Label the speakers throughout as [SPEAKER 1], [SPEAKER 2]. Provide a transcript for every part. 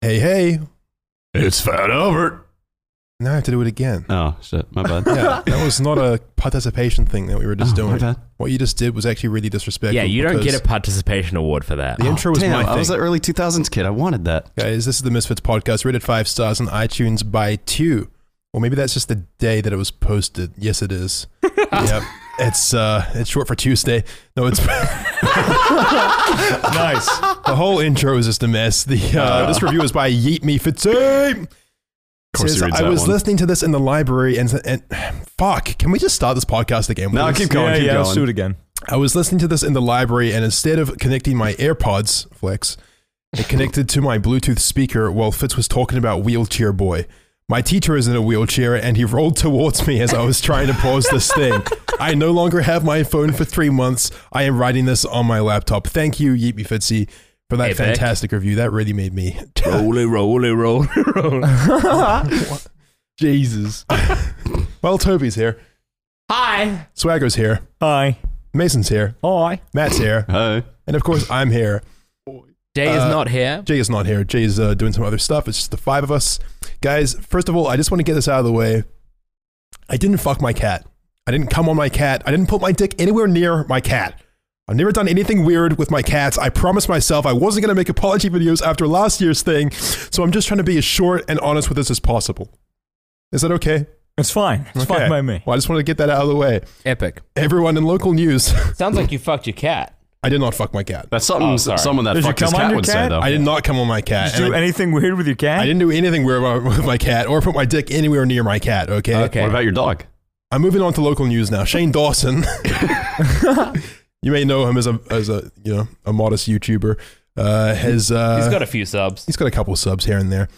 [SPEAKER 1] Hey, hey.
[SPEAKER 2] It's Fat Albert.
[SPEAKER 1] Now I have to do it again.
[SPEAKER 2] Oh shit, my bad.
[SPEAKER 1] Yeah, that was not a participation thing that we were just
[SPEAKER 2] Oh, my
[SPEAKER 1] doing.
[SPEAKER 2] bad.
[SPEAKER 1] What you just did was actually really disrespectful.
[SPEAKER 3] Yeah, you don't
[SPEAKER 1] because-
[SPEAKER 3] get a participation award for that.
[SPEAKER 1] The intro was
[SPEAKER 2] Oh, Damn,
[SPEAKER 1] my thing.
[SPEAKER 2] I was an early 2000s kid. I wanted that.
[SPEAKER 1] Guys, this is the Misfits podcast, rated five stars on iTunes by two. Or maybe that's just the day that it was posted. Yes, it is. yep. It's uh, it's short for Tuesday. No, it's nice. The whole intro is just a mess. The uh, this review is by Yeet Me Fitzy.
[SPEAKER 2] Of course,
[SPEAKER 1] Says,
[SPEAKER 2] he reads
[SPEAKER 1] I
[SPEAKER 2] that
[SPEAKER 1] was
[SPEAKER 2] one.
[SPEAKER 1] listening to this in the library and, and fuck. Can we just start this podcast again?
[SPEAKER 2] No,
[SPEAKER 1] please?
[SPEAKER 2] keep going.
[SPEAKER 4] yeah,
[SPEAKER 2] keep
[SPEAKER 4] yeah,
[SPEAKER 2] going.
[SPEAKER 4] let's do it again.
[SPEAKER 1] I was listening to this in the library, and instead of connecting my AirPods, Flex, it connected to my Bluetooth speaker while Fitz was talking about Wheelchair Boy. My teacher is in a wheelchair, and he rolled towards me as I was trying to pause this thing. I no longer have my phone for three months. I am writing this on my laptop. Thank you, Yeet Me Fitzy, for that
[SPEAKER 3] Hey, Vic.
[SPEAKER 1] fantastic review. That really made me.
[SPEAKER 3] Roly, roly, roly, roly.
[SPEAKER 1] Jesus. well, Toby's here.
[SPEAKER 3] Hi.
[SPEAKER 1] Swagger's here.
[SPEAKER 4] Hi.
[SPEAKER 1] Mason's here.
[SPEAKER 4] Hi.
[SPEAKER 1] Matt's here.
[SPEAKER 2] Hey.
[SPEAKER 1] And of course, I'm here.
[SPEAKER 3] Jay is
[SPEAKER 1] Uh,
[SPEAKER 3] not here.
[SPEAKER 1] Jay is not here. Jay's uh, doing some other stuff. It's just the five of us. Guys, first of all, I just want to get this out of the way. I didn't fuck my cat. I didn't come on my cat. I didn't put my dick anywhere near my cat. I've never done anything weird with my cats. I promised myself I wasn't going to make apology videos after last year's thing. So I'm just trying to be as short and honest with this as possible. Is that okay?
[SPEAKER 4] It's fine. It's
[SPEAKER 1] Okay.
[SPEAKER 4] fine by me.
[SPEAKER 1] Well, I just wanted to get that out of the way.
[SPEAKER 3] Epic.
[SPEAKER 1] Everyone in local news,
[SPEAKER 3] Sounds like you fucked your cat.
[SPEAKER 1] I did not fuck my cat.
[SPEAKER 2] That's something
[SPEAKER 3] Oh, sorry.
[SPEAKER 2] someone that
[SPEAKER 4] Did you
[SPEAKER 2] fucked his
[SPEAKER 4] come on
[SPEAKER 2] cat
[SPEAKER 4] your
[SPEAKER 2] would say
[SPEAKER 4] cat?
[SPEAKER 2] though.
[SPEAKER 1] I did not come on my cat.
[SPEAKER 4] Did you
[SPEAKER 1] And
[SPEAKER 4] do
[SPEAKER 1] I-
[SPEAKER 4] anything weird with your cat?
[SPEAKER 1] I didn't do anything weird about- with my cat or put my dick anywhere near my cat, okay?
[SPEAKER 3] Okay.
[SPEAKER 2] What about your dog?
[SPEAKER 1] I'm moving on to local news now. Shane Dawson. you may know him as a as a you know, a modest YouTuber. Uh has uh
[SPEAKER 3] He's got a few subs.
[SPEAKER 1] he's got a couple subs here and there.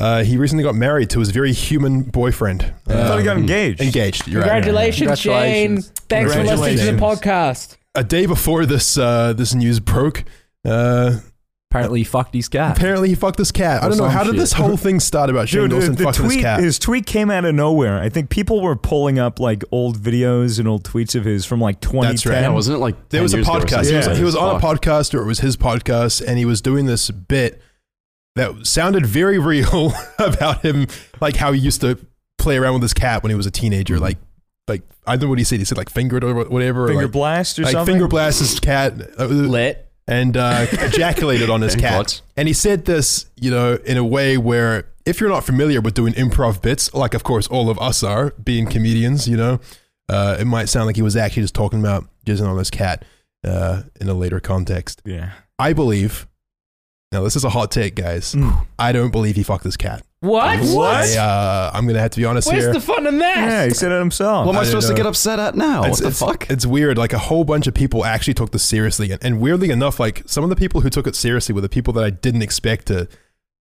[SPEAKER 1] Uh he recently got married to his very human boyfriend.
[SPEAKER 4] I thought
[SPEAKER 1] Uh,
[SPEAKER 4] he got engaged.
[SPEAKER 1] engaged. You're right.
[SPEAKER 3] Congratulations, Jane.
[SPEAKER 4] Congratulations.
[SPEAKER 3] Thanks for listening to the podcast.
[SPEAKER 1] A day before this uh this news broke, uh
[SPEAKER 5] Apparently, he fucked his cat.
[SPEAKER 1] apparently he fucked this cat. I don't know
[SPEAKER 5] some
[SPEAKER 1] how did
[SPEAKER 5] shit.
[SPEAKER 1] this whole thing start about Shane
[SPEAKER 4] Dude, the,
[SPEAKER 1] Dawson
[SPEAKER 4] the
[SPEAKER 1] fucking
[SPEAKER 4] tweet,
[SPEAKER 1] his cat.
[SPEAKER 4] his tweet came out of nowhere. I think people were pulling up like old videos and old tweets of his from like 2010.
[SPEAKER 1] That's right.
[SPEAKER 2] Yeah, wasn't it like
[SPEAKER 1] there
[SPEAKER 2] 10
[SPEAKER 1] was a
[SPEAKER 2] years ago or
[SPEAKER 1] podcast.
[SPEAKER 2] something?
[SPEAKER 1] He was,
[SPEAKER 4] Yeah.
[SPEAKER 1] he was on a
[SPEAKER 2] Fuck.
[SPEAKER 1] podcast, or it was his podcast, and he was doing this bit that sounded very real about him, like how he used to play around with his cat when he was a teenager. Like, like I don't know what he said. He said like fingered or whatever. or
[SPEAKER 4] Finger
[SPEAKER 1] like,
[SPEAKER 4] blast or
[SPEAKER 1] like
[SPEAKER 4] something.
[SPEAKER 1] finger blast his cat uh,
[SPEAKER 3] Lit.
[SPEAKER 1] and uh, ejaculated on his
[SPEAKER 2] Okay,
[SPEAKER 1] cat.
[SPEAKER 2] what?
[SPEAKER 1] And he said this, you know, in a way where if you're not familiar with doing improv bits, like of course all of us are, being comedians, you know, uh, it might sound like he was actually just talking about jizzing on his cat uh, in a later context.
[SPEAKER 4] yeah.
[SPEAKER 1] I believe. Now this is a hot take, guys.
[SPEAKER 4] Mm.
[SPEAKER 1] I don't believe he fucked this cat.
[SPEAKER 3] What?
[SPEAKER 1] I, uh, I'm gonna have to be honest
[SPEAKER 3] Where's
[SPEAKER 1] here.
[SPEAKER 3] the fun in that?
[SPEAKER 4] Yeah, he said it himself.
[SPEAKER 2] What am I,
[SPEAKER 1] I don't
[SPEAKER 2] supposed
[SPEAKER 1] know.
[SPEAKER 2] to get upset at now?
[SPEAKER 1] uh, it's,
[SPEAKER 2] Oh, what the
[SPEAKER 1] it's-
[SPEAKER 2] fuck?
[SPEAKER 1] It's weird. Like a whole bunch of people actually took this seriously, and, and weirdly enough, like some of the people who took it seriously were the people that I didn't expect to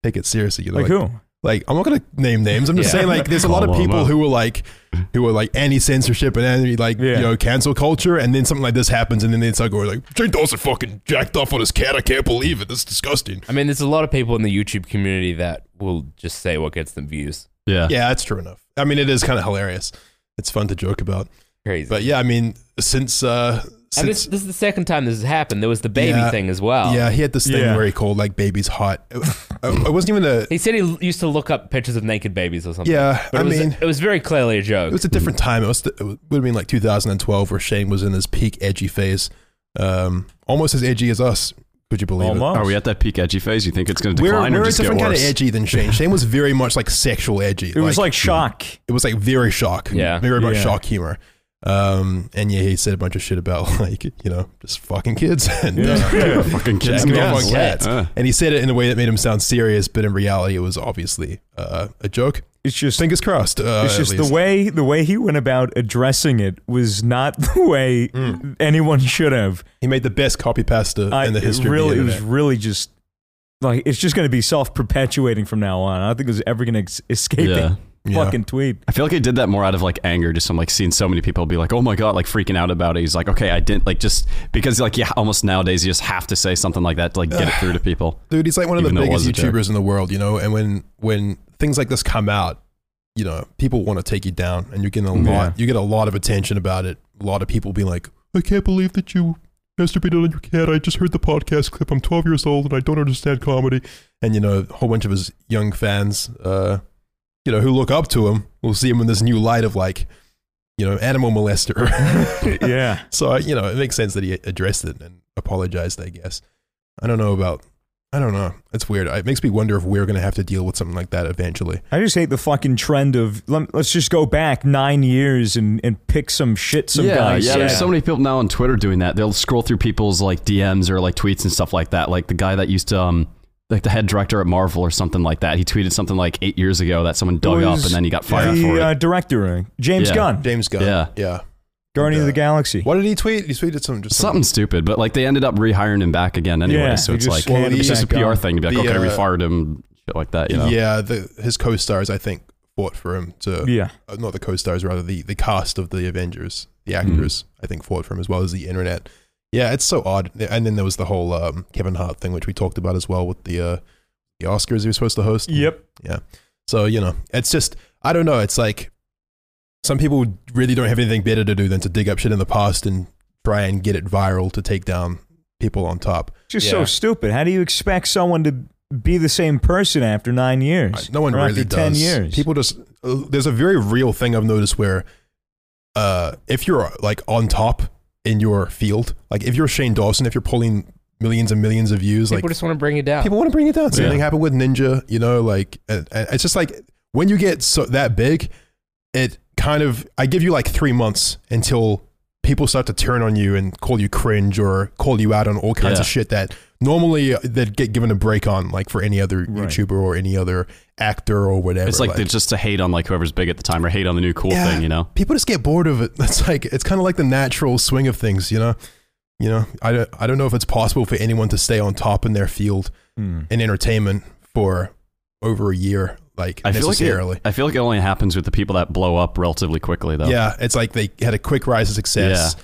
[SPEAKER 1] take it seriously. You know,
[SPEAKER 4] like, who?
[SPEAKER 1] like I'm not gonna name names. I'm just
[SPEAKER 3] Yeah.
[SPEAKER 1] saying like there's a lot of
[SPEAKER 2] Call 'em
[SPEAKER 1] people
[SPEAKER 2] out.
[SPEAKER 1] who were like who were like anti censorship and anti like
[SPEAKER 4] Yeah.
[SPEAKER 1] you know cancel culture, and then something like this happens, and then they start going like Jane Dawson fucking jacked off on his cat. I can't believe it. This is disgusting.
[SPEAKER 3] I mean, there's a lot of people in the YouTube community that will just say what gets them views.
[SPEAKER 2] yeah.
[SPEAKER 1] Yeah, that's true enough. I mean, it is kind of hilarious. It's fun to joke about,
[SPEAKER 3] Crazy.
[SPEAKER 1] but yeah, I mean since uh
[SPEAKER 3] and this,
[SPEAKER 1] since.
[SPEAKER 3] this is the second time this has happened. There was the baby
[SPEAKER 1] Yeah.
[SPEAKER 3] thing as well.
[SPEAKER 1] Yeah, he had this thing
[SPEAKER 4] Yeah.
[SPEAKER 1] where he called like babies hot. It, it wasn't even a.
[SPEAKER 3] He said he l- used to look up pictures of naked babies or something.
[SPEAKER 1] Yeah,
[SPEAKER 3] But
[SPEAKER 1] I
[SPEAKER 3] it was,
[SPEAKER 1] mean,
[SPEAKER 3] it was very clearly a joke.
[SPEAKER 1] it was a different time. It was it would have been like 2012 where Shane was in his peak edgy phase, um, almost as edgy as us. Could you believe it? Oh,
[SPEAKER 4] Almost.
[SPEAKER 2] Are we at that peak edgy phase? You think it's going to
[SPEAKER 1] We're,
[SPEAKER 2] decline
[SPEAKER 1] we're
[SPEAKER 2] or
[SPEAKER 1] a
[SPEAKER 2] just get
[SPEAKER 1] different kind of
[SPEAKER 2] worse?
[SPEAKER 1] edgy than Shane. Shane was very much like sexual edgy.
[SPEAKER 4] it was like shock.
[SPEAKER 1] it was like very shock.
[SPEAKER 3] Yeah.
[SPEAKER 1] very much
[SPEAKER 4] Yeah.
[SPEAKER 1] shock humor. Um, and yeah, he said a bunch of shit about like you know just fucking kids and uh,
[SPEAKER 2] Fucking kids.
[SPEAKER 1] Jacking
[SPEAKER 2] get
[SPEAKER 1] off
[SPEAKER 2] worse.
[SPEAKER 1] on cats.
[SPEAKER 2] Yeah.
[SPEAKER 1] And he said it in a way that made him sound serious, but in reality, it was obviously uh, a joke.
[SPEAKER 4] It's just
[SPEAKER 1] Fingers crossed. Uh,
[SPEAKER 4] It's
[SPEAKER 1] at
[SPEAKER 4] just the
[SPEAKER 1] least.
[SPEAKER 4] way the way he went about addressing it was not the way
[SPEAKER 1] Hmm.
[SPEAKER 4] anyone should have.
[SPEAKER 1] he made the best copy pasta
[SPEAKER 4] I,
[SPEAKER 1] in the
[SPEAKER 4] it
[SPEAKER 1] history.
[SPEAKER 4] really,
[SPEAKER 1] of the
[SPEAKER 4] it was really just like it's just going to be self perpetuating from now on. I don't think it was ever going to ex- escape
[SPEAKER 2] Yeah.
[SPEAKER 4] that
[SPEAKER 1] Yeah.
[SPEAKER 4] fucking tweet.
[SPEAKER 2] I feel like he did that more out of like anger, just from like seeing so many people be like, "Oh my god!" Like freaking out about it. He's like, "Okay, I didn't like just because like yeah, almost nowadays you just have to say something like that to like get it through to people."
[SPEAKER 1] dude. He's like one of the
[SPEAKER 2] Even though it
[SPEAKER 1] biggest
[SPEAKER 2] was a joke.
[SPEAKER 1] YouTubers in the world, you know. And when when things like this come out, you know, people want to take you down, and you're getting a lot. You get a lot of attention about it. A lot of people being like, "I can't believe that you masturbated on your cat. I just heard the podcast clip. I'm 12 years old and I don't understand comedy. And, you know, a whole bunch of his young fans, uh, you know, who look up to him will see him in this new light of like, you know, animal molester.
[SPEAKER 4] yeah.
[SPEAKER 1] So I- you know, it makes sense that he addressed it and apologized. I guess I don't know about. I don't know. It's weird. It makes me wonder if we're gonna have to deal with something like that eventually.
[SPEAKER 4] I just hate the fucking trend of lem- let's just go back nine years and, and pick some shit some
[SPEAKER 2] yeah,
[SPEAKER 4] guys.
[SPEAKER 2] yeah,
[SPEAKER 4] said.
[SPEAKER 2] There's so many people now on Twitter doing that. They'll scroll through people's like DMs or like tweets and stuff like that. Like the guy that used to, um, like the head director at Marvel or something like that. He tweeted something like eight years ago that someone dug up
[SPEAKER 4] Was
[SPEAKER 2] and then he got fired
[SPEAKER 4] the,
[SPEAKER 2] for it.
[SPEAKER 4] Uh, director, uh, James
[SPEAKER 2] Yeah.
[SPEAKER 4] Gunn,
[SPEAKER 1] James Gunn.
[SPEAKER 2] Yeah.
[SPEAKER 1] Yeah.
[SPEAKER 4] Guardian of the
[SPEAKER 1] uh,
[SPEAKER 4] Galaxy.
[SPEAKER 1] What did he tweet? He tweeted some just some-
[SPEAKER 2] something stupid, but like they ended up rehiring him back again anyway.
[SPEAKER 4] Yeah,
[SPEAKER 2] so
[SPEAKER 4] he
[SPEAKER 2] it's like
[SPEAKER 4] just handed
[SPEAKER 2] it's
[SPEAKER 4] him
[SPEAKER 2] just a
[SPEAKER 4] back
[SPEAKER 2] PR
[SPEAKER 4] on.
[SPEAKER 2] thing to be like,
[SPEAKER 1] The,
[SPEAKER 2] okay,
[SPEAKER 1] uh,
[SPEAKER 2] we fired him, shit like that. You know?
[SPEAKER 1] Yeah. The, his co-stars, I think, fought for him to.
[SPEAKER 4] Yeah,
[SPEAKER 1] uh, not the co-stars, rather the the cast of the Avengers, the actors,
[SPEAKER 2] Mm.
[SPEAKER 1] I think, fought for him as well as the internet. Yeah, it's so odd. And then there was the whole um, Kevin Hart thing, which we talked about as well with the uh, the Oscars he was supposed to host.
[SPEAKER 4] Yep.
[SPEAKER 1] Yeah. So you know, it's just I don't know. It's like some people really don't have anything better to do than to dig up shit in the past and try and get it viral to take down people on top.
[SPEAKER 4] just
[SPEAKER 3] Yeah.
[SPEAKER 4] so stupid. How do you expect someone to be the same person after nine years?
[SPEAKER 1] No one
[SPEAKER 4] or
[SPEAKER 1] really
[SPEAKER 4] after
[SPEAKER 1] does.
[SPEAKER 4] ten years.
[SPEAKER 1] People just uh, there's a very real thing I've noticed where, uh, if you're like on top in your field, like if you're Shane Dawson, if you're pulling millions and millions of views,
[SPEAKER 3] People
[SPEAKER 1] like
[SPEAKER 3] just want to bring it down.
[SPEAKER 1] people want to bring it down. Same
[SPEAKER 2] Ah. Yeah.
[SPEAKER 1] thing happened with Ninja, you know, like and, and it's just like when you get so that big, it kind of I give you like three months until people start to turn on you and call you cringe or call you out on all kinds
[SPEAKER 2] Yeah.
[SPEAKER 1] of shit that normally uh, they'd get given a break on, like for any other
[SPEAKER 4] Right.
[SPEAKER 1] YouTuber or any other actor or whatever.
[SPEAKER 2] It's like, they're just to hate on like whoever's big at the time or hate on the new cool
[SPEAKER 1] Yeah.
[SPEAKER 2] thing, you know?
[SPEAKER 1] people just get bored of it. It's like it's kind of like the natural swing of things, you know. You know, I don't, I don't know if it's possible for anyone to stay on top in their field
[SPEAKER 4] Hmm.
[SPEAKER 1] in entertainment for over a year, like
[SPEAKER 2] I feel like
[SPEAKER 1] necessarily.
[SPEAKER 2] it, I feel like it only happens with the people that blow up relatively quickly though.
[SPEAKER 1] yeah, it's like they had a quick rise to success.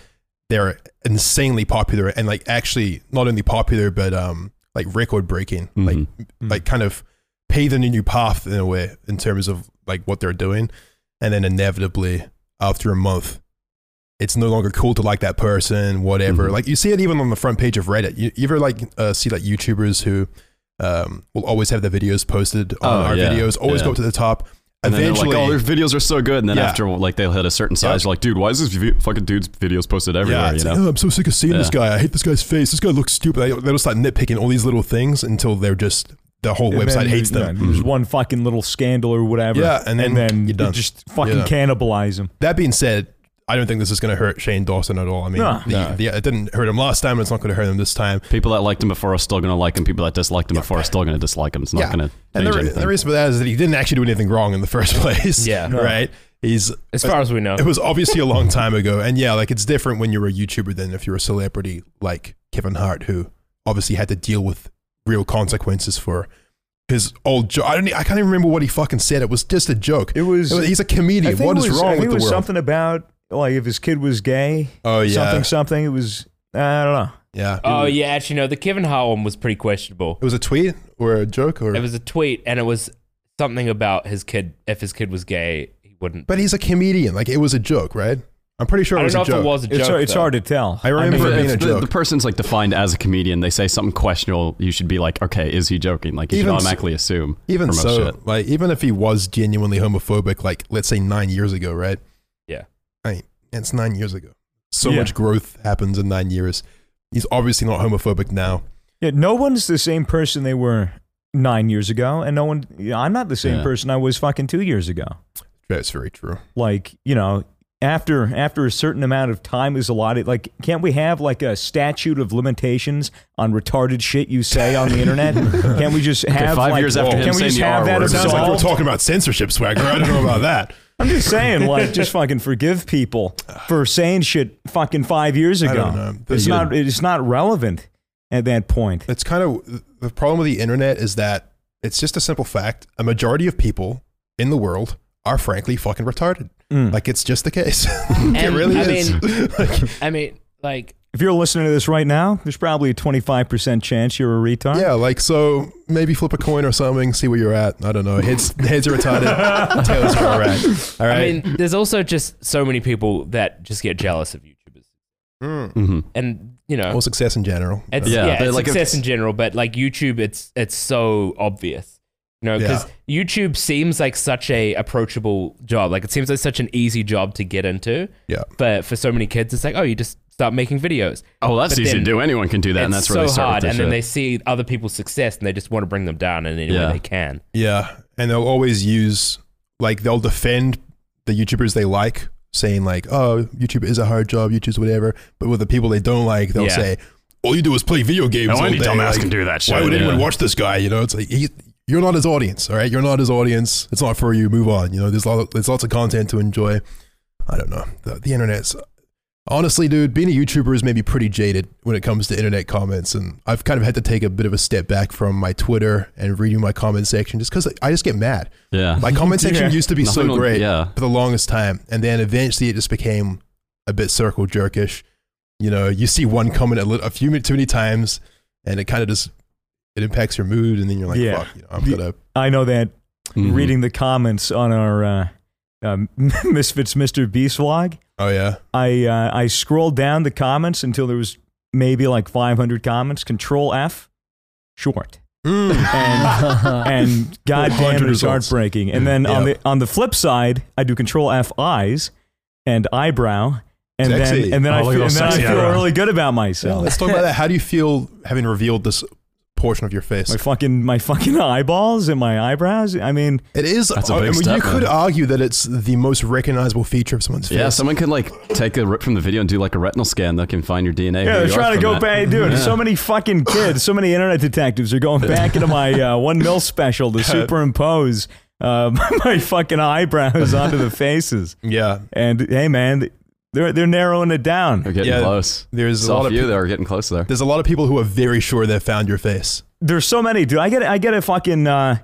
[SPEAKER 1] They're insanely popular and like actually not only popular but um like record breaking. Like
[SPEAKER 2] Mhm.
[SPEAKER 1] like kind of pave them a new path in a way in terms of like what they're doing. And then inevitably after a month, it's no longer cool to like that person, whatever.
[SPEAKER 2] Mhm.
[SPEAKER 1] Like you see it even on the front page of Reddit. You, you ever like uh, see like YouTubers who um, will always have their videos posted on
[SPEAKER 2] Oh,
[SPEAKER 1] our
[SPEAKER 2] yeah,
[SPEAKER 1] videos, always
[SPEAKER 2] yeah.
[SPEAKER 1] go up to the top.
[SPEAKER 2] And then
[SPEAKER 1] Eventually,
[SPEAKER 2] they're like, oh, their videos are so good. And then
[SPEAKER 1] Yeah.
[SPEAKER 2] after like they'll hit a certain size,
[SPEAKER 1] Yeah.
[SPEAKER 2] you're like, dude, why is this vi- fucking dude's videos posted everywhere?
[SPEAKER 1] yeah,
[SPEAKER 2] you
[SPEAKER 1] it's
[SPEAKER 2] know?
[SPEAKER 1] like, oh, I'm so sick of seeing this
[SPEAKER 2] Yeah.
[SPEAKER 1] guy. I hate this guy's face. This guy looks stupid. They- They'll start nitpicking all these little things until they're just the whole
[SPEAKER 4] And
[SPEAKER 1] website
[SPEAKER 4] then,
[SPEAKER 1] hates
[SPEAKER 4] you know,
[SPEAKER 1] them. Mm-hmm.
[SPEAKER 4] There's one fucking little scandal or whatever.
[SPEAKER 1] Yeah, and then you're
[SPEAKER 4] you
[SPEAKER 1] done.
[SPEAKER 4] just fucking
[SPEAKER 1] Yeah.
[SPEAKER 4] cannibalize them.
[SPEAKER 1] That being said, I don't think this is going to hurt Shane Dawson at all. I mean,
[SPEAKER 4] No.
[SPEAKER 1] the, the- it didn't hurt him last time. It's not going to hurt him this time.
[SPEAKER 2] People that liked him before are still going to like him. People that disliked him before are still going to dislike him. It's not
[SPEAKER 1] Yeah.
[SPEAKER 2] going to
[SPEAKER 1] And
[SPEAKER 2] change
[SPEAKER 1] the, re-
[SPEAKER 2] anything.
[SPEAKER 1] the reason for that is that he didn't actually do anything wrong in the first place.
[SPEAKER 3] Yeah. No.
[SPEAKER 1] Right? He's.
[SPEAKER 3] as far as we know.
[SPEAKER 1] It was obviously a long time ago. And yeah, like it's different when you're a YouTuber than if you're a celebrity like Kevin Hart, who obviously had to deal with real consequences for his old joke. I, don't e- I can't even remember what he fucking said. It was just a joke.
[SPEAKER 4] It was.
[SPEAKER 1] He's a
[SPEAKER 4] I
[SPEAKER 1] comedian.
[SPEAKER 4] think
[SPEAKER 1] What
[SPEAKER 4] it
[SPEAKER 1] is
[SPEAKER 4] was- I
[SPEAKER 1] wrong
[SPEAKER 4] think
[SPEAKER 1] with
[SPEAKER 4] it
[SPEAKER 1] the
[SPEAKER 4] was
[SPEAKER 1] world?
[SPEAKER 4] Something about like if his kid was gay.
[SPEAKER 1] oh, yeah.
[SPEAKER 4] Something. Something. It was. I don't know.
[SPEAKER 1] Yeah.
[SPEAKER 3] Oh yeah, actually no, the Kevin Hart one was pretty questionable.
[SPEAKER 1] it was a tweet or a joke or.
[SPEAKER 3] It was a tweet, and it was something about his kid. If his kid was gay, he wouldn't.
[SPEAKER 1] But he's a comedian. Like it was a joke, right? I'm pretty sure
[SPEAKER 3] I
[SPEAKER 1] it
[SPEAKER 3] don't
[SPEAKER 1] was
[SPEAKER 3] know
[SPEAKER 1] a
[SPEAKER 3] if it
[SPEAKER 1] joke.
[SPEAKER 3] was a joke.
[SPEAKER 4] It's, it's
[SPEAKER 3] though.
[SPEAKER 4] hard to tell.
[SPEAKER 1] I remember
[SPEAKER 2] If-
[SPEAKER 1] it being
[SPEAKER 2] if
[SPEAKER 1] a
[SPEAKER 2] the,
[SPEAKER 1] joke.
[SPEAKER 2] the person's like defined as a comedian, they say something questionable. You should be like, okay, is he joking? Like you
[SPEAKER 1] Even
[SPEAKER 2] should
[SPEAKER 1] s-
[SPEAKER 2] automatically assume.
[SPEAKER 1] even
[SPEAKER 2] for most
[SPEAKER 1] so,
[SPEAKER 2] shit.
[SPEAKER 1] like even if he was genuinely homophobic, like let's say nine years ago, right?
[SPEAKER 3] Yeah.
[SPEAKER 1] Right. It's nine years ago. So
[SPEAKER 4] Yeah.
[SPEAKER 1] much growth happens in nine years. He's obviously not homophobic now.
[SPEAKER 4] Yeah, no one's the same person they were nine years ago, and no one. you know, I'm not the same
[SPEAKER 2] Yeah.
[SPEAKER 4] person I was fucking two years ago.
[SPEAKER 1] That's very true.
[SPEAKER 4] Like you know, after after a certain amount of time is allotted, like can't we have like a statute of limitations on retarded shit you say on the internet? Can't we just have
[SPEAKER 2] five
[SPEAKER 4] like,
[SPEAKER 2] years after
[SPEAKER 4] can
[SPEAKER 2] him
[SPEAKER 4] we
[SPEAKER 2] saying
[SPEAKER 4] just
[SPEAKER 2] the
[SPEAKER 4] have
[SPEAKER 2] R
[SPEAKER 4] that
[SPEAKER 2] word.
[SPEAKER 1] It sounds like we're
[SPEAKER 4] absolved?
[SPEAKER 1] talking about censorship, Swagger. I don't know about that.
[SPEAKER 4] I'm just saying, like, just fucking forgive people for saying shit fucking five years ago.
[SPEAKER 1] I don't know.
[SPEAKER 4] It's not it's not relevant at that point.
[SPEAKER 1] It's kind of the problem with the internet is that it's just a simple fact. A majority of people in the world are frankly fucking retarded. Like it's just the case. it
[SPEAKER 3] And,
[SPEAKER 1] really
[SPEAKER 3] I
[SPEAKER 1] is. Like,
[SPEAKER 3] I mean, like
[SPEAKER 4] If you're listening to this right now, there's probably a 25% chance you're a retard.
[SPEAKER 1] yeah, like so maybe flip a coin or something, see where you're at. I don't know. Heads heads are retarded, tails are alright. All
[SPEAKER 3] I
[SPEAKER 1] right.
[SPEAKER 3] mean, there's also just so many people that just get jealous of YouTubers,
[SPEAKER 1] Mm.
[SPEAKER 2] Mhm.
[SPEAKER 3] and you know,
[SPEAKER 1] Well, success in general.
[SPEAKER 3] it's
[SPEAKER 2] Yeah,
[SPEAKER 3] yeah,
[SPEAKER 2] but
[SPEAKER 3] it's
[SPEAKER 2] like
[SPEAKER 3] success
[SPEAKER 2] it's-
[SPEAKER 3] in general, but like YouTube, it's it's so obvious. You know, because YouTube seems like such a approachable job. Like it seems like such an easy job to get into.
[SPEAKER 1] Yeah.
[SPEAKER 3] But for so many kids, it's like, oh, you just start making videos.
[SPEAKER 2] Oh, that's
[SPEAKER 3] But
[SPEAKER 2] easy to
[SPEAKER 3] then
[SPEAKER 2] do. Anyone can do that, and
[SPEAKER 3] it's
[SPEAKER 2] that's where they
[SPEAKER 3] so
[SPEAKER 2] start.
[SPEAKER 3] hard.
[SPEAKER 2] with
[SPEAKER 3] And
[SPEAKER 2] this
[SPEAKER 3] then they
[SPEAKER 2] shit.
[SPEAKER 3] see other people's success, and they just want to bring them down in any
[SPEAKER 2] Yeah.
[SPEAKER 3] way they can.
[SPEAKER 1] Yeah, and they'll always use like they'll defend the YouTubers they like, saying like, "Oh, YouTube is a hard job, YouTube's whatever." But with the people they don't like, they'll
[SPEAKER 3] Yeah.
[SPEAKER 1] say, "All you do is play video games." all
[SPEAKER 2] any
[SPEAKER 1] day.
[SPEAKER 2] dumbass
[SPEAKER 1] Like,
[SPEAKER 2] can do that shit.
[SPEAKER 1] Why would anyone
[SPEAKER 2] yeah.
[SPEAKER 1] watch this guy? You know, it's like he, you're not his audience. All right, you're not his audience. It's not for you. Move on. You know, there's lot of, there's lots of content to enjoy. I don't know. The, the internet's honestly, dude, being a YouTuber is maybe pretty jaded when it comes to internet comments, and I've kind of had to take a bit of a step back from my Twitter and reading my comment section just because I just get mad.
[SPEAKER 2] Yeah.
[SPEAKER 1] My comment section used to be
[SPEAKER 2] Nothing
[SPEAKER 1] so
[SPEAKER 2] will-
[SPEAKER 1] great
[SPEAKER 2] Yeah.
[SPEAKER 1] for the longest time, and then eventually it just became a bit circle jerkish. You know, you see one comment a, lit- a few too many times, and it kind of just it impacts your mood, and then you're like,
[SPEAKER 4] Yeah.
[SPEAKER 1] "Fuck, you know, I'm
[SPEAKER 4] The-
[SPEAKER 1] gonna."
[SPEAKER 4] I know that
[SPEAKER 2] Mhm.
[SPEAKER 4] reading the comments on our uh, uh, Misfits Mr. Beast vlog,
[SPEAKER 1] Oh yeah,
[SPEAKER 4] I uh, I scrolled down the comments until there was maybe like 500 comments. Control F, short,
[SPEAKER 2] Mm.
[SPEAKER 4] and and goddamn,
[SPEAKER 1] 400
[SPEAKER 4] it is
[SPEAKER 1] Uh. results.
[SPEAKER 4] heartbreaking. And then on
[SPEAKER 1] Yeah.
[SPEAKER 4] the on the flip side, I do Control F eyes and eyebrow, and
[SPEAKER 1] Sexy.
[SPEAKER 4] then and then I
[SPEAKER 5] Oh, look at
[SPEAKER 4] feel, and
[SPEAKER 5] those
[SPEAKER 4] then I
[SPEAKER 5] sexy
[SPEAKER 4] feel
[SPEAKER 5] eyebrows.
[SPEAKER 4] really good about
[SPEAKER 1] Yeah,
[SPEAKER 4] myself.
[SPEAKER 1] let's talk about that. How do you feel having revealed this portion of your face?
[SPEAKER 4] My fucking my fucking eyeballs and my eyebrows. I mean,
[SPEAKER 1] It is.
[SPEAKER 2] That's a
[SPEAKER 1] I
[SPEAKER 2] big
[SPEAKER 1] mean,
[SPEAKER 2] step,
[SPEAKER 1] you could
[SPEAKER 2] man.
[SPEAKER 1] argue that it's the most recognizable feature of someone's face.
[SPEAKER 2] Yeah, someone can like take a rip from the video and do like a retinal scan that can find your DNA. who
[SPEAKER 4] Yeah, they're
[SPEAKER 2] you are
[SPEAKER 4] trying
[SPEAKER 2] from
[SPEAKER 4] to go
[SPEAKER 2] that.
[SPEAKER 4] back, dude. So many fucking kids, so many internet detectives are going back into my uh, one mil special to superimpose uh, my fucking eyebrows onto the faces.
[SPEAKER 1] yeah.
[SPEAKER 4] And hey, man, they're they're narrowing it
[SPEAKER 2] We're
[SPEAKER 4] down.
[SPEAKER 2] getting
[SPEAKER 1] Yeah,
[SPEAKER 2] close.
[SPEAKER 1] There's a
[SPEAKER 2] Saw
[SPEAKER 1] lot
[SPEAKER 2] a
[SPEAKER 1] of
[SPEAKER 2] few
[SPEAKER 1] pe-
[SPEAKER 2] that are getting close there.
[SPEAKER 1] there's a lot of people who are very sure they've found your face.
[SPEAKER 4] There's so many, dude. I get I get a fucking uh,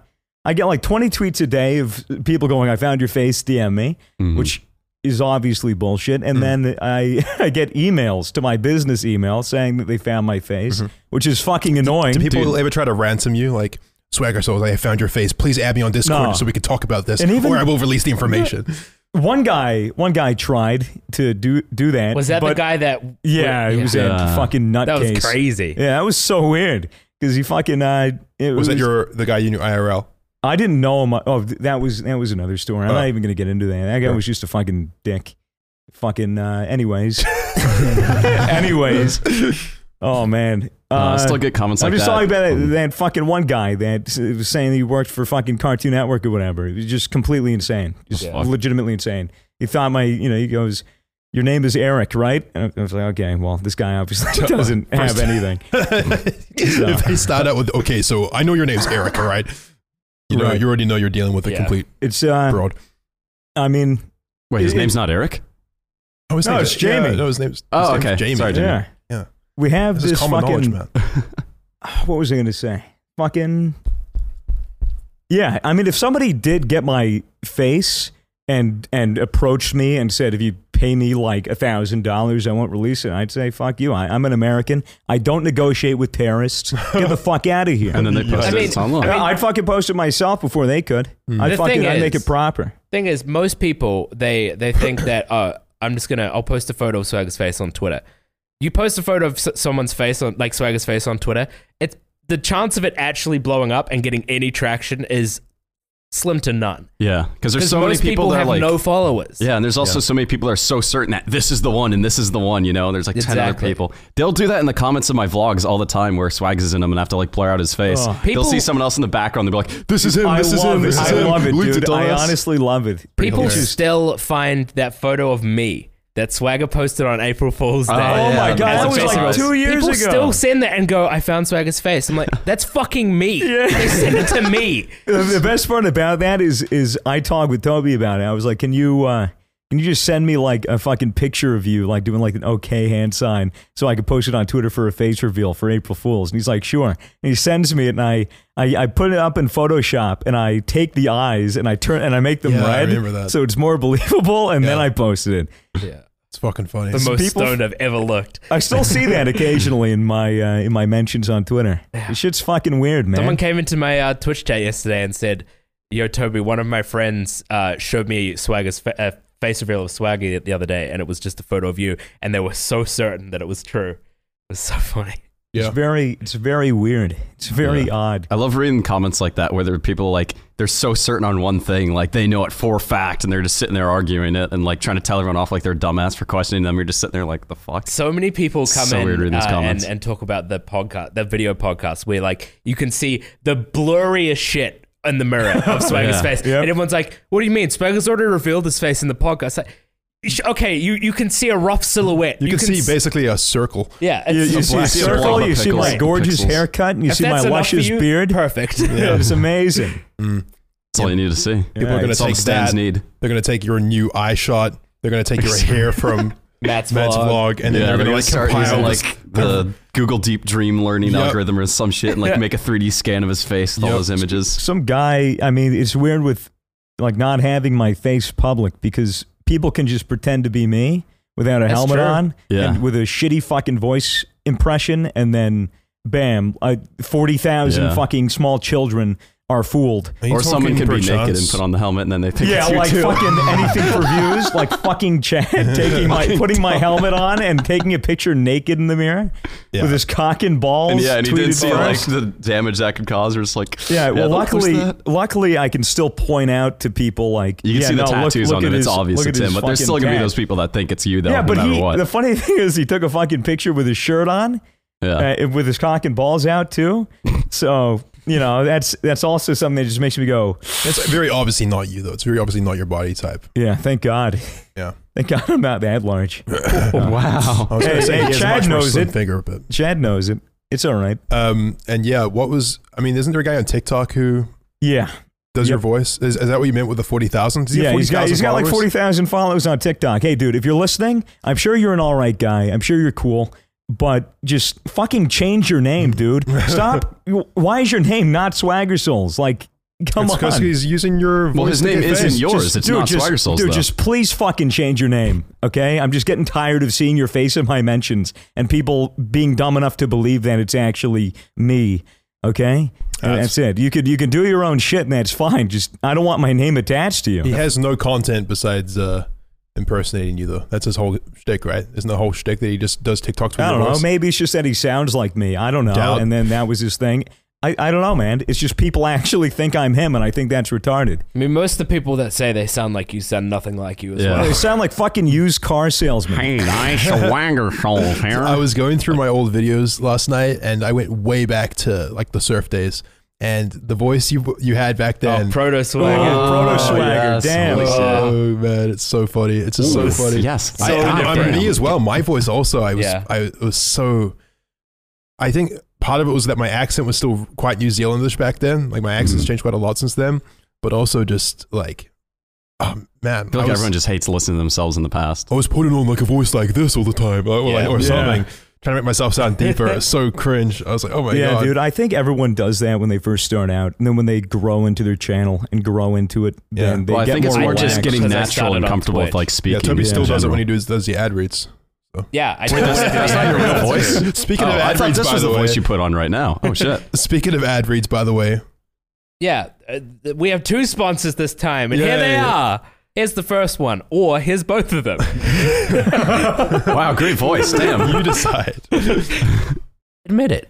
[SPEAKER 4] I get like 20 tweets a day of people going, "I found your face, DM me,"
[SPEAKER 2] Mm-hmm.
[SPEAKER 4] which is obviously bullshit. And then I I get emails to my business email saying that they found my face,
[SPEAKER 2] Mm-hmm.
[SPEAKER 4] which is fucking annoying.
[SPEAKER 1] Do people ever try to ransom you? Like, Swagger Souls, I have found your face. Please add me on Discord
[SPEAKER 4] No.
[SPEAKER 1] so we can talk about this,
[SPEAKER 4] And even-
[SPEAKER 1] or I will release the information.
[SPEAKER 4] one guy one guy tried to do do that.
[SPEAKER 3] Was that the
[SPEAKER 4] but-
[SPEAKER 3] guy that?
[SPEAKER 4] Yeah, he was
[SPEAKER 2] Yeah.
[SPEAKER 4] a fucking nutcase.
[SPEAKER 3] that was crazy.
[SPEAKER 4] Yeah, that was so weird because he fucking uh, it
[SPEAKER 1] Was that your the guy you knew IRL?
[SPEAKER 4] I didn't know him. Oh, th- that was that was another story. I'm
[SPEAKER 1] Oh.
[SPEAKER 4] not even gonna get into that. That guy was just a fucking dick. Fucking uh, anyways, anyways. Oh man, uh,
[SPEAKER 2] Uh, still get comments
[SPEAKER 4] I'm
[SPEAKER 2] like
[SPEAKER 4] just
[SPEAKER 2] that.
[SPEAKER 4] talking about that,
[SPEAKER 2] Um,
[SPEAKER 4] that fucking one guy that s- was saying he worked for fucking Cartoon Network or whatever. It was just completely insane. Just
[SPEAKER 3] Yeah.
[SPEAKER 4] legitimately insane. He thought my, you know, he goes, Your name is Eric, right? And I was like, Okay, well, this guy obviously doesn't have anything.
[SPEAKER 1] if they start out with, okay, so I know your name's Eric, all right? You know,
[SPEAKER 4] Right.
[SPEAKER 1] you already know you're dealing with a
[SPEAKER 3] Yeah.
[SPEAKER 1] complete
[SPEAKER 4] It's, uh,
[SPEAKER 1] broad.
[SPEAKER 4] I mean,
[SPEAKER 2] Wait, his
[SPEAKER 4] it-
[SPEAKER 2] name's not Eric.
[SPEAKER 1] Oh, his
[SPEAKER 4] No,
[SPEAKER 1] name's-
[SPEAKER 4] it's Jamie.
[SPEAKER 1] yeah, no, his name's,
[SPEAKER 2] Oh,
[SPEAKER 1] his name's
[SPEAKER 2] okay.
[SPEAKER 1] Jamie.
[SPEAKER 2] Sorry, Jamie.
[SPEAKER 4] yeah.
[SPEAKER 1] Yeah.
[SPEAKER 4] We have
[SPEAKER 1] This
[SPEAKER 4] this,
[SPEAKER 1] is common knowledge,
[SPEAKER 4] fucking,
[SPEAKER 1] man.
[SPEAKER 4] what was I going to say? Fucking. Yeah, I mean, if somebody did get my face and and approached me and said, "If you pay me like a thousand dollars, I won't release it," I'd say, "Fuck you! I, I'm an American. I don't negotiate with terrorists. Get the fuck out of here."
[SPEAKER 2] And then they posted
[SPEAKER 3] I mean-
[SPEAKER 2] it online.
[SPEAKER 3] I mean-
[SPEAKER 4] I'd fucking post it myself before they could. I'd
[SPEAKER 3] Hmm. The
[SPEAKER 4] fucking
[SPEAKER 3] thing
[SPEAKER 4] I'd make
[SPEAKER 3] is-
[SPEAKER 4] it proper.
[SPEAKER 3] Thing is, most people they they think that oh, I'm just gonna I'll post a photo of Swagger's face on Twitter. You post a photo of s- someone's face on like Swagger's face on Twitter, it's the chance of it actually blowing up and getting any traction is slim to none.
[SPEAKER 2] yeah, because there's
[SPEAKER 3] Because
[SPEAKER 2] so many
[SPEAKER 3] most
[SPEAKER 2] people, that are
[SPEAKER 3] have
[SPEAKER 2] like.
[SPEAKER 3] no followers.
[SPEAKER 2] yeah, and there's also so many people that are so certain that this is the one and this is the one, you know. And there's like ten other
[SPEAKER 3] Exactly.
[SPEAKER 2] people. They'll do that in the comments of my vlogs all the time, where Swags is in them and I have to like blur out his face.
[SPEAKER 4] Oh.
[SPEAKER 2] They'll
[SPEAKER 3] People-
[SPEAKER 2] see someone else in the background. They'll be like, "This is him.
[SPEAKER 4] I
[SPEAKER 2] This is
[SPEAKER 4] love
[SPEAKER 2] him.
[SPEAKER 4] it.
[SPEAKER 2] This is
[SPEAKER 4] I
[SPEAKER 2] him."
[SPEAKER 4] love it,
[SPEAKER 2] Luke's a
[SPEAKER 4] dude. I
[SPEAKER 2] dumbass.
[SPEAKER 4] honestly love it.
[SPEAKER 3] People
[SPEAKER 1] hilarious.
[SPEAKER 3] still find that photo of me that Swagger posted on April Fool's Day.
[SPEAKER 2] Oh, yeah.
[SPEAKER 4] Oh my
[SPEAKER 2] As
[SPEAKER 4] god, that
[SPEAKER 2] a
[SPEAKER 4] was
[SPEAKER 2] face
[SPEAKER 4] like
[SPEAKER 2] mask.
[SPEAKER 4] two years
[SPEAKER 3] People
[SPEAKER 4] ago.
[SPEAKER 3] still send that and go, I found Swagger's face. I'm like, that's fucking me. They send it to me.
[SPEAKER 4] the, the best part about that is is I talked with Toby about it. I was like, "Can you uh, can you just send me like a fucking picture of you like doing like an okay hand sign so I could post it on Twitter for a face reveal for April Fools?" And he's like, "Sure." And he sends me it, and I I, I put it up in Photoshop, and I take the eyes and I turn and I make them
[SPEAKER 1] Yeah, I
[SPEAKER 4] red,
[SPEAKER 1] remember that.
[SPEAKER 4] so it's more believable. And then
[SPEAKER 1] Yeah.
[SPEAKER 4] I posted it.
[SPEAKER 1] It's fucking funny.
[SPEAKER 3] The most
[SPEAKER 4] people-
[SPEAKER 3] stoned I've ever looked.
[SPEAKER 4] I still see that occasionally in my uh, in my mentions on Twitter. This shit's fucking weird, man.
[SPEAKER 3] Someone came into my uh, Twitch chat yesterday and said, "Yo, Toby, one of my friends uh, showed me Swagger's fa- uh, face reveal of Swagger the other day, and it was just a photo of you, and they were so certain that it was true." It's so funny.
[SPEAKER 1] Yeah.
[SPEAKER 4] It's very, it's very weird. It's very
[SPEAKER 2] Yeah.
[SPEAKER 4] odd.
[SPEAKER 2] I love reading comments like that where there are people like they're so certain on one thing, like they know it for a fact, and they're just sitting there arguing it and like trying to tell everyone off like they're dumbass for questioning them. You're just sitting there like the fuck.
[SPEAKER 3] So many people come
[SPEAKER 2] So weird
[SPEAKER 3] in
[SPEAKER 2] reading these
[SPEAKER 3] uh, and,
[SPEAKER 2] comments.
[SPEAKER 3] and talk about the podcast, the video podcast, where like you can see the blurriest shit in the mirror of Swagger's
[SPEAKER 2] Yeah.
[SPEAKER 3] face,
[SPEAKER 4] Yep.
[SPEAKER 3] and everyone's like, "What do you mean? Swagger's already revealed his face in the podcast." Like, sh- okay, you you can see a rough silhouette.
[SPEAKER 1] You, can, see
[SPEAKER 3] s-
[SPEAKER 1] basically a circle.
[SPEAKER 3] yeah,
[SPEAKER 4] You,
[SPEAKER 3] it's-
[SPEAKER 4] you see a
[SPEAKER 2] black- a
[SPEAKER 4] circle,
[SPEAKER 2] blob of
[SPEAKER 4] you see
[SPEAKER 2] pickles.
[SPEAKER 4] my
[SPEAKER 2] Right.
[SPEAKER 4] gorgeous
[SPEAKER 2] Pixels.
[SPEAKER 4] haircut, and you
[SPEAKER 3] if
[SPEAKER 4] see my
[SPEAKER 3] that's enough for
[SPEAKER 4] luscious
[SPEAKER 3] you,
[SPEAKER 4] beard.
[SPEAKER 3] Perfect.
[SPEAKER 4] It's amazing.
[SPEAKER 2] That's all you need to see.
[SPEAKER 1] People are
[SPEAKER 4] Yeah,
[SPEAKER 1] going to
[SPEAKER 2] That's all the
[SPEAKER 1] take
[SPEAKER 2] stands
[SPEAKER 1] that.
[SPEAKER 2] need.
[SPEAKER 1] They're going to take your new eye shot. They're going to take your hair from
[SPEAKER 3] Matt's,
[SPEAKER 1] Matt's
[SPEAKER 3] vlog.
[SPEAKER 1] vlog, and then they're going to like
[SPEAKER 2] start using
[SPEAKER 1] compile this-
[SPEAKER 2] like the Google Deep Dream Learning
[SPEAKER 1] Yep.
[SPEAKER 2] algorithm or some shit, and like make a 3D scan of his face with all
[SPEAKER 1] Yep.
[SPEAKER 2] those images.
[SPEAKER 4] Some guy. I mean, it's weird with like not having my face public because people can just pretend to be me without a
[SPEAKER 3] That's
[SPEAKER 4] helmet
[SPEAKER 3] true.
[SPEAKER 4] on
[SPEAKER 2] Yeah.
[SPEAKER 4] and with a shitty fucking voice impression, and then bam, uh, forty thousand
[SPEAKER 2] Yeah.
[SPEAKER 4] fucking small children are fooled.
[SPEAKER 1] Are you
[SPEAKER 2] Or someone
[SPEAKER 1] talking
[SPEAKER 2] could be
[SPEAKER 1] perchance?
[SPEAKER 2] naked and put on the helmet, and then they think
[SPEAKER 4] Yeah,
[SPEAKER 2] it's you
[SPEAKER 4] like
[SPEAKER 2] too.
[SPEAKER 4] fucking anything for views, like fucking Chad taking my putting my helmet on and taking a picture naked in the mirror
[SPEAKER 1] Yeah.
[SPEAKER 4] with his cock and balls.
[SPEAKER 2] And yeah, and he
[SPEAKER 4] tweeted
[SPEAKER 2] didn't see
[SPEAKER 4] by
[SPEAKER 2] like
[SPEAKER 4] us.
[SPEAKER 2] the damage that could cause. Or just like
[SPEAKER 4] yeah, well,
[SPEAKER 2] that- what was
[SPEAKER 4] luckily,
[SPEAKER 2] that?
[SPEAKER 4] luckily, I can still point out to people like
[SPEAKER 2] You can
[SPEAKER 4] yeah,
[SPEAKER 2] see the
[SPEAKER 4] no, look-
[SPEAKER 2] tattoos
[SPEAKER 4] look
[SPEAKER 2] on
[SPEAKER 4] at
[SPEAKER 2] him.
[SPEAKER 4] his-
[SPEAKER 2] it's obvious
[SPEAKER 4] look at
[SPEAKER 2] it's
[SPEAKER 4] his
[SPEAKER 2] him, but there's
[SPEAKER 4] fucking
[SPEAKER 2] still gonna be
[SPEAKER 4] tat.
[SPEAKER 2] those people that think it's you though.
[SPEAKER 4] Yeah,
[SPEAKER 2] no
[SPEAKER 4] but
[SPEAKER 2] matter
[SPEAKER 4] he.
[SPEAKER 2] what.
[SPEAKER 4] The funny thing is, he took a fucking picture with his shirt on,
[SPEAKER 2] yeah.
[SPEAKER 4] uh, with his cock and balls out too. so you know, that's that's also something that just makes me go,
[SPEAKER 1] It's very obviously not you though. It's very obviously not your body type.
[SPEAKER 4] yeah, thank God,
[SPEAKER 1] Yeah.
[SPEAKER 4] thank God I'm not that large.
[SPEAKER 1] I
[SPEAKER 2] wow.
[SPEAKER 1] was going
[SPEAKER 4] Hey,
[SPEAKER 1] to say
[SPEAKER 4] hey,
[SPEAKER 1] he has
[SPEAKER 4] Chad
[SPEAKER 1] much more
[SPEAKER 4] knows
[SPEAKER 1] slim
[SPEAKER 4] it.
[SPEAKER 1] figure, but
[SPEAKER 4] Chad knows it. It's all right.
[SPEAKER 1] um, and yeah, what was? I mean, isn't there a guy on TikTok who
[SPEAKER 4] Yeah.
[SPEAKER 1] does your
[SPEAKER 4] Yep.
[SPEAKER 1] voice? Is, is that what you meant with the forty thousand?
[SPEAKER 4] yeah, he's got, he's got like 40,000 followers on TikTok. Hey, dude, if you're listening, I'm sure you're an all right guy. I'm sure you're cool, but just fucking change your name, dude. Stop. Why is your name not Swagger Souls? Like, come
[SPEAKER 1] It's because
[SPEAKER 4] on.
[SPEAKER 1] he's using your. Voice
[SPEAKER 2] Well, his
[SPEAKER 1] to
[SPEAKER 2] name
[SPEAKER 1] get
[SPEAKER 2] isn't
[SPEAKER 1] famous.
[SPEAKER 2] yours. It's not
[SPEAKER 4] just,
[SPEAKER 2] Swagger Souls
[SPEAKER 4] Dude,
[SPEAKER 2] though.
[SPEAKER 4] just please fucking change your name, okay? I'm just getting tired of seeing your face in my mentions and people being dumb enough to believe that it's actually me, okay? And
[SPEAKER 1] That's-
[SPEAKER 4] that's, it. You could you can do your own shit, and that's fine. Just I don't want my name attached to you.
[SPEAKER 1] He has no content besides uh, impersonating you though. That's his whole shtick, right? Isn't the whole shtick that he just does TikToks with
[SPEAKER 4] I
[SPEAKER 1] your
[SPEAKER 4] don't know.
[SPEAKER 1] voice?
[SPEAKER 4] Maybe it's just that he sounds like me. I don't know.
[SPEAKER 1] Doubt.
[SPEAKER 4] And then that was his thing. I, I don't know, man. It's just people actually think I'm him, and I think that's retarded.
[SPEAKER 3] I mean, most of the people that say they sound like you sound nothing like you as
[SPEAKER 2] Yeah.
[SPEAKER 4] They
[SPEAKER 3] well.
[SPEAKER 4] sound like fucking used car salesmen.
[SPEAKER 2] Hey, nice swagger souls here.
[SPEAKER 1] I was going through my old videos last night, and I went way back to like the surf days, and the voice you you had back
[SPEAKER 3] Oh,
[SPEAKER 1] then.
[SPEAKER 3] proto
[SPEAKER 4] Oh,
[SPEAKER 3] swagger.
[SPEAKER 4] proto
[SPEAKER 2] yes,
[SPEAKER 4] swagger. Damn.
[SPEAKER 2] holy shit.
[SPEAKER 1] Oh, man, it's so funny. It's just so
[SPEAKER 2] Ooh,
[SPEAKER 1] funny.
[SPEAKER 2] Yes.
[SPEAKER 1] I,
[SPEAKER 2] So
[SPEAKER 1] I,
[SPEAKER 2] different.
[SPEAKER 1] am me as well. My voice also. I was.
[SPEAKER 3] Yeah.
[SPEAKER 1] I was so. I think part of it was that my accent was still quite New Zealandish back then. Like my accent's
[SPEAKER 2] Mm-hmm.
[SPEAKER 1] changed quite a lot since then. But also just like, oh man,
[SPEAKER 2] I feel like
[SPEAKER 1] I, was,
[SPEAKER 2] everyone just hates listening to themselves in the past.
[SPEAKER 1] I was putting on like a voice like this all the time, uh, or, like,
[SPEAKER 3] Yeah.
[SPEAKER 1] or
[SPEAKER 4] Yeah.
[SPEAKER 1] something, trying to make myself sound deeper. it's so cringe. I was like, oh my
[SPEAKER 4] yeah,
[SPEAKER 1] god,
[SPEAKER 4] dude. I think everyone does that when they first start out, and then when they grow into their channel and grow into it,
[SPEAKER 1] Yeah.
[SPEAKER 4] then they
[SPEAKER 2] Well, I
[SPEAKER 4] get
[SPEAKER 2] think
[SPEAKER 4] more
[SPEAKER 2] it's more just
[SPEAKER 4] relaxed.
[SPEAKER 2] getting
[SPEAKER 3] because I
[SPEAKER 2] natural
[SPEAKER 3] started
[SPEAKER 2] and
[SPEAKER 3] on
[SPEAKER 2] comfortable
[SPEAKER 3] Twitch.
[SPEAKER 2] with like speaking.
[SPEAKER 1] yeah, Toby
[SPEAKER 2] in
[SPEAKER 1] still does it
[SPEAKER 2] general.
[SPEAKER 1] when he does does the ad reads.
[SPEAKER 3] Yeah, I
[SPEAKER 1] Wait,
[SPEAKER 3] do
[SPEAKER 1] that's-
[SPEAKER 3] it.
[SPEAKER 1] that's not your real voice?
[SPEAKER 3] That's weird.
[SPEAKER 1] Speaking
[SPEAKER 2] Oh,
[SPEAKER 1] of
[SPEAKER 2] I
[SPEAKER 1] ad
[SPEAKER 2] thought
[SPEAKER 1] reads,
[SPEAKER 2] this
[SPEAKER 1] by
[SPEAKER 2] was
[SPEAKER 1] the
[SPEAKER 2] the
[SPEAKER 1] way.
[SPEAKER 2] voice you put on right now. Oh shit!
[SPEAKER 1] Speaking of ad reads, by the way,
[SPEAKER 3] Yeah, uh, th- we have two sponsors this time, and here
[SPEAKER 1] Yay.
[SPEAKER 3] they are. Here's the first one, or here's both of them.
[SPEAKER 2] Wow, great voice. Damn.
[SPEAKER 1] you decide.
[SPEAKER 6] Admit it.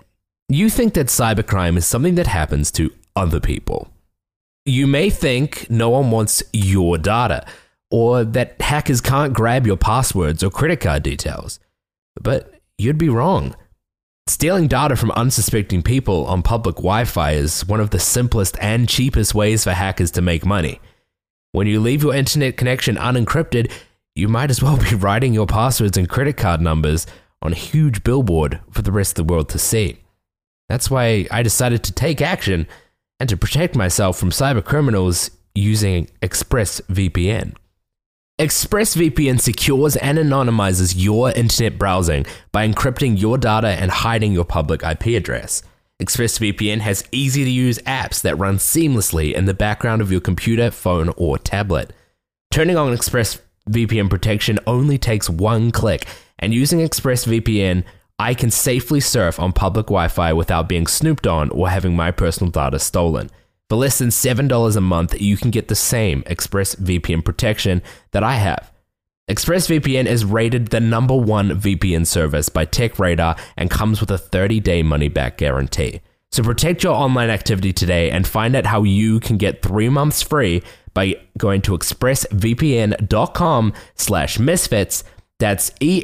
[SPEAKER 6] You think that cybercrime is something that happens to other people. You may think no one wants your data, or that hackers can't grab your passwords or credit card details. But you'd be wrong. Stealing data from unsuspecting people on public Wi Fi is one of the simplest and cheapest ways for hackers to make money. When you leave your internet connection unencrypted, you might as well be writing your passwords and credit card numbers on a huge billboard for the rest of the world to see. That's why I decided to take action and to protect myself from cyber criminals using ExpressVPN. ExpressVPN secures and anonymizes your internet browsing by encrypting your data and hiding your public IP address. ExpressVPN has easy to use apps that run seamlessly in the background of your computer, phone, or tablet. Turning on ExpressVPN protection only takes one click, and using ExpressVPN, I can safely surf on public Wi Fi without being snooped on or having my personal data stolen. For less than $7 a month, you can get the same ExpressVPN protection that I have.
[SPEAKER 3] ExpressVPN is rated the number one VPN service by TechRadar and comes with a 30 day money back guarantee. So protect your online activity today and find out how you can get three months free by going to expressvpn.com slash misfits. That's E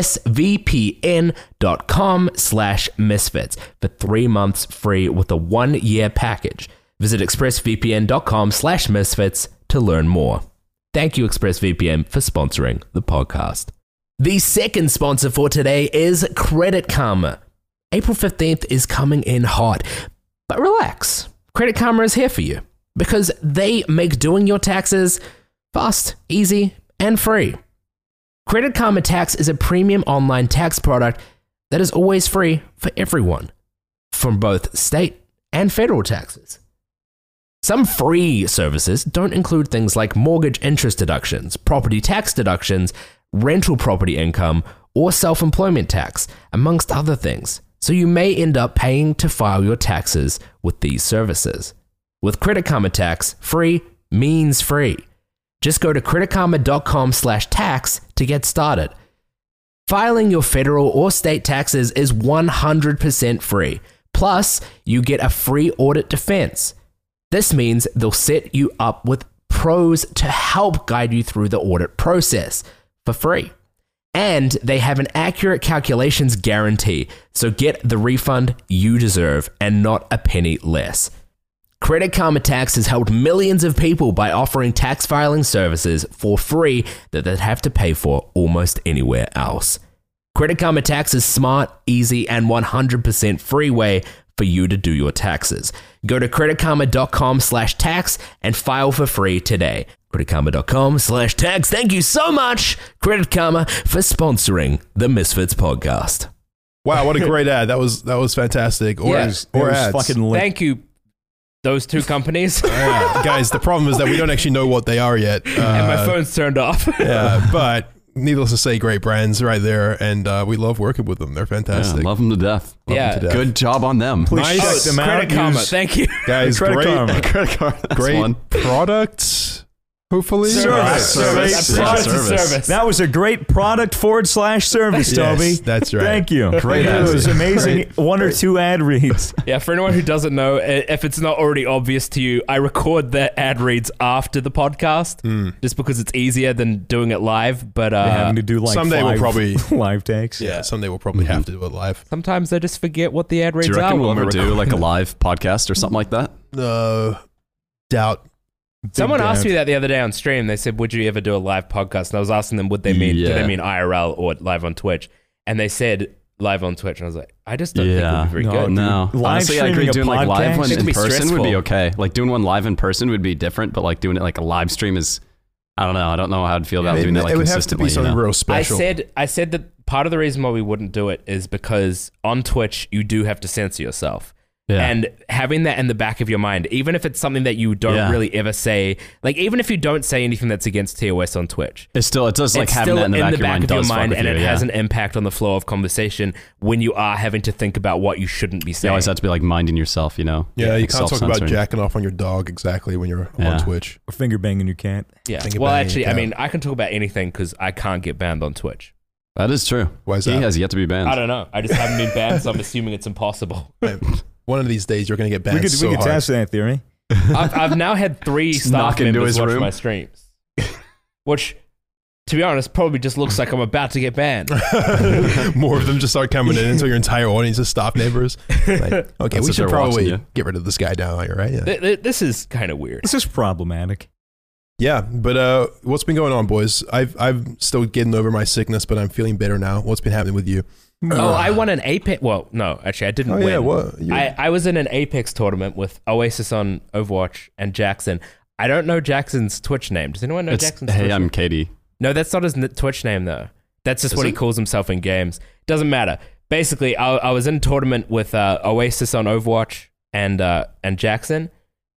[SPEAKER 3] E-X-P-R-E-S-S-V-P-N dot com slash misfits for three months free with a one year package. Visit expressvpn.com slash misfits to learn more. Thank you, ExpressVPN, for sponsoring the podcast. The second sponsor for today is Credit Karma. April 15th is coming in hot, but relax. Credit Karma is here for you because they make doing your taxes fast, easy, and free. Credit Karma Tax is a premium online tax product that is always free for everyone, from both state and federal taxes. Some free services don't include things like mortgage interest deductions, property tax deductions, rental property income, or self employment tax, amongst other things. So you may end up paying to file your taxes with these services. With Credit Karma Tax, free means free. Just go to creditkarma.com slash tax to get started. Filing your federal or state taxes is 100% free. Plus, you get a free audit defense. This means they'll set you up with pros to help guide you through the audit process for free. And they have an accurate calculations guarantee, so get the refund you deserve and not a penny less. Credit Karma Tax has helped millions of people by offering tax filing services for free that they'd have to pay for almost anywhere else. Credit Karma Tax is smart, easy, and 100% free way for you to do your taxes. Go to creditkarma.com slash tax and file for free today. creditkarma.com slash tax. Thank you so much, Credit Karma, for sponsoring the Misfits podcast.
[SPEAKER 1] Wow, what a great ad! That was that was fantastic. Or
[SPEAKER 7] Yeah.
[SPEAKER 1] or
[SPEAKER 4] It was
[SPEAKER 1] ads.
[SPEAKER 4] fucking lit.
[SPEAKER 7] Thank you, those two companies.
[SPEAKER 4] Uh,
[SPEAKER 1] Yeah, guys, the problem is that we don't actually know what they are yet. Uh,
[SPEAKER 7] and my phone's turned off.
[SPEAKER 1] yeah, but needless to say, great brands right there, and uh, we love working with them. They're
[SPEAKER 2] Yeah,
[SPEAKER 1] fantastic.
[SPEAKER 2] love them to death.
[SPEAKER 1] Love
[SPEAKER 7] Yeah.
[SPEAKER 1] them to death.
[SPEAKER 2] Good job on them.
[SPEAKER 4] Please
[SPEAKER 1] Nice.
[SPEAKER 4] check them out.
[SPEAKER 7] Credit Karma,
[SPEAKER 4] Use-
[SPEAKER 7] thank you.
[SPEAKER 1] guys.
[SPEAKER 4] Credit
[SPEAKER 1] great,
[SPEAKER 4] Karma.
[SPEAKER 2] Credit card. That's
[SPEAKER 1] great
[SPEAKER 2] one.
[SPEAKER 1] products. Hopefully,
[SPEAKER 4] Service. Service.
[SPEAKER 7] I'm
[SPEAKER 4] Service.
[SPEAKER 7] sure it's a
[SPEAKER 2] Service.
[SPEAKER 7] service.
[SPEAKER 4] That was a great product forward slash
[SPEAKER 1] Yes,
[SPEAKER 4] service, Toby.
[SPEAKER 1] that's right.
[SPEAKER 4] Thank you.
[SPEAKER 2] Great
[SPEAKER 4] Thank you. It was
[SPEAKER 2] ad.
[SPEAKER 4] amazing. One or two ad reads.
[SPEAKER 7] Yeah, for anyone who doesn't know, i- if it's not already obvious to you, I record the ad reads after the podcast
[SPEAKER 2] Hmm.
[SPEAKER 7] just because it's easier than doing it live. But uh,
[SPEAKER 4] having to do like
[SPEAKER 1] someday we'll
[SPEAKER 4] five
[SPEAKER 1] probably-
[SPEAKER 4] live takes.
[SPEAKER 1] Yeah, someday we'll probably have to do it live.
[SPEAKER 7] sometimes I just forget what the ad
[SPEAKER 2] Do
[SPEAKER 7] reads
[SPEAKER 2] you
[SPEAKER 7] are.
[SPEAKER 2] reckon we'll
[SPEAKER 7] when
[SPEAKER 2] ever
[SPEAKER 7] we
[SPEAKER 2] do
[SPEAKER 7] record.
[SPEAKER 2] like a live podcast or something like that?
[SPEAKER 1] No Uh, doubt.
[SPEAKER 7] Someone
[SPEAKER 4] Big
[SPEAKER 7] asked
[SPEAKER 4] ad.
[SPEAKER 7] me that the other day on stream. They said, "Would you ever do a live podcast?" And I was asking them, "Would they mean? Do
[SPEAKER 2] Yeah.
[SPEAKER 7] they mean IRL or live on Twitch?" And they said live on Twitch, and I was like, "I just don't
[SPEAKER 2] Yeah.
[SPEAKER 7] think it would be very
[SPEAKER 4] No,
[SPEAKER 7] good."
[SPEAKER 2] No,
[SPEAKER 4] Live
[SPEAKER 2] honestly, I
[SPEAKER 4] streaming
[SPEAKER 2] agree.
[SPEAKER 4] a
[SPEAKER 2] Doing like live
[SPEAKER 4] podcast?
[SPEAKER 2] one
[SPEAKER 4] It'd
[SPEAKER 2] in
[SPEAKER 7] be
[SPEAKER 2] person would be
[SPEAKER 7] stressful.
[SPEAKER 2] okay. Like doing one live in person would be different, but like doing it like a live stream is, I don't know. I don't know how I'd feel about
[SPEAKER 1] it,
[SPEAKER 2] doing that like
[SPEAKER 1] it would have to
[SPEAKER 2] consistently.
[SPEAKER 1] be something
[SPEAKER 2] you know?
[SPEAKER 1] real
[SPEAKER 7] I
[SPEAKER 1] special.
[SPEAKER 7] said, I said that part of the reason why we wouldn't do it is because on Twitch you do have to censor yourself.
[SPEAKER 2] Yeah.
[SPEAKER 7] And having that in the back of your mind, even if it's something that you don't
[SPEAKER 2] Yeah.
[SPEAKER 7] really ever say, like even if you don't say anything that's against TOS on Twitch,
[SPEAKER 2] It's still it does like
[SPEAKER 7] it's
[SPEAKER 2] having
[SPEAKER 7] still
[SPEAKER 2] that in the back, of your mind, does fuck with
[SPEAKER 7] and
[SPEAKER 2] you,
[SPEAKER 7] it
[SPEAKER 2] yeah.
[SPEAKER 7] has an impact on the flow of conversation when you are having to think about what you shouldn't be
[SPEAKER 2] You
[SPEAKER 7] saying.
[SPEAKER 2] always have to be like minding yourself, you know.
[SPEAKER 1] yeah, you can't
[SPEAKER 2] Like,
[SPEAKER 1] talk about
[SPEAKER 2] self-censoring.
[SPEAKER 1] jacking off on your dog exactly when you're
[SPEAKER 2] Yeah.
[SPEAKER 1] on Twitch.
[SPEAKER 4] Or finger banging your cat.
[SPEAKER 7] yeah.
[SPEAKER 1] think
[SPEAKER 7] Well,
[SPEAKER 1] about it,
[SPEAKER 7] actually, I
[SPEAKER 1] yeah.
[SPEAKER 7] mean, I can talk about anything because I can't get banned on Twitch.
[SPEAKER 2] That is true.
[SPEAKER 1] Why is
[SPEAKER 2] He
[SPEAKER 1] that?
[SPEAKER 2] has yet to be banned.
[SPEAKER 7] I don't know. I just haven't been banned, so I'm assuming it's impossible.
[SPEAKER 1] One of these days, you're going to get banned
[SPEAKER 4] We could,
[SPEAKER 1] so
[SPEAKER 4] we could
[SPEAKER 1] hard.
[SPEAKER 4] test that theory.
[SPEAKER 7] I've, I've now had three
[SPEAKER 2] Just
[SPEAKER 7] staff
[SPEAKER 2] knock into
[SPEAKER 7] members
[SPEAKER 2] his
[SPEAKER 7] watch
[SPEAKER 2] room.
[SPEAKER 7] my streams, which, to be honest, probably just looks like I'm about to get banned.
[SPEAKER 1] More of them just start coming in until your entire audience is stop neighbors. Like, okay,
[SPEAKER 2] if
[SPEAKER 1] we should
[SPEAKER 2] they're watching
[SPEAKER 1] probably
[SPEAKER 2] you.
[SPEAKER 1] get rid of this guy down here, right? Yeah.
[SPEAKER 7] Th- th- this is kind of weird.
[SPEAKER 4] This is problematic.
[SPEAKER 1] Yeah, but uh, what's been going on, boys? I've I'm still getting over my sickness, but I'm feeling better now. What's been happening with you?
[SPEAKER 7] Oh, I won an Apex. Well, no, actually, I didn't
[SPEAKER 1] Oh
[SPEAKER 7] win.
[SPEAKER 1] yeah, what? You,
[SPEAKER 7] I, I was in an Apex tournament with Oasis on Overwatch and Jackson. I don't know Jackson's Twitch name. Does anyone know
[SPEAKER 2] It's,
[SPEAKER 7] Jackson's
[SPEAKER 2] hey,
[SPEAKER 7] Twitch
[SPEAKER 2] I'm Katie.
[SPEAKER 7] No, that's not his n- Twitch name though. That's just
[SPEAKER 2] Is
[SPEAKER 7] what he
[SPEAKER 2] it?
[SPEAKER 7] calls himself in games. Doesn't matter. Basically, I, I was in a tournament with uh, Oasis on Overwatch and uh, and Jackson,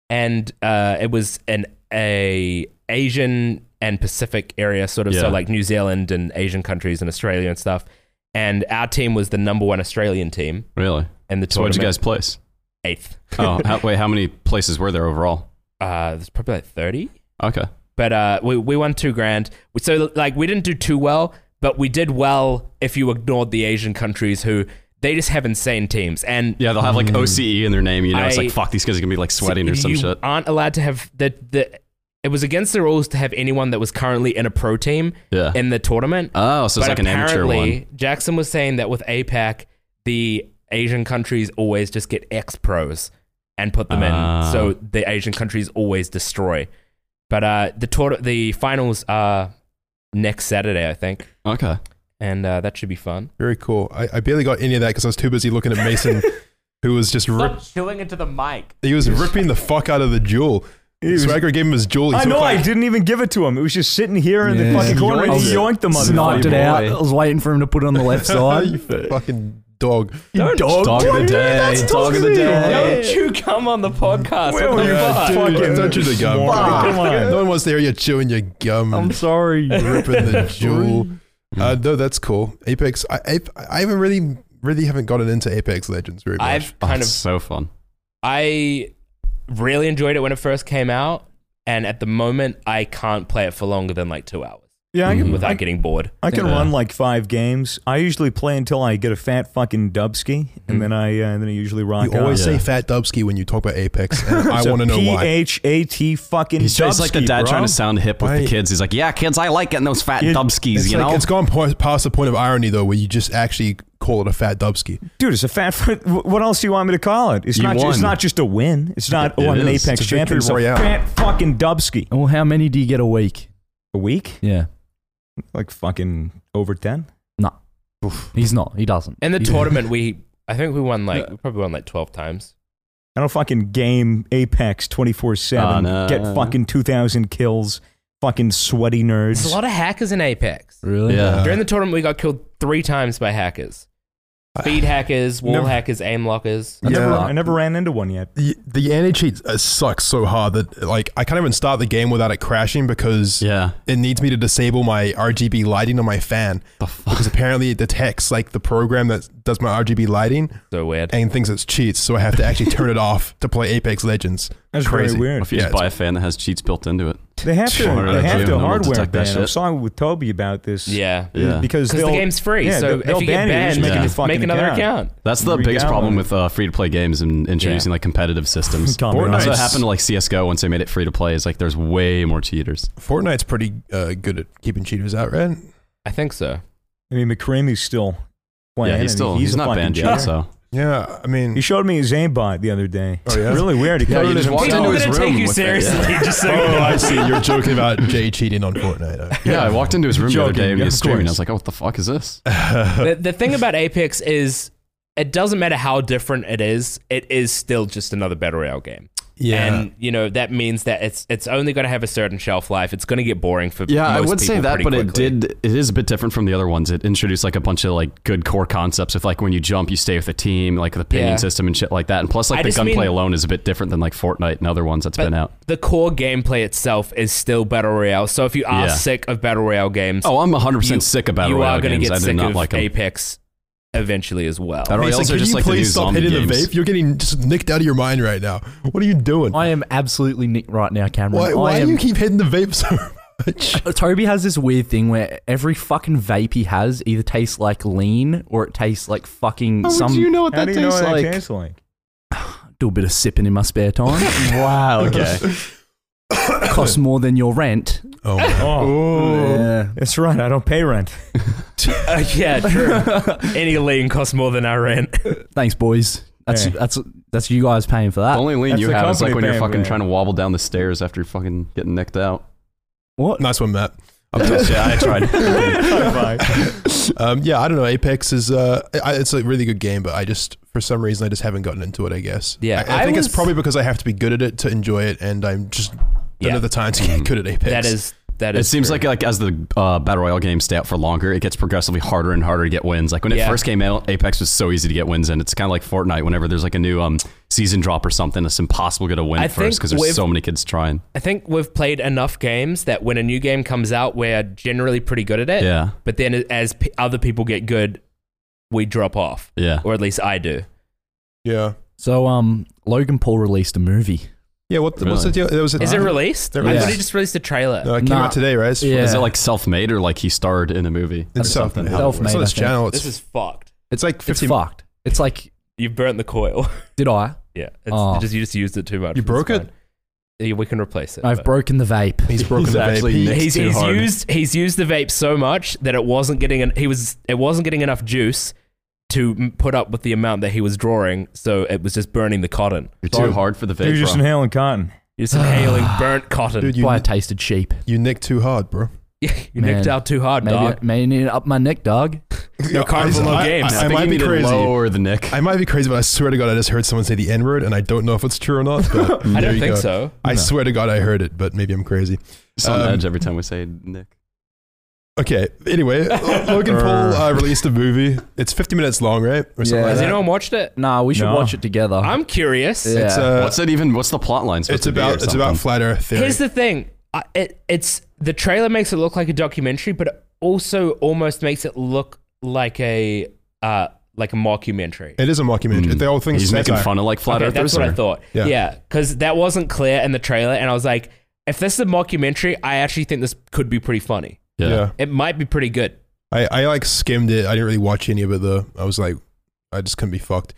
[SPEAKER 7] and uh, it was an a Asian and Pacific area sort of
[SPEAKER 2] Yeah.
[SPEAKER 7] so like New Zealand and Asian countries and Australia and stuff. And our team was the number one Australian team
[SPEAKER 2] Really?
[SPEAKER 7] in the
[SPEAKER 2] So where'd
[SPEAKER 7] tournament.
[SPEAKER 2] you guys place?
[SPEAKER 7] eighth?
[SPEAKER 2] Oh, how, wait, how many places were there overall?
[SPEAKER 7] Uh, there's probably like thirty.
[SPEAKER 2] Okay.
[SPEAKER 3] But uh, we we won two grand. So like we didn't do too well, but we did well if you ignored the Asian countries who they just have insane teams and
[SPEAKER 2] Yeah, they'll have like OCE in their name. You know, it's
[SPEAKER 3] I-
[SPEAKER 2] like fuck, these guys are gonna be like sweating or some
[SPEAKER 3] you
[SPEAKER 2] shit.
[SPEAKER 3] aren't allowed to have the the. It was against the rules to have anyone that was currently in a pro team
[SPEAKER 2] Yeah.
[SPEAKER 3] in the tournament.
[SPEAKER 2] Oh, so it's like an amateur one.
[SPEAKER 3] Jackson was saying that with APAC, the Asian countries always just get ex pros and put them
[SPEAKER 2] Ah.
[SPEAKER 3] in. So the Asian countries always destroy. But uh, the tour- the finals are next Saturday, I think,
[SPEAKER 2] Okay.
[SPEAKER 3] and uh, that should be fun.
[SPEAKER 1] Very cool. I, I barely got any of that because I was too busy looking at Mason, who was just rip,
[SPEAKER 3] chilling into the mic.
[SPEAKER 1] he was ripping the fuck out of the jewel.
[SPEAKER 4] was-
[SPEAKER 1] Swagger gave him his jewel. He
[SPEAKER 4] I
[SPEAKER 1] took,
[SPEAKER 4] know
[SPEAKER 1] like,
[SPEAKER 4] I didn't even give it to him. It was just sitting here in the
[SPEAKER 5] Yeah.
[SPEAKER 4] fucking corner and he yoinked the
[SPEAKER 5] Knocked it
[SPEAKER 4] motherfucker.
[SPEAKER 5] out. I was waiting for him to put it on the left
[SPEAKER 1] you
[SPEAKER 5] side.
[SPEAKER 1] fucking dog.
[SPEAKER 5] dog, dog of the day. Dog of the day.
[SPEAKER 3] Don't you come on the podcast?
[SPEAKER 4] Where
[SPEAKER 3] What
[SPEAKER 4] were
[SPEAKER 3] the
[SPEAKER 4] you
[SPEAKER 3] fuck?
[SPEAKER 1] Yeah,
[SPEAKER 4] fucking
[SPEAKER 1] dude, don't chew the gum.
[SPEAKER 4] moron. Come on.
[SPEAKER 1] No one wants to hear you chewing your gum.
[SPEAKER 5] I'm sorry.
[SPEAKER 1] ripping the jewel. Uh, no, that's cool. Apex. I, I, I haven't really, really haven't gotten into Apex Legends very much.
[SPEAKER 3] I've
[SPEAKER 2] Oh,
[SPEAKER 3] kind
[SPEAKER 2] it's
[SPEAKER 3] of
[SPEAKER 2] so fun.
[SPEAKER 3] I really enjoyed it when it first came out, and at the moment, I can't play it for longer than like two hours
[SPEAKER 4] Yeah, I
[SPEAKER 2] Mm-hmm.
[SPEAKER 4] can,
[SPEAKER 3] without
[SPEAKER 4] I,
[SPEAKER 3] getting bored.
[SPEAKER 4] I can
[SPEAKER 2] Yeah.
[SPEAKER 4] run like five games. I usually play until I get a fat fucking dubski,
[SPEAKER 2] Mm.
[SPEAKER 4] and then I uh, and then I usually rock
[SPEAKER 1] you always
[SPEAKER 4] out.
[SPEAKER 1] say Fat Dubsky when you talk about Apex, and I
[SPEAKER 4] It's a
[SPEAKER 1] want to know why.
[SPEAKER 4] P-H-A-T fucking
[SPEAKER 2] He's just like the
[SPEAKER 4] dubski,
[SPEAKER 2] dad
[SPEAKER 4] bro.
[SPEAKER 2] trying to sound hip with
[SPEAKER 1] Why-
[SPEAKER 2] the kids. He's like, yeah, kids, I like getting those fat
[SPEAKER 4] It-
[SPEAKER 2] dubskis,
[SPEAKER 1] It's,
[SPEAKER 2] you
[SPEAKER 1] like,
[SPEAKER 2] know?
[SPEAKER 1] it's gone po- past the point of irony though, where you just actually call it a Fat Dubsky.
[SPEAKER 4] Dude, it's a fat. Foot. What else do you want me to call it? It's
[SPEAKER 2] You
[SPEAKER 4] not. It's
[SPEAKER 2] won.
[SPEAKER 4] not just a win. It's not.
[SPEAKER 2] It
[SPEAKER 4] oh, I'm an
[SPEAKER 2] is.
[SPEAKER 4] Apex
[SPEAKER 1] It's a victory
[SPEAKER 4] champion. It's a
[SPEAKER 1] royale.
[SPEAKER 4] fat fucking dubski.
[SPEAKER 5] Well, how many do you get a week?
[SPEAKER 4] A week,
[SPEAKER 5] Yeah.
[SPEAKER 4] like fucking over ten.
[SPEAKER 5] No. He's not. He doesn't.
[SPEAKER 3] In the
[SPEAKER 5] He's-
[SPEAKER 3] tournament, we I think we won like we probably won like twelve times.
[SPEAKER 4] I don't fucking game Apex twenty four
[SPEAKER 2] Oh,
[SPEAKER 4] seven.
[SPEAKER 2] no.
[SPEAKER 4] Get fucking two thousand kills. Fucking sweaty nerds.
[SPEAKER 3] There's a lot of hackers in Apex.
[SPEAKER 5] Really?
[SPEAKER 2] Yeah.
[SPEAKER 3] During the tournament, we got killed three times by hackers. Speed hackers, wall
[SPEAKER 4] Never-
[SPEAKER 3] hackers, aim lockers.
[SPEAKER 4] I, never,
[SPEAKER 1] Yeah.
[SPEAKER 4] I never ran into one yet.
[SPEAKER 1] The, the anti cheat uh, sucks so hard that like I can't even start the game without it crashing because
[SPEAKER 2] yeah.
[SPEAKER 1] it needs me to disable my RGB lighting on my fan
[SPEAKER 2] The fuck?
[SPEAKER 1] because apparently it detects like the program that does my RGB lighting
[SPEAKER 3] So weird.
[SPEAKER 1] and thinks it's cheats, so I have to actually turn it off to play Apex Legends.
[SPEAKER 4] That's
[SPEAKER 1] Crazy.
[SPEAKER 4] very weird.
[SPEAKER 2] If you
[SPEAKER 1] Yeah,
[SPEAKER 2] just buy a fan that has cheats built into it.
[SPEAKER 4] They have to.
[SPEAKER 2] Sure,
[SPEAKER 4] They have
[SPEAKER 2] yeah,
[SPEAKER 4] to
[SPEAKER 2] no one will
[SPEAKER 4] hardware
[SPEAKER 2] detect that
[SPEAKER 4] ban. I
[SPEAKER 2] shit.
[SPEAKER 4] was talking with Toby about this.
[SPEAKER 3] Yeah.
[SPEAKER 2] Yeah.
[SPEAKER 4] Because
[SPEAKER 3] Because the
[SPEAKER 4] they'll-
[SPEAKER 3] game's free,
[SPEAKER 4] yeah,
[SPEAKER 3] so
[SPEAKER 4] they'll-
[SPEAKER 3] if
[SPEAKER 4] they'll
[SPEAKER 3] you get
[SPEAKER 4] ban you,
[SPEAKER 3] banned,
[SPEAKER 4] just make
[SPEAKER 2] a
[SPEAKER 3] yeah.
[SPEAKER 2] new
[SPEAKER 4] fucking
[SPEAKER 3] make another
[SPEAKER 4] account.
[SPEAKER 3] account.
[SPEAKER 2] That's the biggest
[SPEAKER 4] Redownload.
[SPEAKER 2] problem with uh, free to play games and introducing like competitive systems.
[SPEAKER 4] Tom,
[SPEAKER 1] Fortnite. Nice.
[SPEAKER 2] That's what happened to like CS:GO once they made it free to play. Is like there's way more cheaters.
[SPEAKER 1] Fortnite's pretty uh, good at keeping cheaters out, right?
[SPEAKER 3] I think so.
[SPEAKER 4] I mean, McCreamy's still playing.
[SPEAKER 2] yeah, he's
[SPEAKER 4] and
[SPEAKER 2] still
[SPEAKER 4] he's,
[SPEAKER 2] he's,
[SPEAKER 4] a
[SPEAKER 2] not
[SPEAKER 4] fucking
[SPEAKER 2] banned
[SPEAKER 4] cheater.
[SPEAKER 2] yet. So
[SPEAKER 1] Yeah, I mean,
[SPEAKER 4] He showed me his aimbot the other day.
[SPEAKER 1] Oh, yeah?
[SPEAKER 4] Really weird. He
[SPEAKER 2] Yeah,
[SPEAKER 4] put
[SPEAKER 2] you
[SPEAKER 4] it
[SPEAKER 2] just
[SPEAKER 4] in-
[SPEAKER 2] walked
[SPEAKER 3] People
[SPEAKER 2] into
[SPEAKER 3] didn't
[SPEAKER 2] his room.
[SPEAKER 3] take you
[SPEAKER 2] with it,
[SPEAKER 3] seriously.
[SPEAKER 2] yeah.
[SPEAKER 3] Just so you
[SPEAKER 1] oh,
[SPEAKER 3] know.
[SPEAKER 1] I see. You're joking about Jay cheating on Fortnite.
[SPEAKER 2] Yeah, I walked into his room the other
[SPEAKER 4] Joking,
[SPEAKER 2] day and he
[SPEAKER 4] of
[SPEAKER 2] was streaming. I
[SPEAKER 4] course.
[SPEAKER 2] was like, oh, what the fuck is this?
[SPEAKER 3] the, the thing about Apex is it doesn't matter how different it is, it is still just another battle royale game. And you know that means that it's it's only going to have a certain shelf life. It's going to get boring for
[SPEAKER 2] Yeah, I
[SPEAKER 3] most
[SPEAKER 2] would say
[SPEAKER 3] people
[SPEAKER 2] that,
[SPEAKER 3] pretty
[SPEAKER 2] but it
[SPEAKER 3] quickly.
[SPEAKER 2] did. It is a bit different from the other ones. It introduced like a bunch of like good core concepts with like when you jump, you stay with a team, like the pinging
[SPEAKER 3] Yeah.
[SPEAKER 2] system and shit like that. And plus, like
[SPEAKER 3] I
[SPEAKER 2] the
[SPEAKER 3] just mean-
[SPEAKER 2] gunplay alone is a bit different than like Fortnite and other ones that's
[SPEAKER 3] But
[SPEAKER 2] been out.
[SPEAKER 3] The core gameplay itself is still battle royale. So if you are
[SPEAKER 2] Yeah.
[SPEAKER 3] sick of battle royale games,
[SPEAKER 2] Oh, I'm 100
[SPEAKER 3] you-
[SPEAKER 2] percent sick of battle
[SPEAKER 3] you
[SPEAKER 2] royale
[SPEAKER 3] are gonna
[SPEAKER 2] games.
[SPEAKER 3] get
[SPEAKER 2] I do
[SPEAKER 3] sick
[SPEAKER 2] not
[SPEAKER 3] of
[SPEAKER 2] like 'em.
[SPEAKER 3] Apex eventually as well.
[SPEAKER 2] Battle
[SPEAKER 1] He's
[SPEAKER 2] royales
[SPEAKER 1] like, can
[SPEAKER 2] are just
[SPEAKER 1] you
[SPEAKER 2] like the new
[SPEAKER 1] please stop
[SPEAKER 2] zombie
[SPEAKER 1] hitting the
[SPEAKER 2] games.
[SPEAKER 1] vape? You're getting just nicked out of your mind right now. What are you doing?
[SPEAKER 5] I am absolutely Nick right now, Cameron.
[SPEAKER 1] why why
[SPEAKER 5] I
[SPEAKER 1] do
[SPEAKER 5] am, Uh,
[SPEAKER 1] you keep hitting the vape so much?
[SPEAKER 5] Toby has this weird thing where every fucking vape he has either tastes like lean or it tastes like fucking some.
[SPEAKER 2] know what
[SPEAKER 4] How do you know what that tastes like?
[SPEAKER 5] do a bit of sipping in my spare time. wow.
[SPEAKER 2] Okay.
[SPEAKER 5] Costs more than your rent.
[SPEAKER 1] Oh, man.
[SPEAKER 4] Oh, that's right. I don't pay rent.
[SPEAKER 3] Uh, yeah, true. Any lean costs more than our rent.
[SPEAKER 5] Thanks, boys. That's
[SPEAKER 4] Hey.
[SPEAKER 5] that's that's you guys paying for
[SPEAKER 2] The
[SPEAKER 5] that.
[SPEAKER 2] only lean
[SPEAKER 4] That's
[SPEAKER 2] you
[SPEAKER 4] the
[SPEAKER 2] have is like
[SPEAKER 4] company
[SPEAKER 2] when you're
[SPEAKER 4] paying for
[SPEAKER 2] fucking
[SPEAKER 4] that.
[SPEAKER 2] trying to wobble down the stairs after you're fucking getting nicked out.
[SPEAKER 5] what?
[SPEAKER 1] nice one, Matt. Up to-
[SPEAKER 2] yeah, I tried.
[SPEAKER 4] High five.
[SPEAKER 1] um, yeah, I don't know. Apex is uh, I, it's a really good game, but I just for some reason I just haven't gotten into it. I guess.
[SPEAKER 3] Yeah,
[SPEAKER 1] I, I
[SPEAKER 3] I
[SPEAKER 1] think it's
[SPEAKER 3] was-
[SPEAKER 1] probably because I have to be good at it to enjoy it, and I'm just
[SPEAKER 3] Yeah.
[SPEAKER 1] another time to get good at Apex.
[SPEAKER 3] That is that
[SPEAKER 2] It
[SPEAKER 3] is.
[SPEAKER 2] seems
[SPEAKER 3] true.
[SPEAKER 2] like like as the uh, battle royale games stay out for longer, it gets progressively harder and harder to get wins. Like when
[SPEAKER 3] Yeah.
[SPEAKER 2] it first came out, Apex was so easy to get wins, and it's kind of like Fortnite. Whenever there's like a new um, season drop or something, it's impossible to get a win
[SPEAKER 3] I
[SPEAKER 2] first
[SPEAKER 3] think
[SPEAKER 2] because there's
[SPEAKER 3] with-
[SPEAKER 2] so many kids trying.
[SPEAKER 3] I think we've played enough games that when a new game comes out, we're generally pretty good at it.
[SPEAKER 2] Yeah,
[SPEAKER 3] But then as p- other people get good, we drop off,
[SPEAKER 2] yeah.
[SPEAKER 3] or at least I do.
[SPEAKER 1] yeah.
[SPEAKER 5] So um, Logan Paul released a movie.
[SPEAKER 1] Yeah, what the, what's the deal? There was a,
[SPEAKER 3] Is it released?
[SPEAKER 1] They're
[SPEAKER 3] I
[SPEAKER 1] released.
[SPEAKER 3] thought he just released a trailer.
[SPEAKER 1] No, it came
[SPEAKER 5] Nah.
[SPEAKER 1] out today, right? It's,
[SPEAKER 5] Yeah.
[SPEAKER 2] Is it like self-made or like he starred in a movie?
[SPEAKER 1] it's something.
[SPEAKER 5] Self-made,
[SPEAKER 1] It's on
[SPEAKER 5] I
[SPEAKER 1] this
[SPEAKER 5] think.
[SPEAKER 1] channel. It's,
[SPEAKER 3] this is fucked.
[SPEAKER 1] it's like
[SPEAKER 5] It's
[SPEAKER 1] 15
[SPEAKER 5] fucked. It's like,
[SPEAKER 3] You've burnt the coil.
[SPEAKER 5] did I?
[SPEAKER 3] yeah, it's
[SPEAKER 5] Oh.
[SPEAKER 3] just you just used it too much.
[SPEAKER 1] You
[SPEAKER 3] It's
[SPEAKER 1] broke it?
[SPEAKER 3] fine. Yeah, we can replace it.
[SPEAKER 5] I've
[SPEAKER 3] but-
[SPEAKER 5] broken the vape.
[SPEAKER 1] He's broken
[SPEAKER 2] He's
[SPEAKER 1] the vape.
[SPEAKER 2] actually
[SPEAKER 1] He-
[SPEAKER 2] Nick.
[SPEAKER 3] He's,
[SPEAKER 2] too
[SPEAKER 3] he's
[SPEAKER 2] hard.
[SPEAKER 3] used he's used the vape so much that it wasn't getting an, he was it wasn't getting enough juice to m- put up with the amount that he was drawing, so it was just burning the cotton.
[SPEAKER 2] You're too hard for the
[SPEAKER 4] You're
[SPEAKER 2] vape,
[SPEAKER 4] just
[SPEAKER 2] bro.
[SPEAKER 4] inhaling cotton.
[SPEAKER 3] You're just inhaling burnt cotton.
[SPEAKER 1] Dude, you,
[SPEAKER 5] Why I tasted sheep.
[SPEAKER 1] you nicked too hard, bro.
[SPEAKER 3] you
[SPEAKER 5] Man.
[SPEAKER 3] nicked out too hard,
[SPEAKER 5] Maybe,
[SPEAKER 3] dog.
[SPEAKER 5] maybe up my neck, dog.
[SPEAKER 1] No,
[SPEAKER 3] Carnival
[SPEAKER 1] I-
[SPEAKER 3] no
[SPEAKER 1] I-
[SPEAKER 3] games.
[SPEAKER 1] I, I might be crazy.
[SPEAKER 2] Lower the Nick.
[SPEAKER 1] I might be crazy, but I swear to God, I just heard someone say the N word, and I don't know if it's true or not. But
[SPEAKER 3] I
[SPEAKER 1] there
[SPEAKER 3] don't
[SPEAKER 1] you
[SPEAKER 3] think
[SPEAKER 1] go.
[SPEAKER 3] so.
[SPEAKER 1] I swear to God, I heard it, but maybe I'm crazy.
[SPEAKER 2] It's on
[SPEAKER 1] Um,
[SPEAKER 2] edge every time we say Nick.
[SPEAKER 1] Okay. Anyway, Logan Paul uh, released a movie. It's 50 minutes long, right? Or something
[SPEAKER 5] Yeah.
[SPEAKER 1] like
[SPEAKER 3] Has
[SPEAKER 1] that.
[SPEAKER 3] anyone watched it?
[SPEAKER 5] Nah, we should
[SPEAKER 4] No.
[SPEAKER 5] watch it together.
[SPEAKER 3] I'm curious.
[SPEAKER 5] Oh. Yeah.
[SPEAKER 1] It's, uh,
[SPEAKER 2] what's it even? What's the plot line? supposed
[SPEAKER 1] it's
[SPEAKER 2] to be or
[SPEAKER 1] about it's about
[SPEAKER 2] something?
[SPEAKER 1] flat Earth theory.
[SPEAKER 3] Here's the thing. I, it, it's the trailer makes it look like a documentary, but it also almost makes it look like a uh, like a mockumentary.
[SPEAKER 1] it is a mockumentary.
[SPEAKER 2] Mm.
[SPEAKER 1] The whole thing's
[SPEAKER 2] He's making
[SPEAKER 1] satire.
[SPEAKER 2] fun of like flat
[SPEAKER 3] Okay,
[SPEAKER 2] earthers.
[SPEAKER 3] That's what I
[SPEAKER 2] or-
[SPEAKER 3] thought.
[SPEAKER 1] Yeah.
[SPEAKER 3] Yeah, because that wasn't clear in the trailer, and I was like, if this is a mockumentary, I actually think this could be pretty funny.
[SPEAKER 2] Yeah.
[SPEAKER 1] Yeah.
[SPEAKER 3] It might be pretty good.
[SPEAKER 1] I, I like skimmed it. I didn't really watch any of it though. I was like, I just couldn't be fucked.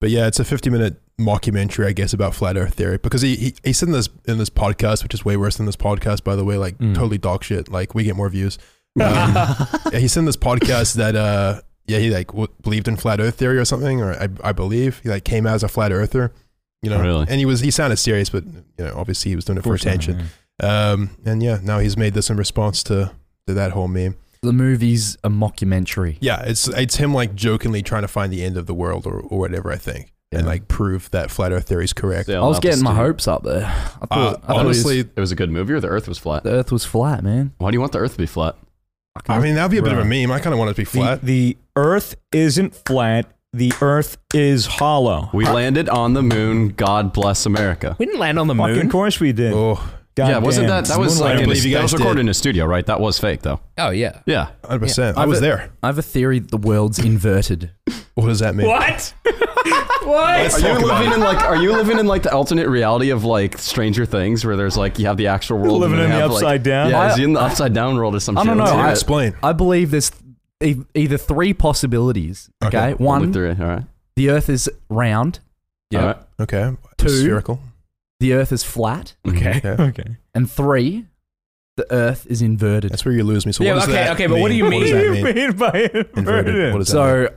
[SPEAKER 1] But yeah, it's a 50 minute mockumentary, I guess, about flat Earth theory. Because he, he he said in this in this podcast, which is way worse than this podcast, by the way, like
[SPEAKER 4] Mm.
[SPEAKER 1] totally dog shit. Like we get more views. Um, yeah, he said in this podcast that uh yeah he like w- believed in flat Earth theory or something, or I I believe he like came out as a flat Earther. You know,
[SPEAKER 2] Really?
[SPEAKER 1] and he was he sounded serious, but you know, obviously he was doing it for attention. Um, and yeah, now he's made this in response to to that whole meme.
[SPEAKER 5] the movie's a mockumentary.
[SPEAKER 1] Yeah, it's it's him like jokingly trying to find the end of the world or, or whatever I think, and like prove that flat Earth theory is correct.
[SPEAKER 2] Still
[SPEAKER 5] I was
[SPEAKER 2] not
[SPEAKER 5] getting my
[SPEAKER 2] the-
[SPEAKER 5] hopes up there. I
[SPEAKER 1] Uh,
[SPEAKER 5] thought, I thought it was-
[SPEAKER 1] honestly,
[SPEAKER 2] It was a good movie, or the Earth was flat.
[SPEAKER 5] the Earth was flat, man.
[SPEAKER 2] Why do you want the Earth to be flat?
[SPEAKER 1] I mean that'd be a bit of a meme. I kind of want it to be
[SPEAKER 4] The,
[SPEAKER 1] flat.
[SPEAKER 4] the Earth isn't flat. The Earth is hollow.
[SPEAKER 2] We landed on the moon. God bless America.
[SPEAKER 3] We didn't land on the
[SPEAKER 4] Fucking
[SPEAKER 3] moon.
[SPEAKER 4] course we did.
[SPEAKER 1] oh,
[SPEAKER 4] God
[SPEAKER 2] yeah, wasn't
[SPEAKER 4] damn.
[SPEAKER 2] that that was
[SPEAKER 1] Moonlight. I
[SPEAKER 2] like in a,
[SPEAKER 1] believe you
[SPEAKER 2] that was
[SPEAKER 1] guys
[SPEAKER 2] recorded
[SPEAKER 1] did.
[SPEAKER 2] in a studio, right? That was fake though.
[SPEAKER 3] Oh yeah.
[SPEAKER 2] Yeah,
[SPEAKER 1] 100 percent. I
[SPEAKER 5] I've
[SPEAKER 1] was
[SPEAKER 5] a-
[SPEAKER 1] there.
[SPEAKER 5] I have a theory that the world's inverted.
[SPEAKER 1] What does that mean?
[SPEAKER 3] What? what?
[SPEAKER 2] Are you living in like are you living in like the alternate reality of like Stranger Things where there's like you have the actual world
[SPEAKER 4] Living
[SPEAKER 2] and then
[SPEAKER 4] in
[SPEAKER 2] you
[SPEAKER 4] the
[SPEAKER 2] have, like-
[SPEAKER 4] upside down?
[SPEAKER 2] Yeah,
[SPEAKER 4] I-
[SPEAKER 2] is he in the upside down world or some
[SPEAKER 5] I
[SPEAKER 2] shit?
[SPEAKER 5] don't know.
[SPEAKER 1] Dude,
[SPEAKER 5] I-
[SPEAKER 1] explain.
[SPEAKER 5] I believe there's e- either three possibilities.
[SPEAKER 1] Okay.
[SPEAKER 5] Okay, one,
[SPEAKER 2] All right.
[SPEAKER 5] the Earth is round,
[SPEAKER 2] Yeah.
[SPEAKER 1] Okay,
[SPEAKER 5] Two.
[SPEAKER 1] spherical.
[SPEAKER 5] the Earth is flat,
[SPEAKER 2] Okay.
[SPEAKER 4] Okay.
[SPEAKER 5] and three, the Earth is inverted.
[SPEAKER 1] That's where you lose me. So
[SPEAKER 3] Yeah,
[SPEAKER 1] what does
[SPEAKER 3] okay,
[SPEAKER 1] that
[SPEAKER 3] okay, but what do
[SPEAKER 1] mean?
[SPEAKER 3] you
[SPEAKER 1] What does
[SPEAKER 4] What
[SPEAKER 1] that
[SPEAKER 4] do you
[SPEAKER 1] mean?
[SPEAKER 4] mean by
[SPEAKER 1] Inverted. What
[SPEAKER 4] inverted?
[SPEAKER 1] does that mean?
[SPEAKER 5] so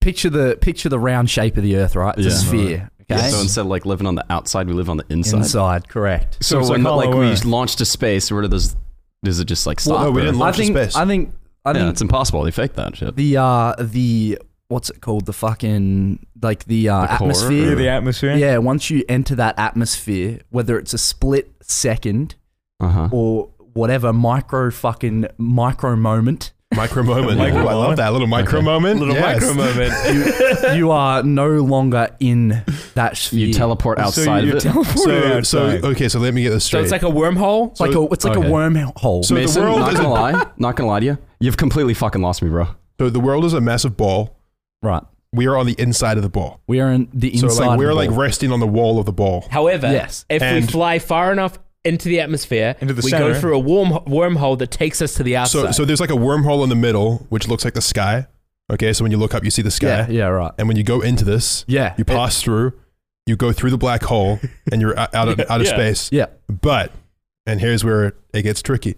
[SPEAKER 5] picture the picture the round shape of the Earth, right? It's a
[SPEAKER 2] Yeah.
[SPEAKER 5] sphere. Okay,
[SPEAKER 2] So instead of like living on the outside, we live on the inside.
[SPEAKER 5] inside, correct.
[SPEAKER 2] So,
[SPEAKER 4] it's
[SPEAKER 2] when
[SPEAKER 4] like
[SPEAKER 2] like,
[SPEAKER 4] hollow
[SPEAKER 2] we
[SPEAKER 4] earth.
[SPEAKER 2] launched to space, where does does it just like stop?
[SPEAKER 1] no, we
[SPEAKER 2] or-
[SPEAKER 1] didn't launch
[SPEAKER 5] I
[SPEAKER 1] to
[SPEAKER 5] think,
[SPEAKER 1] space.
[SPEAKER 5] I think I
[SPEAKER 2] yeah,
[SPEAKER 5] think
[SPEAKER 2] it's impossible. They faked that shit.
[SPEAKER 5] the uh the what's it called the fucking like the uh
[SPEAKER 2] The core?
[SPEAKER 5] atmosphere
[SPEAKER 4] Yeah, the atmosphere.
[SPEAKER 5] yeah once you enter that atmosphere whether it's a split second
[SPEAKER 2] Uh huh.
[SPEAKER 5] or whatever micro fucking micro moment
[SPEAKER 1] Micro moment.
[SPEAKER 4] Micro
[SPEAKER 1] Oh, I love
[SPEAKER 4] moment.
[SPEAKER 1] that little micro moment.
[SPEAKER 3] Little
[SPEAKER 1] Yes.
[SPEAKER 3] micro moment.
[SPEAKER 5] you are no longer in that sphere
[SPEAKER 2] You teleport outside
[SPEAKER 4] so you
[SPEAKER 2] of it.
[SPEAKER 4] teleported
[SPEAKER 1] So,
[SPEAKER 4] outside.
[SPEAKER 1] so okay, so let me get this
[SPEAKER 3] so
[SPEAKER 1] straight.
[SPEAKER 3] it's like a wormhole.
[SPEAKER 5] it's like a it's like
[SPEAKER 2] okay.
[SPEAKER 5] a wormhole
[SPEAKER 1] So- the
[SPEAKER 2] Mason,
[SPEAKER 1] world
[SPEAKER 2] not
[SPEAKER 1] is
[SPEAKER 2] gonna
[SPEAKER 1] a-
[SPEAKER 2] lie, not gonna lie to you. You've completely fucking lost me, bro.
[SPEAKER 1] so the world is a massive ball.
[SPEAKER 5] right
[SPEAKER 1] We are on the inside of the ball.
[SPEAKER 5] we are in the
[SPEAKER 1] So
[SPEAKER 5] inside
[SPEAKER 1] like
[SPEAKER 5] of
[SPEAKER 1] we're
[SPEAKER 5] the
[SPEAKER 1] like
[SPEAKER 5] ball.
[SPEAKER 1] resting on the wall of the ball.
[SPEAKER 3] However,
[SPEAKER 5] Yes.
[SPEAKER 3] if we
[SPEAKER 1] And-
[SPEAKER 3] fly far enough into the atmosphere,
[SPEAKER 4] Into the
[SPEAKER 3] we
[SPEAKER 4] center.
[SPEAKER 3] go through a warm wormhole that takes us to the outside.
[SPEAKER 1] So so there's like a wormhole in the middle which looks like the sky. Okay, so when you look up you see the sky.
[SPEAKER 5] yeah yeah right
[SPEAKER 1] And when you go into this,
[SPEAKER 5] yeah
[SPEAKER 1] you pass through, you go through the black hole and you're out out of, out of
[SPEAKER 3] Yeah.
[SPEAKER 1] space.
[SPEAKER 5] yeah
[SPEAKER 1] But, and here's where it gets tricky.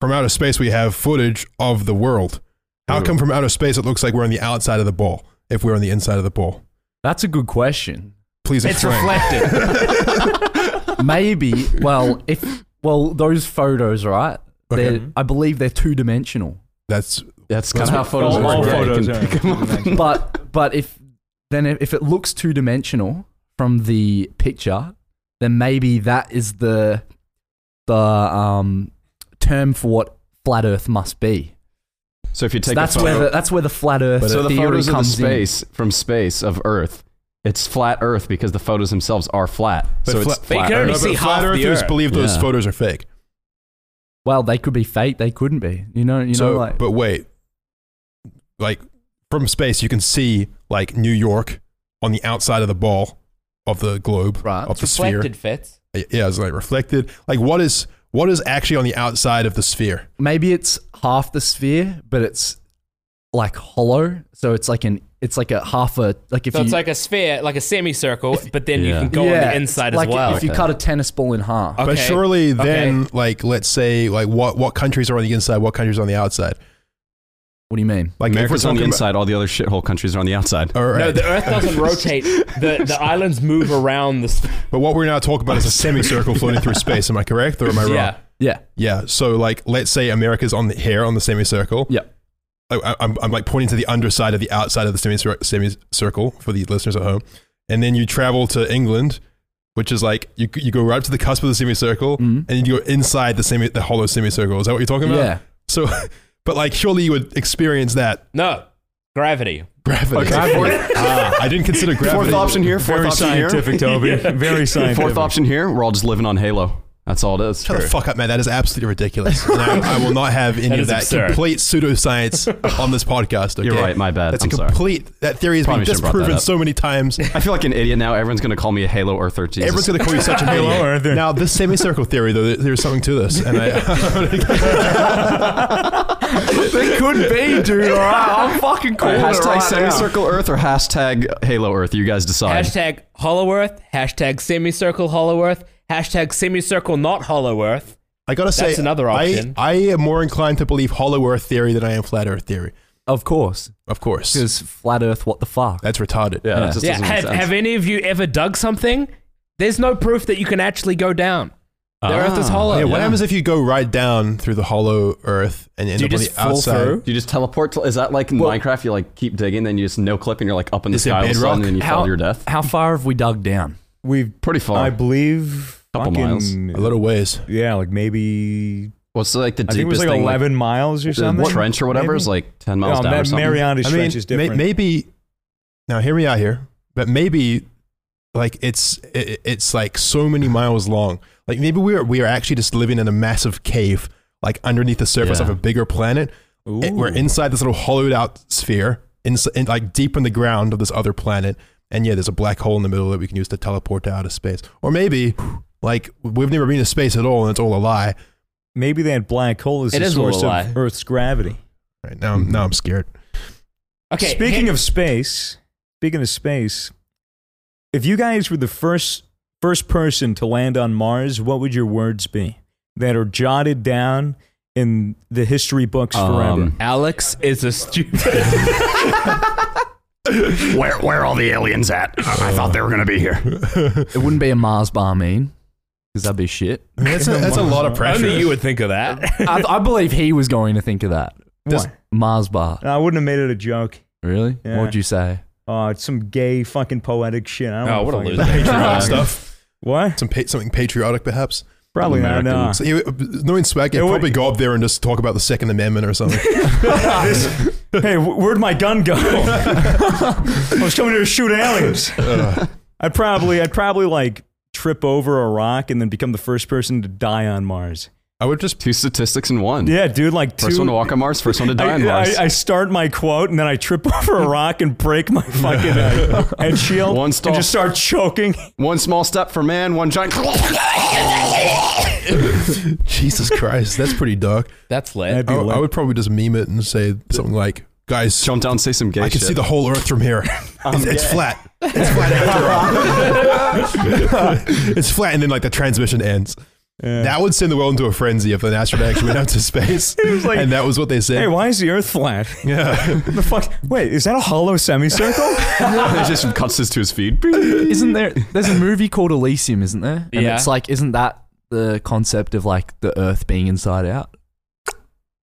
[SPEAKER 1] From outer space, we have footage of the world. How
[SPEAKER 2] Ooh.
[SPEAKER 1] come from outer space it looks like we're on the outside of the ball if we're on the inside of the ball?
[SPEAKER 5] that's a good question
[SPEAKER 1] Please
[SPEAKER 3] it's
[SPEAKER 1] explain.
[SPEAKER 3] reflected.
[SPEAKER 5] maybe well if well those photos right
[SPEAKER 1] Okay.
[SPEAKER 5] they're, i believe they're two dimensional
[SPEAKER 1] That's
[SPEAKER 2] That's kind of how
[SPEAKER 1] That's
[SPEAKER 2] photos
[SPEAKER 1] all-
[SPEAKER 2] work.
[SPEAKER 1] all
[SPEAKER 2] yeah. You
[SPEAKER 4] photos
[SPEAKER 2] can
[SPEAKER 4] are
[SPEAKER 2] pick 'em up.
[SPEAKER 5] but but if then if it looks two dimensional from the picture then maybe that is the the um term for what flat earth must be
[SPEAKER 2] So if you take
[SPEAKER 5] so that's
[SPEAKER 2] a photo,
[SPEAKER 5] where the, that's where the flat earth
[SPEAKER 2] so the
[SPEAKER 5] theory
[SPEAKER 2] photos of the
[SPEAKER 5] comes
[SPEAKER 2] space from space of Earth, it's flat Earth because the photos themselves are flat.
[SPEAKER 1] But
[SPEAKER 2] so
[SPEAKER 1] fla-
[SPEAKER 2] it's
[SPEAKER 1] but
[SPEAKER 3] you
[SPEAKER 2] flat
[SPEAKER 3] can
[SPEAKER 2] Earth.
[SPEAKER 3] only
[SPEAKER 1] no,
[SPEAKER 3] see
[SPEAKER 1] but flat
[SPEAKER 3] half the
[SPEAKER 1] earthers
[SPEAKER 3] Earth.
[SPEAKER 1] believe those
[SPEAKER 2] Yeah.
[SPEAKER 1] photos are fake.
[SPEAKER 5] in well they could be fake they couldn't be you know you
[SPEAKER 1] so,
[SPEAKER 5] know like
[SPEAKER 1] but wait, like from space you can see like New York on the outside of the ball, of the globe
[SPEAKER 5] Right.
[SPEAKER 1] of the sphere.
[SPEAKER 3] Reflected fits.
[SPEAKER 1] Yeah, it's like reflected. Like what is what is actually on the outside of the sphere?
[SPEAKER 5] Maybe it's half the sphere, but it's like hollow. So it's like an it's like a half a like if
[SPEAKER 3] So
[SPEAKER 5] you
[SPEAKER 3] it's like a sphere, like a semicircle, but then you
[SPEAKER 2] Yeah.
[SPEAKER 3] can go on
[SPEAKER 5] Yeah,
[SPEAKER 3] the inside
[SPEAKER 5] like
[SPEAKER 3] as well. Uh,
[SPEAKER 5] If you cut a tennis ball in half.
[SPEAKER 3] Okay.
[SPEAKER 1] But surely then like let's say like what what countries are on the inside, what countries are on the outside?
[SPEAKER 5] What do you mean?
[SPEAKER 1] Like if
[SPEAKER 2] America's
[SPEAKER 1] we're
[SPEAKER 2] on the
[SPEAKER 1] talking about-
[SPEAKER 2] inside. all the other shithole countries are on the outside.
[SPEAKER 1] All right.
[SPEAKER 3] No, the Earth doesn't rotate. the The islands move around the. Sp-
[SPEAKER 1] but what we're now talking about is a semicircle floating through space. Am I correct or am I wrong?
[SPEAKER 3] yeah.
[SPEAKER 5] Yeah.
[SPEAKER 1] Yeah. So like, let's say America's on the here on the semicircle.
[SPEAKER 5] Yeah.
[SPEAKER 1] I, I- I'm, I'm like pointing to the underside of the outside of the semicir- semicircle for the listeners at home, and then you travel to England, which is like you you go right up to the cusp of the semicircle, and then you go inside the semi the hollow semicircle. Is that what you're talking about?
[SPEAKER 5] Yeah.
[SPEAKER 1] So, but like, surely you would experience that
[SPEAKER 3] No. Gravity.
[SPEAKER 1] gravity. Ah, I didn't consider gravity.
[SPEAKER 2] Fourth option here. Fourth
[SPEAKER 4] Very
[SPEAKER 2] option
[SPEAKER 4] scientific, Toby. Very
[SPEAKER 2] here.
[SPEAKER 4] scientific.
[SPEAKER 2] Fourth option here. We're all just living on Halo. That's all it is.
[SPEAKER 1] Shut the fuck up, man. That is absolutely ridiculous. And I, I will not have any
[SPEAKER 3] That
[SPEAKER 1] of
[SPEAKER 3] is
[SPEAKER 1] that
[SPEAKER 3] absurd.
[SPEAKER 1] complete pseudoscience on this podcast. Okay?
[SPEAKER 2] You're right, my bad.
[SPEAKER 1] That's
[SPEAKER 2] I'm
[SPEAKER 1] a
[SPEAKER 2] sorry.
[SPEAKER 1] complete. That theory has
[SPEAKER 2] Probably
[SPEAKER 1] been
[SPEAKER 2] should've brought that
[SPEAKER 1] disproven
[SPEAKER 2] up.
[SPEAKER 1] so many times.
[SPEAKER 2] I feel like an idiot now. Everyone's going to call me a Halo Earther. Jesus.
[SPEAKER 1] Everyone's going to call you such a
[SPEAKER 4] Hello,
[SPEAKER 1] idiot.
[SPEAKER 4] Arthur.
[SPEAKER 1] Now, this semicircle theory, though, there- there's something to this, and I.
[SPEAKER 5] It could be, dude. All right, I'm fucking cool.
[SPEAKER 2] All right, hashtag semicircle Earth or hashtag Halo Earth. You guys decide.
[SPEAKER 3] Hashtag Hollow Earth. Hashtag semicircle Hollow Earth. Hashtag semicircle not Hollow Earth.
[SPEAKER 1] I gotta say,
[SPEAKER 3] That's another
[SPEAKER 1] I-
[SPEAKER 3] option.
[SPEAKER 1] I, am more inclined to believe hollow Earth theory than I am flat Earth theory.
[SPEAKER 5] Of course,
[SPEAKER 1] Of course,
[SPEAKER 5] because flat Earth. What the fuck?
[SPEAKER 1] that's retarded.
[SPEAKER 2] yeah, that just
[SPEAKER 3] Yeah.
[SPEAKER 2] doesn't make
[SPEAKER 3] Have,
[SPEAKER 2] sense.
[SPEAKER 3] have any of you ever dug something? There's no proof that you can actually go down. The Earth is
[SPEAKER 2] Ah.
[SPEAKER 3] hollow.
[SPEAKER 1] Yeah, What happens if you go right down through the hollow Earth and end
[SPEAKER 3] Do you
[SPEAKER 1] up on
[SPEAKER 3] just
[SPEAKER 1] the
[SPEAKER 3] fall
[SPEAKER 1] outside?
[SPEAKER 3] through?
[SPEAKER 2] Do you just teleport? To, is that like in Minecraft? You like keep digging, then you just no clip, and you're like up in the
[SPEAKER 1] Is it
[SPEAKER 2] sky all of a
[SPEAKER 1] bedrock?
[SPEAKER 2] sudden, and then you fall to your death.
[SPEAKER 5] How far have we dug down?
[SPEAKER 4] We've,
[SPEAKER 2] Pretty far.
[SPEAKER 4] I believe,
[SPEAKER 2] Couple
[SPEAKER 4] fucking-
[SPEAKER 2] miles.
[SPEAKER 1] A little ways.
[SPEAKER 4] Yeah, like maybe
[SPEAKER 2] What's like the
[SPEAKER 4] I think it
[SPEAKER 2] deepest
[SPEAKER 4] was like
[SPEAKER 2] thing?
[SPEAKER 4] 11 miles or
[SPEAKER 2] the
[SPEAKER 4] something.
[SPEAKER 2] trench or whatever
[SPEAKER 4] maybe?
[SPEAKER 2] is like ten miles
[SPEAKER 4] No,
[SPEAKER 2] down or
[SPEAKER 4] Ma-
[SPEAKER 2] something.
[SPEAKER 4] Mariana
[SPEAKER 1] I
[SPEAKER 4] Trench
[SPEAKER 1] mean,
[SPEAKER 4] is
[SPEAKER 1] may-
[SPEAKER 4] different.
[SPEAKER 1] maybe. Now, hear me out here, but maybe, like it's it, it's like so many miles long. Like maybe we're we are actually just living in a massive cave, like underneath the surface
[SPEAKER 2] Yeah.
[SPEAKER 1] of a bigger planet. It- we're
[SPEAKER 4] Ooh.
[SPEAKER 1] inside this little hollowed out sphere, in, in like deep in the ground of this other planet. And yeah, there's a black hole in the middle that we can use to teleport to outer space. Or maybe, like, we've never been to space at all, and it's all a lie.
[SPEAKER 4] Maybe that black hole is
[SPEAKER 3] It
[SPEAKER 4] the
[SPEAKER 3] is a
[SPEAKER 4] source
[SPEAKER 3] little lie.
[SPEAKER 4] of Earth's gravity.
[SPEAKER 1] Right now, I'm now I'm scared.
[SPEAKER 3] Okay.
[SPEAKER 4] Speaking
[SPEAKER 3] he-
[SPEAKER 4] of space, speaking of space, if you guys were the first first person to land on Mars, what would your words be that are jotted down in the history books forever?
[SPEAKER 2] Um,
[SPEAKER 3] Alex is a stupid.
[SPEAKER 2] where where are all the aliens at? I thought they were gonna be here.
[SPEAKER 5] It wouldn't be a Mars bar mean, because that'd be shit.
[SPEAKER 1] I mean, that's a, that's a lot of pressure.
[SPEAKER 3] Only you would think of that.
[SPEAKER 5] I, I believe he was going to think of that.
[SPEAKER 1] Does-
[SPEAKER 5] Mars bar.
[SPEAKER 4] And I wouldn't have made it a joke.
[SPEAKER 5] Really?
[SPEAKER 4] Yeah.
[SPEAKER 5] What'd you say?
[SPEAKER 4] Oh, it's some gay fucking poetic shit. I don't
[SPEAKER 3] Oh, what a
[SPEAKER 4] know
[SPEAKER 3] loser.
[SPEAKER 4] fucking-
[SPEAKER 1] Patriotic stuff.
[SPEAKER 4] What?
[SPEAKER 1] Some pa- something patriotic, perhaps.
[SPEAKER 4] Probably not.
[SPEAKER 2] American.
[SPEAKER 4] no.
[SPEAKER 1] So, yeah, knowing Swag,
[SPEAKER 4] It
[SPEAKER 1] he'd
[SPEAKER 4] would-
[SPEAKER 1] probably go up there and just talk about the Second Amendment or something.
[SPEAKER 4] hey, wh- where'd my gun go? I was coming here to shoot aliens.
[SPEAKER 3] Uh.
[SPEAKER 4] I'd probably, I'd probably like trip over a rock and then become the first person to die on Mars.
[SPEAKER 1] I would just.
[SPEAKER 2] Two statistics in one.
[SPEAKER 4] Yeah, dude, like two.
[SPEAKER 2] First one to walk on Mars, first one to die
[SPEAKER 4] I,
[SPEAKER 2] on Mars.
[SPEAKER 4] I, I start my quote and then I trip over a rock and break my fucking uh, head shield
[SPEAKER 2] One
[SPEAKER 4] and
[SPEAKER 2] stall.
[SPEAKER 4] just start choking.
[SPEAKER 2] one small step for man, one giant.
[SPEAKER 1] Jesus Christ, that's pretty dark.
[SPEAKER 3] That's
[SPEAKER 4] That'd
[SPEAKER 3] lit.
[SPEAKER 2] Oh,
[SPEAKER 4] be
[SPEAKER 1] I, I
[SPEAKER 4] lit.
[SPEAKER 1] would probably just meme it and say something like, "Guys,
[SPEAKER 2] Jump down, and say some gay
[SPEAKER 1] I can
[SPEAKER 2] shit.
[SPEAKER 1] see the whole Earth from here. It's, it's flat. It's flat after all. it's flat, and then like the transmission ends. That would send the world into a frenzy if an astronaut actually went out to space.
[SPEAKER 4] was like,
[SPEAKER 1] and that was what they said.
[SPEAKER 4] Hey, why is the Earth flat?
[SPEAKER 1] yeah.
[SPEAKER 4] the fuck? Wait, is that a hollow semicircle?
[SPEAKER 2] it just cuts this to his feed.
[SPEAKER 5] Isn't there? There's a movie called Elysium, isn't there? And
[SPEAKER 3] Yeah.
[SPEAKER 5] it's like, isn't that the concept of like the Earth being inside out?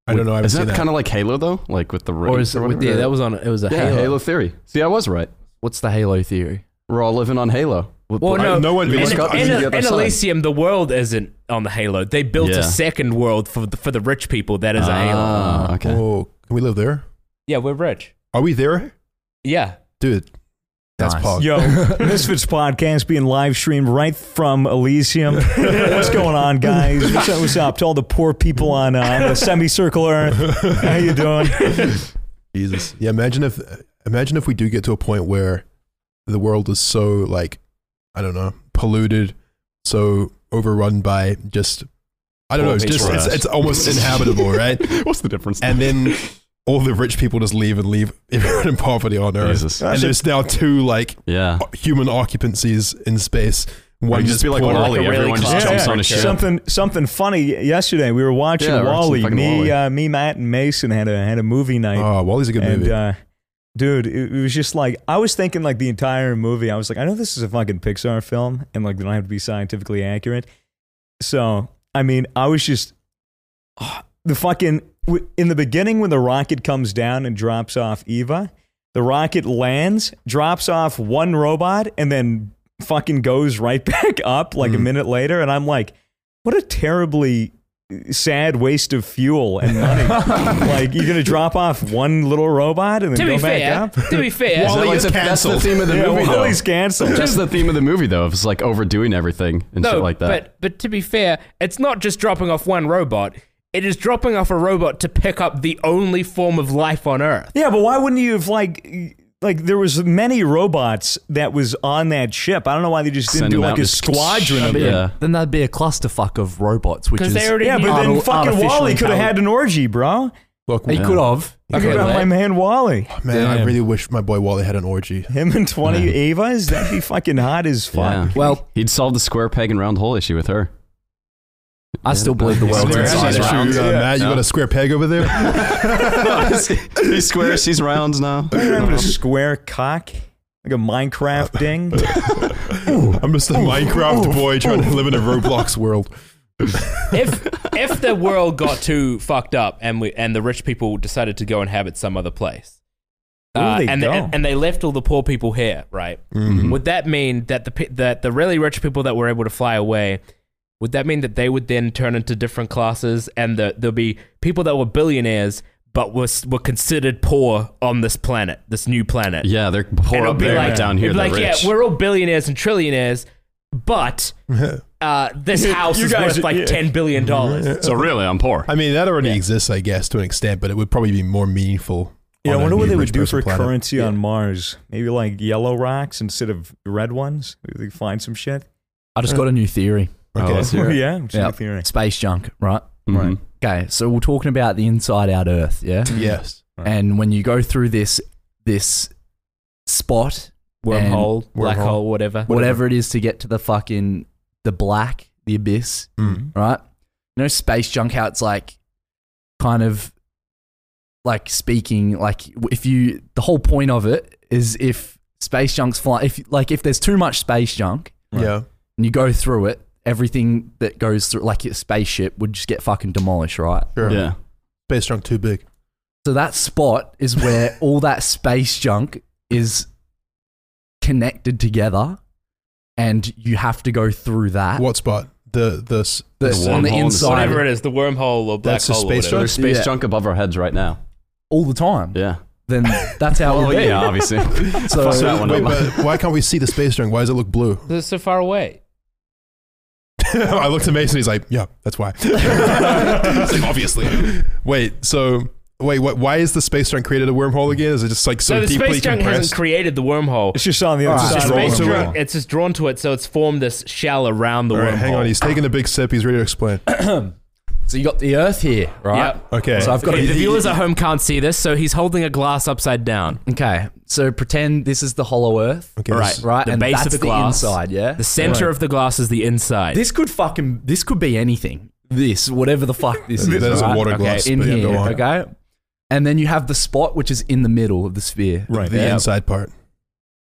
[SPEAKER 1] I don't know. I haven't
[SPEAKER 2] Is
[SPEAKER 1] seen
[SPEAKER 2] that
[SPEAKER 1] that.
[SPEAKER 2] kind of like Halo though? Like with the ring
[SPEAKER 5] is it with
[SPEAKER 2] whatever?
[SPEAKER 3] Yeah, that was on. It was a
[SPEAKER 2] yeah,
[SPEAKER 3] Halo.
[SPEAKER 2] Halo. theory. See, I was right.
[SPEAKER 5] What's the Halo theory?
[SPEAKER 2] We're all living on Halo.
[SPEAKER 3] Well,
[SPEAKER 1] I-
[SPEAKER 3] Oh, no,
[SPEAKER 1] no one-
[SPEAKER 3] In,
[SPEAKER 1] we
[SPEAKER 2] look up
[SPEAKER 3] in,
[SPEAKER 2] to the
[SPEAKER 3] in,
[SPEAKER 2] other
[SPEAKER 3] in
[SPEAKER 2] side.
[SPEAKER 3] Elysium, the world isn't on the Halo. They built
[SPEAKER 2] Yeah.
[SPEAKER 3] a second world for the, for the rich people. That is a Halo.
[SPEAKER 2] Ah, okay.
[SPEAKER 1] Oh, can we live there?
[SPEAKER 3] Yeah, we're rich.
[SPEAKER 1] Are we there,
[SPEAKER 3] Yeah.
[SPEAKER 1] dude? That's
[SPEAKER 5] Nice.
[SPEAKER 1] pog.
[SPEAKER 4] Yo, Misfits podcast being live streamed right from Elysium. What's going on, guys? What's up? What's up to all the poor people on uh, the semicircle Earth? How you doing?
[SPEAKER 1] Jesus. Yeah, imagine if imagine if we do get to a point where the world is so like I don't know, polluted, so overrun by just I don't
[SPEAKER 2] Well,
[SPEAKER 1] know, it's
[SPEAKER 2] it's
[SPEAKER 1] just it's,
[SPEAKER 2] trash.
[SPEAKER 1] it's almost inhabitable, right?
[SPEAKER 2] What's the difference?
[SPEAKER 1] And then all the rich people just leave and leave everyone in poverty on Earth.
[SPEAKER 2] Jesus.
[SPEAKER 1] And there's now two like
[SPEAKER 2] Yeah.
[SPEAKER 1] human occupancies in space. One
[SPEAKER 2] just be like
[SPEAKER 1] poor-
[SPEAKER 2] Wall-E,
[SPEAKER 3] really
[SPEAKER 2] everyone
[SPEAKER 3] clever
[SPEAKER 2] just jumps on a ship.
[SPEAKER 4] Something something funny. Yesterday we were watching
[SPEAKER 2] Yeah, we're watching
[SPEAKER 4] Wally.
[SPEAKER 2] fucking
[SPEAKER 4] Me,
[SPEAKER 2] Wall-E.
[SPEAKER 4] uh, me, Matt, and Mason had a had a movie night.
[SPEAKER 1] Oh, Wally's a good
[SPEAKER 4] and
[SPEAKER 1] movie.
[SPEAKER 4] uh, dude, it, it was just like I was thinking like the entire movie. I was like, I know this is a fucking Pixar film, and like they don't have to be scientifically accurate. So I mean, I was just ah, the fucking w- in the beginning when the rocket comes down and drops off Eva. The rocket lands, drops off one robot, and then fucking goes right back up like
[SPEAKER 2] Mm-hmm.
[SPEAKER 4] a minute later. And I'm like, what a terribly sad waste of fuel and money. like you're gonna drop off one little robot and
[SPEAKER 3] To
[SPEAKER 4] then
[SPEAKER 3] be
[SPEAKER 4] go back
[SPEAKER 3] fair,
[SPEAKER 4] up.
[SPEAKER 3] to be fair,
[SPEAKER 1] Is that
[SPEAKER 2] Wall-E
[SPEAKER 1] like
[SPEAKER 2] is
[SPEAKER 1] the-
[SPEAKER 2] that's the
[SPEAKER 1] canceled.
[SPEAKER 2] theme of the
[SPEAKER 4] Yeah,
[SPEAKER 2] movie, though.
[SPEAKER 4] Wally's canceled.
[SPEAKER 2] That's the theme of the movie, though. It's like overdoing everything and shit like that.
[SPEAKER 3] But but to be fair, it's not just dropping off one robot. It is dropping off a robot to pick up the only form of life on Earth.
[SPEAKER 4] Yeah, but why wouldn't you have like like there was many robots that was on that ship. I don't know why they just
[SPEAKER 2] Send
[SPEAKER 4] didn't do
[SPEAKER 2] them
[SPEAKER 4] like
[SPEAKER 2] out
[SPEAKER 4] a
[SPEAKER 2] and-
[SPEAKER 4] squadron of
[SPEAKER 2] But
[SPEAKER 4] them.
[SPEAKER 2] yeah.
[SPEAKER 5] Then that'd be a clusterfuck of robots, which
[SPEAKER 3] Because
[SPEAKER 5] is
[SPEAKER 3] they already
[SPEAKER 4] Yeah,
[SPEAKER 3] knew-
[SPEAKER 4] but then
[SPEAKER 5] Arti-
[SPEAKER 4] fucking
[SPEAKER 5] artificial
[SPEAKER 4] Wally could have had
[SPEAKER 5] intelligence.
[SPEAKER 4] an orgy, bro.
[SPEAKER 1] Look,
[SPEAKER 5] he
[SPEAKER 1] man,
[SPEAKER 5] could have.
[SPEAKER 4] You could have
[SPEAKER 3] but-
[SPEAKER 4] my man Wally.
[SPEAKER 1] man I
[SPEAKER 5] Damn.
[SPEAKER 1] really wish my boy Wally had an orgy.
[SPEAKER 4] Him and 20 Avas, that'd be fucking hot as fuck.
[SPEAKER 2] Yeah.
[SPEAKER 5] Well-
[SPEAKER 2] he'd solve the square peg and round hole issue with her.
[SPEAKER 5] I still believe the
[SPEAKER 2] Square
[SPEAKER 5] world's
[SPEAKER 2] Square
[SPEAKER 1] That's
[SPEAKER 2] inside
[SPEAKER 5] inside
[SPEAKER 2] is
[SPEAKER 1] true.
[SPEAKER 5] out.
[SPEAKER 2] out. round.
[SPEAKER 1] Uh,
[SPEAKER 4] Yeah.
[SPEAKER 1] Matt, you
[SPEAKER 2] No.
[SPEAKER 1] got a square peg over there?
[SPEAKER 2] he's square, she's rounds now.
[SPEAKER 4] You remember a square cock? Like a
[SPEAKER 2] Uh,
[SPEAKER 4] Minecraft ding?
[SPEAKER 1] I'm just a Minecraft boy trying to live in a Roblox world.
[SPEAKER 3] if if the world got too fucked up and we and the rich people decided to go inhabit some other place, uh,
[SPEAKER 4] Where would they
[SPEAKER 3] and,
[SPEAKER 4] go?
[SPEAKER 3] and they left all the poor people here, right? Would that mean that the pe- that the really rich people that were able to fly away? Would that mean that they would then turn into different classes, and the, there'll be people that were billionaires but were s- were considered poor on this planet, this new planet?
[SPEAKER 2] Yeah, they're
[SPEAKER 3] And
[SPEAKER 2] poor
[SPEAKER 3] it'll
[SPEAKER 2] up there, but down here
[SPEAKER 3] it'll be
[SPEAKER 2] they're
[SPEAKER 3] like,
[SPEAKER 2] rich.
[SPEAKER 3] yeah, we're all billionaires and trillionaires, but uh, this house
[SPEAKER 4] You
[SPEAKER 3] is
[SPEAKER 4] guys
[SPEAKER 3] worth
[SPEAKER 4] are-
[SPEAKER 3] like
[SPEAKER 4] yeah.
[SPEAKER 3] ten billion dollars.
[SPEAKER 2] so really, I'm poor.
[SPEAKER 1] I mean, that already exists, I guess, to an extent, but it would probably be more meaningful.
[SPEAKER 4] Yeah, I
[SPEAKER 1] on a
[SPEAKER 4] wonder what
[SPEAKER 1] new
[SPEAKER 4] they
[SPEAKER 1] rich
[SPEAKER 4] would do
[SPEAKER 1] person
[SPEAKER 4] for
[SPEAKER 1] planet.
[SPEAKER 4] currency on Mars. Maybe like yellow rocks instead of red ones. Maybe they find some shit.
[SPEAKER 5] I just got a new theory.
[SPEAKER 2] Oh,
[SPEAKER 1] Okay.
[SPEAKER 2] let's hear it.
[SPEAKER 4] yeah, just
[SPEAKER 5] Yeah.
[SPEAKER 4] a theory.
[SPEAKER 5] Space junk, right?
[SPEAKER 2] Mhm.
[SPEAKER 5] Right. Okay, so we're talking about the inside out Earth, yeah?
[SPEAKER 1] Yes.
[SPEAKER 5] And when you go through this this spot,
[SPEAKER 3] Wormhole, black
[SPEAKER 1] Wormhole.
[SPEAKER 3] hole, whatever.
[SPEAKER 5] whatever it is to get to the fucking the black, the abyss,
[SPEAKER 1] Mm.
[SPEAKER 5] right? You know space junk how it's like kind of like speaking like if you the whole point of it is if space junk's flying if like if there's too much space junk
[SPEAKER 1] Yeah.
[SPEAKER 5] and you go through it, everything that goes through, like a spaceship, would just get fucking demolished, right?
[SPEAKER 1] Sure.
[SPEAKER 2] Yeah.
[SPEAKER 1] Space junk too big.
[SPEAKER 5] So that spot is where all that space junk is connected together, and you have to go through that.
[SPEAKER 1] What spot? The the s- the,
[SPEAKER 5] That's
[SPEAKER 1] s-
[SPEAKER 5] on
[SPEAKER 2] wormhole in
[SPEAKER 5] the
[SPEAKER 2] the
[SPEAKER 5] inside
[SPEAKER 3] whatever it is, the wormhole or black
[SPEAKER 1] That's a
[SPEAKER 3] hole.
[SPEAKER 1] space
[SPEAKER 3] or
[SPEAKER 2] So
[SPEAKER 3] whatever.
[SPEAKER 2] there's space
[SPEAKER 5] Yeah.
[SPEAKER 2] junk above our heads right now.
[SPEAKER 5] all the time.
[SPEAKER 2] Yeah.
[SPEAKER 5] Then that's how. it
[SPEAKER 2] Well,
[SPEAKER 5] would be.
[SPEAKER 2] Oh, yeah, obviously.
[SPEAKER 5] Oh, So
[SPEAKER 2] Fuck that one
[SPEAKER 1] Wait,
[SPEAKER 2] up.
[SPEAKER 1] but why can't we see the space junk? Why does it look blue?
[SPEAKER 3] They're so far away.
[SPEAKER 1] I looked at Mason. He's like, "Yeah, that's why." It's like, obviously. Wait. So wait. What? Why is the space junk created a wormhole again? Is it just like so
[SPEAKER 3] no, the
[SPEAKER 1] deeply
[SPEAKER 3] space junk
[SPEAKER 1] compressed?
[SPEAKER 3] hasn't created the wormhole.
[SPEAKER 4] It's just on the other
[SPEAKER 1] Alright.
[SPEAKER 4] side.
[SPEAKER 1] It's
[SPEAKER 4] of
[SPEAKER 1] just
[SPEAKER 4] the
[SPEAKER 1] drawn
[SPEAKER 3] Space
[SPEAKER 1] to
[SPEAKER 4] world.
[SPEAKER 1] it.
[SPEAKER 3] junk, it's just drawn to it, so it's formed this shell around the
[SPEAKER 1] All
[SPEAKER 3] wormhole.
[SPEAKER 1] right, hang on. He's taking a big sip. He's ready to explain.
[SPEAKER 5] so you got the Earth here, right?
[SPEAKER 3] Yep.
[SPEAKER 1] Okay.
[SPEAKER 5] So I've got
[SPEAKER 3] Okay,
[SPEAKER 5] a
[SPEAKER 3] the viewers at home can't see this, so he's holding a glass upside down.
[SPEAKER 5] Okay, so pretend this is the hollow Earth,
[SPEAKER 1] Okay,
[SPEAKER 3] Right,
[SPEAKER 1] this-
[SPEAKER 5] right?
[SPEAKER 3] The
[SPEAKER 5] and
[SPEAKER 3] base of
[SPEAKER 5] that's
[SPEAKER 3] the glass.
[SPEAKER 5] inside, yeah.
[SPEAKER 3] The center of the glass is the inside.
[SPEAKER 5] This could fucking. This could be anything. This, whatever the fuck this is.
[SPEAKER 1] That is a
[SPEAKER 5] right?
[SPEAKER 1] water
[SPEAKER 5] Okay,
[SPEAKER 1] glass,
[SPEAKER 5] in
[SPEAKER 1] but yeah,
[SPEAKER 5] here.
[SPEAKER 1] go on.
[SPEAKER 5] Okay. And then you have the spot which is in the middle of the sphere.
[SPEAKER 1] The inside part.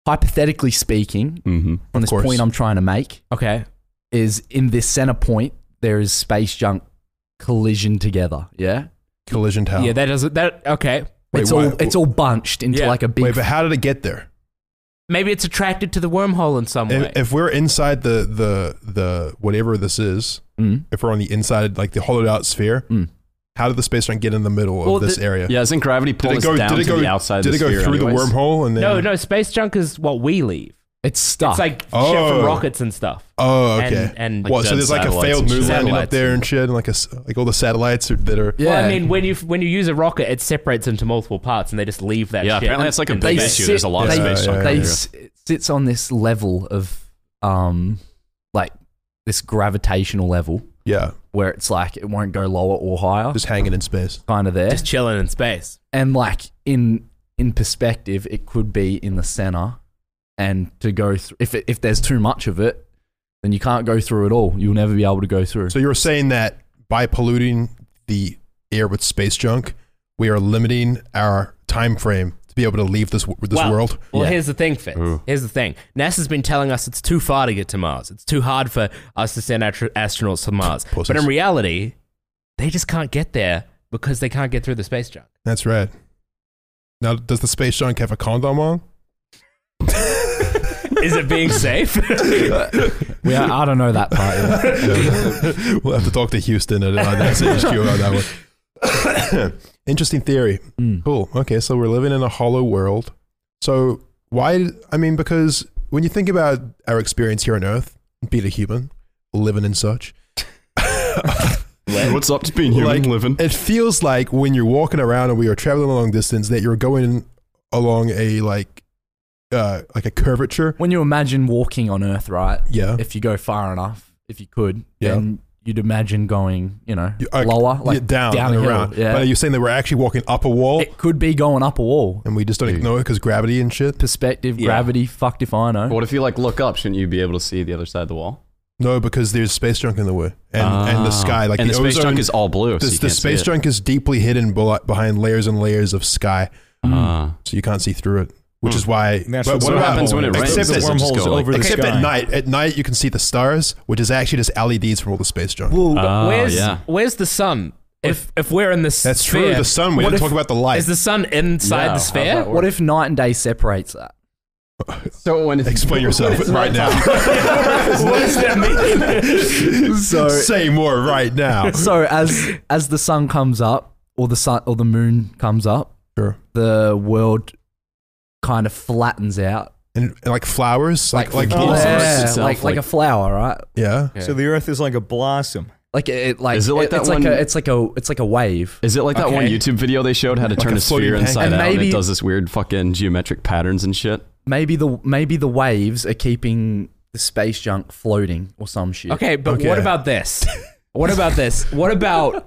[SPEAKER 5] Hypothetically speaking,
[SPEAKER 2] Mm-hmm.
[SPEAKER 5] from this
[SPEAKER 1] Mm, course.
[SPEAKER 5] point I'm trying to make,
[SPEAKER 3] okay.
[SPEAKER 5] is in this center point there is space junk collision together. Yeah.
[SPEAKER 1] Collision tower.
[SPEAKER 3] Yeah, that doesn't. That okay.
[SPEAKER 1] Wait,
[SPEAKER 5] it's
[SPEAKER 1] why-
[SPEAKER 5] all it's all bunched into
[SPEAKER 3] Yeah.
[SPEAKER 5] like a big.
[SPEAKER 1] Wait, but how did it get there?
[SPEAKER 3] Maybe it's attracted to the wormhole in some way.
[SPEAKER 1] If, if we're inside the the the whatever this is,
[SPEAKER 5] Mm.
[SPEAKER 1] if we're on the inside, like the hollowed out sphere,
[SPEAKER 5] Mm.
[SPEAKER 1] how did the space junk get in the middle
[SPEAKER 3] Well,
[SPEAKER 1] of this
[SPEAKER 3] the-
[SPEAKER 1] area?
[SPEAKER 2] Yeah, isn't gravity
[SPEAKER 1] Did
[SPEAKER 2] pulling
[SPEAKER 1] it go?
[SPEAKER 2] us down
[SPEAKER 1] Did it
[SPEAKER 2] to
[SPEAKER 1] go?
[SPEAKER 2] the outside
[SPEAKER 1] did
[SPEAKER 2] of
[SPEAKER 1] it
[SPEAKER 2] the
[SPEAKER 1] go
[SPEAKER 2] sphere
[SPEAKER 1] through
[SPEAKER 2] anyways?
[SPEAKER 1] the wormhole and then?
[SPEAKER 3] no, no, space junk is what we leave.
[SPEAKER 5] it's stuck.
[SPEAKER 3] It's like shit
[SPEAKER 1] Oh.
[SPEAKER 3] from rockets and stuff.
[SPEAKER 1] Oh, okay.
[SPEAKER 3] And, and
[SPEAKER 1] well, so
[SPEAKER 2] dead
[SPEAKER 1] there's like a
[SPEAKER 2] satellites
[SPEAKER 1] failed
[SPEAKER 2] and
[SPEAKER 1] moon
[SPEAKER 2] shit.
[SPEAKER 1] landing up
[SPEAKER 3] Satellites.
[SPEAKER 1] there and shit, and like a s- like all the satellites are, that are.
[SPEAKER 5] yeah.
[SPEAKER 3] Well, I mean, when you when you use a rocket, it separates into multiple parts, and they just leave that.
[SPEAKER 2] Yeah,
[SPEAKER 3] shit.
[SPEAKER 2] apparently it's like a
[SPEAKER 3] And
[SPEAKER 2] big
[SPEAKER 3] they-
[SPEAKER 2] issue. There's a lot of
[SPEAKER 5] they,
[SPEAKER 1] space junk
[SPEAKER 5] They
[SPEAKER 1] out
[SPEAKER 5] s- it sits on this level of um, like this gravitational level
[SPEAKER 1] Yeah,
[SPEAKER 5] where it's like it won't go lower or higher,
[SPEAKER 1] just hanging in space.
[SPEAKER 5] kind of there.
[SPEAKER 3] Just chilling in space.
[SPEAKER 5] and like in in perspective, it could be in the center, and to go through if it, if there's too much of it, then you can't go through at all. You'll never be able to go through.
[SPEAKER 1] So you're saying that by polluting the air with space junk, we are limiting our time frame to be able to leave this w- this
[SPEAKER 3] Well-
[SPEAKER 1] world.
[SPEAKER 3] Well,
[SPEAKER 5] Yeah.
[SPEAKER 3] here's the thing, Fitz.
[SPEAKER 2] Ooh.
[SPEAKER 3] Here's the thing. NASA's been telling us it's too far to get to Mars. It's too hard for us to send astro- astronauts to Mars.
[SPEAKER 1] Pussies.
[SPEAKER 3] But in reality, they just can't get there because they can't get through the space junk.
[SPEAKER 1] That's right. Now, does the space junk have a condom on?
[SPEAKER 3] Is it being safe?
[SPEAKER 5] We are, I don't know that part. yet.
[SPEAKER 1] we'll have to talk to Houston at uh, that's HQ on that one. Interesting theory.
[SPEAKER 5] Mm.
[SPEAKER 1] Cool. Okay, so we're living in a hollow world. So why? I mean, because when you think about our experience here on Earth, being a human, living and such,
[SPEAKER 2] What's up to being human
[SPEAKER 1] Like-
[SPEAKER 2] living?
[SPEAKER 1] it feels like when you're walking around and we are traveling a long distance that you're going along a like, uh, like a curvature.
[SPEAKER 5] When you imagine walking on Earth, right?
[SPEAKER 1] Yeah.
[SPEAKER 5] If you go far enough, if you could,
[SPEAKER 1] Yeah.
[SPEAKER 5] then you'd imagine going, you know,
[SPEAKER 1] You- uh,
[SPEAKER 5] lower,
[SPEAKER 1] yeah,
[SPEAKER 5] like
[SPEAKER 1] down,
[SPEAKER 5] down
[SPEAKER 1] and
[SPEAKER 5] a hill,
[SPEAKER 1] around.
[SPEAKER 5] yeah.
[SPEAKER 1] But you're saying that we're actually walking up a wall
[SPEAKER 5] it could be going up a wall.
[SPEAKER 1] and we just
[SPEAKER 2] Mm.
[SPEAKER 1] don't know it because gravity and shit.
[SPEAKER 5] Perspective, gravity, fucked if I know.
[SPEAKER 2] What if you like look up? Shouldn't you be able to see the other side of the wall?
[SPEAKER 1] No, because there's space junk in the way, and and the
[SPEAKER 2] Ah.
[SPEAKER 1] sky like
[SPEAKER 2] and the, space
[SPEAKER 1] ozone,
[SPEAKER 2] junk is all blue. so
[SPEAKER 1] the,
[SPEAKER 2] you
[SPEAKER 1] the
[SPEAKER 2] can't see
[SPEAKER 1] space
[SPEAKER 2] it.
[SPEAKER 1] junk is deeply hidden bel- behind layers and layers of sky,
[SPEAKER 2] Ah.
[SPEAKER 1] so you can't see through it. Which
[SPEAKER 2] Hmm.
[SPEAKER 1] is why.
[SPEAKER 4] And that's
[SPEAKER 1] but
[SPEAKER 4] what
[SPEAKER 1] what
[SPEAKER 4] the
[SPEAKER 1] about-
[SPEAKER 2] happens when it
[SPEAKER 4] wormhole is.
[SPEAKER 2] rains?
[SPEAKER 1] Except,
[SPEAKER 4] The
[SPEAKER 2] It's
[SPEAKER 1] that-
[SPEAKER 2] just
[SPEAKER 4] wormhole's
[SPEAKER 2] go like-
[SPEAKER 4] over the
[SPEAKER 1] except
[SPEAKER 4] sky.
[SPEAKER 1] at night. At night, you can see the stars, which is actually just LEDs from all the space junk.
[SPEAKER 2] Oh,
[SPEAKER 3] where's
[SPEAKER 2] yeah.
[SPEAKER 3] where's the sun? Ah, If if we're in this
[SPEAKER 1] That's true. The sun. We
[SPEAKER 3] what
[SPEAKER 1] didn't
[SPEAKER 3] if-
[SPEAKER 1] talk about the light.
[SPEAKER 3] Is the sun inside
[SPEAKER 2] Yeah,
[SPEAKER 3] the
[SPEAKER 2] how's that
[SPEAKER 3] sphere?
[SPEAKER 2] work?
[SPEAKER 5] What if night and day separates that?
[SPEAKER 2] So when it's
[SPEAKER 1] Explain yourself right now.
[SPEAKER 3] what does that mean?
[SPEAKER 5] So,
[SPEAKER 1] Say more right now.
[SPEAKER 5] so as as the sun comes up, or the sun or the moon comes up,
[SPEAKER 1] Sure.
[SPEAKER 5] the world kind of flattens out,
[SPEAKER 1] And, and like flowers, like like,
[SPEAKER 4] Oh,
[SPEAKER 1] blossoms.
[SPEAKER 4] yeah.
[SPEAKER 5] yeah,
[SPEAKER 2] itself,
[SPEAKER 5] like, like
[SPEAKER 2] like-
[SPEAKER 5] a flower, right?
[SPEAKER 1] Yeah.
[SPEAKER 4] So the Earth is like a blossom.
[SPEAKER 5] Like it, it like,
[SPEAKER 2] Is it like that
[SPEAKER 5] it's
[SPEAKER 2] one-
[SPEAKER 5] like a it's like a it's like a wave.
[SPEAKER 2] Is it like that one
[SPEAKER 3] Okay.
[SPEAKER 2] YouTube video they showed how to turn
[SPEAKER 1] a
[SPEAKER 2] a sphere
[SPEAKER 1] floating
[SPEAKER 2] inside
[SPEAKER 5] pancake.
[SPEAKER 2] out and
[SPEAKER 5] Maybe-
[SPEAKER 2] it does this weird fucking geometric patterns and shit?
[SPEAKER 5] Maybe the maybe the waves are keeping the space junk floating or some shit.
[SPEAKER 3] Okay, but
[SPEAKER 1] Okay.
[SPEAKER 3] what about this? What about this? What about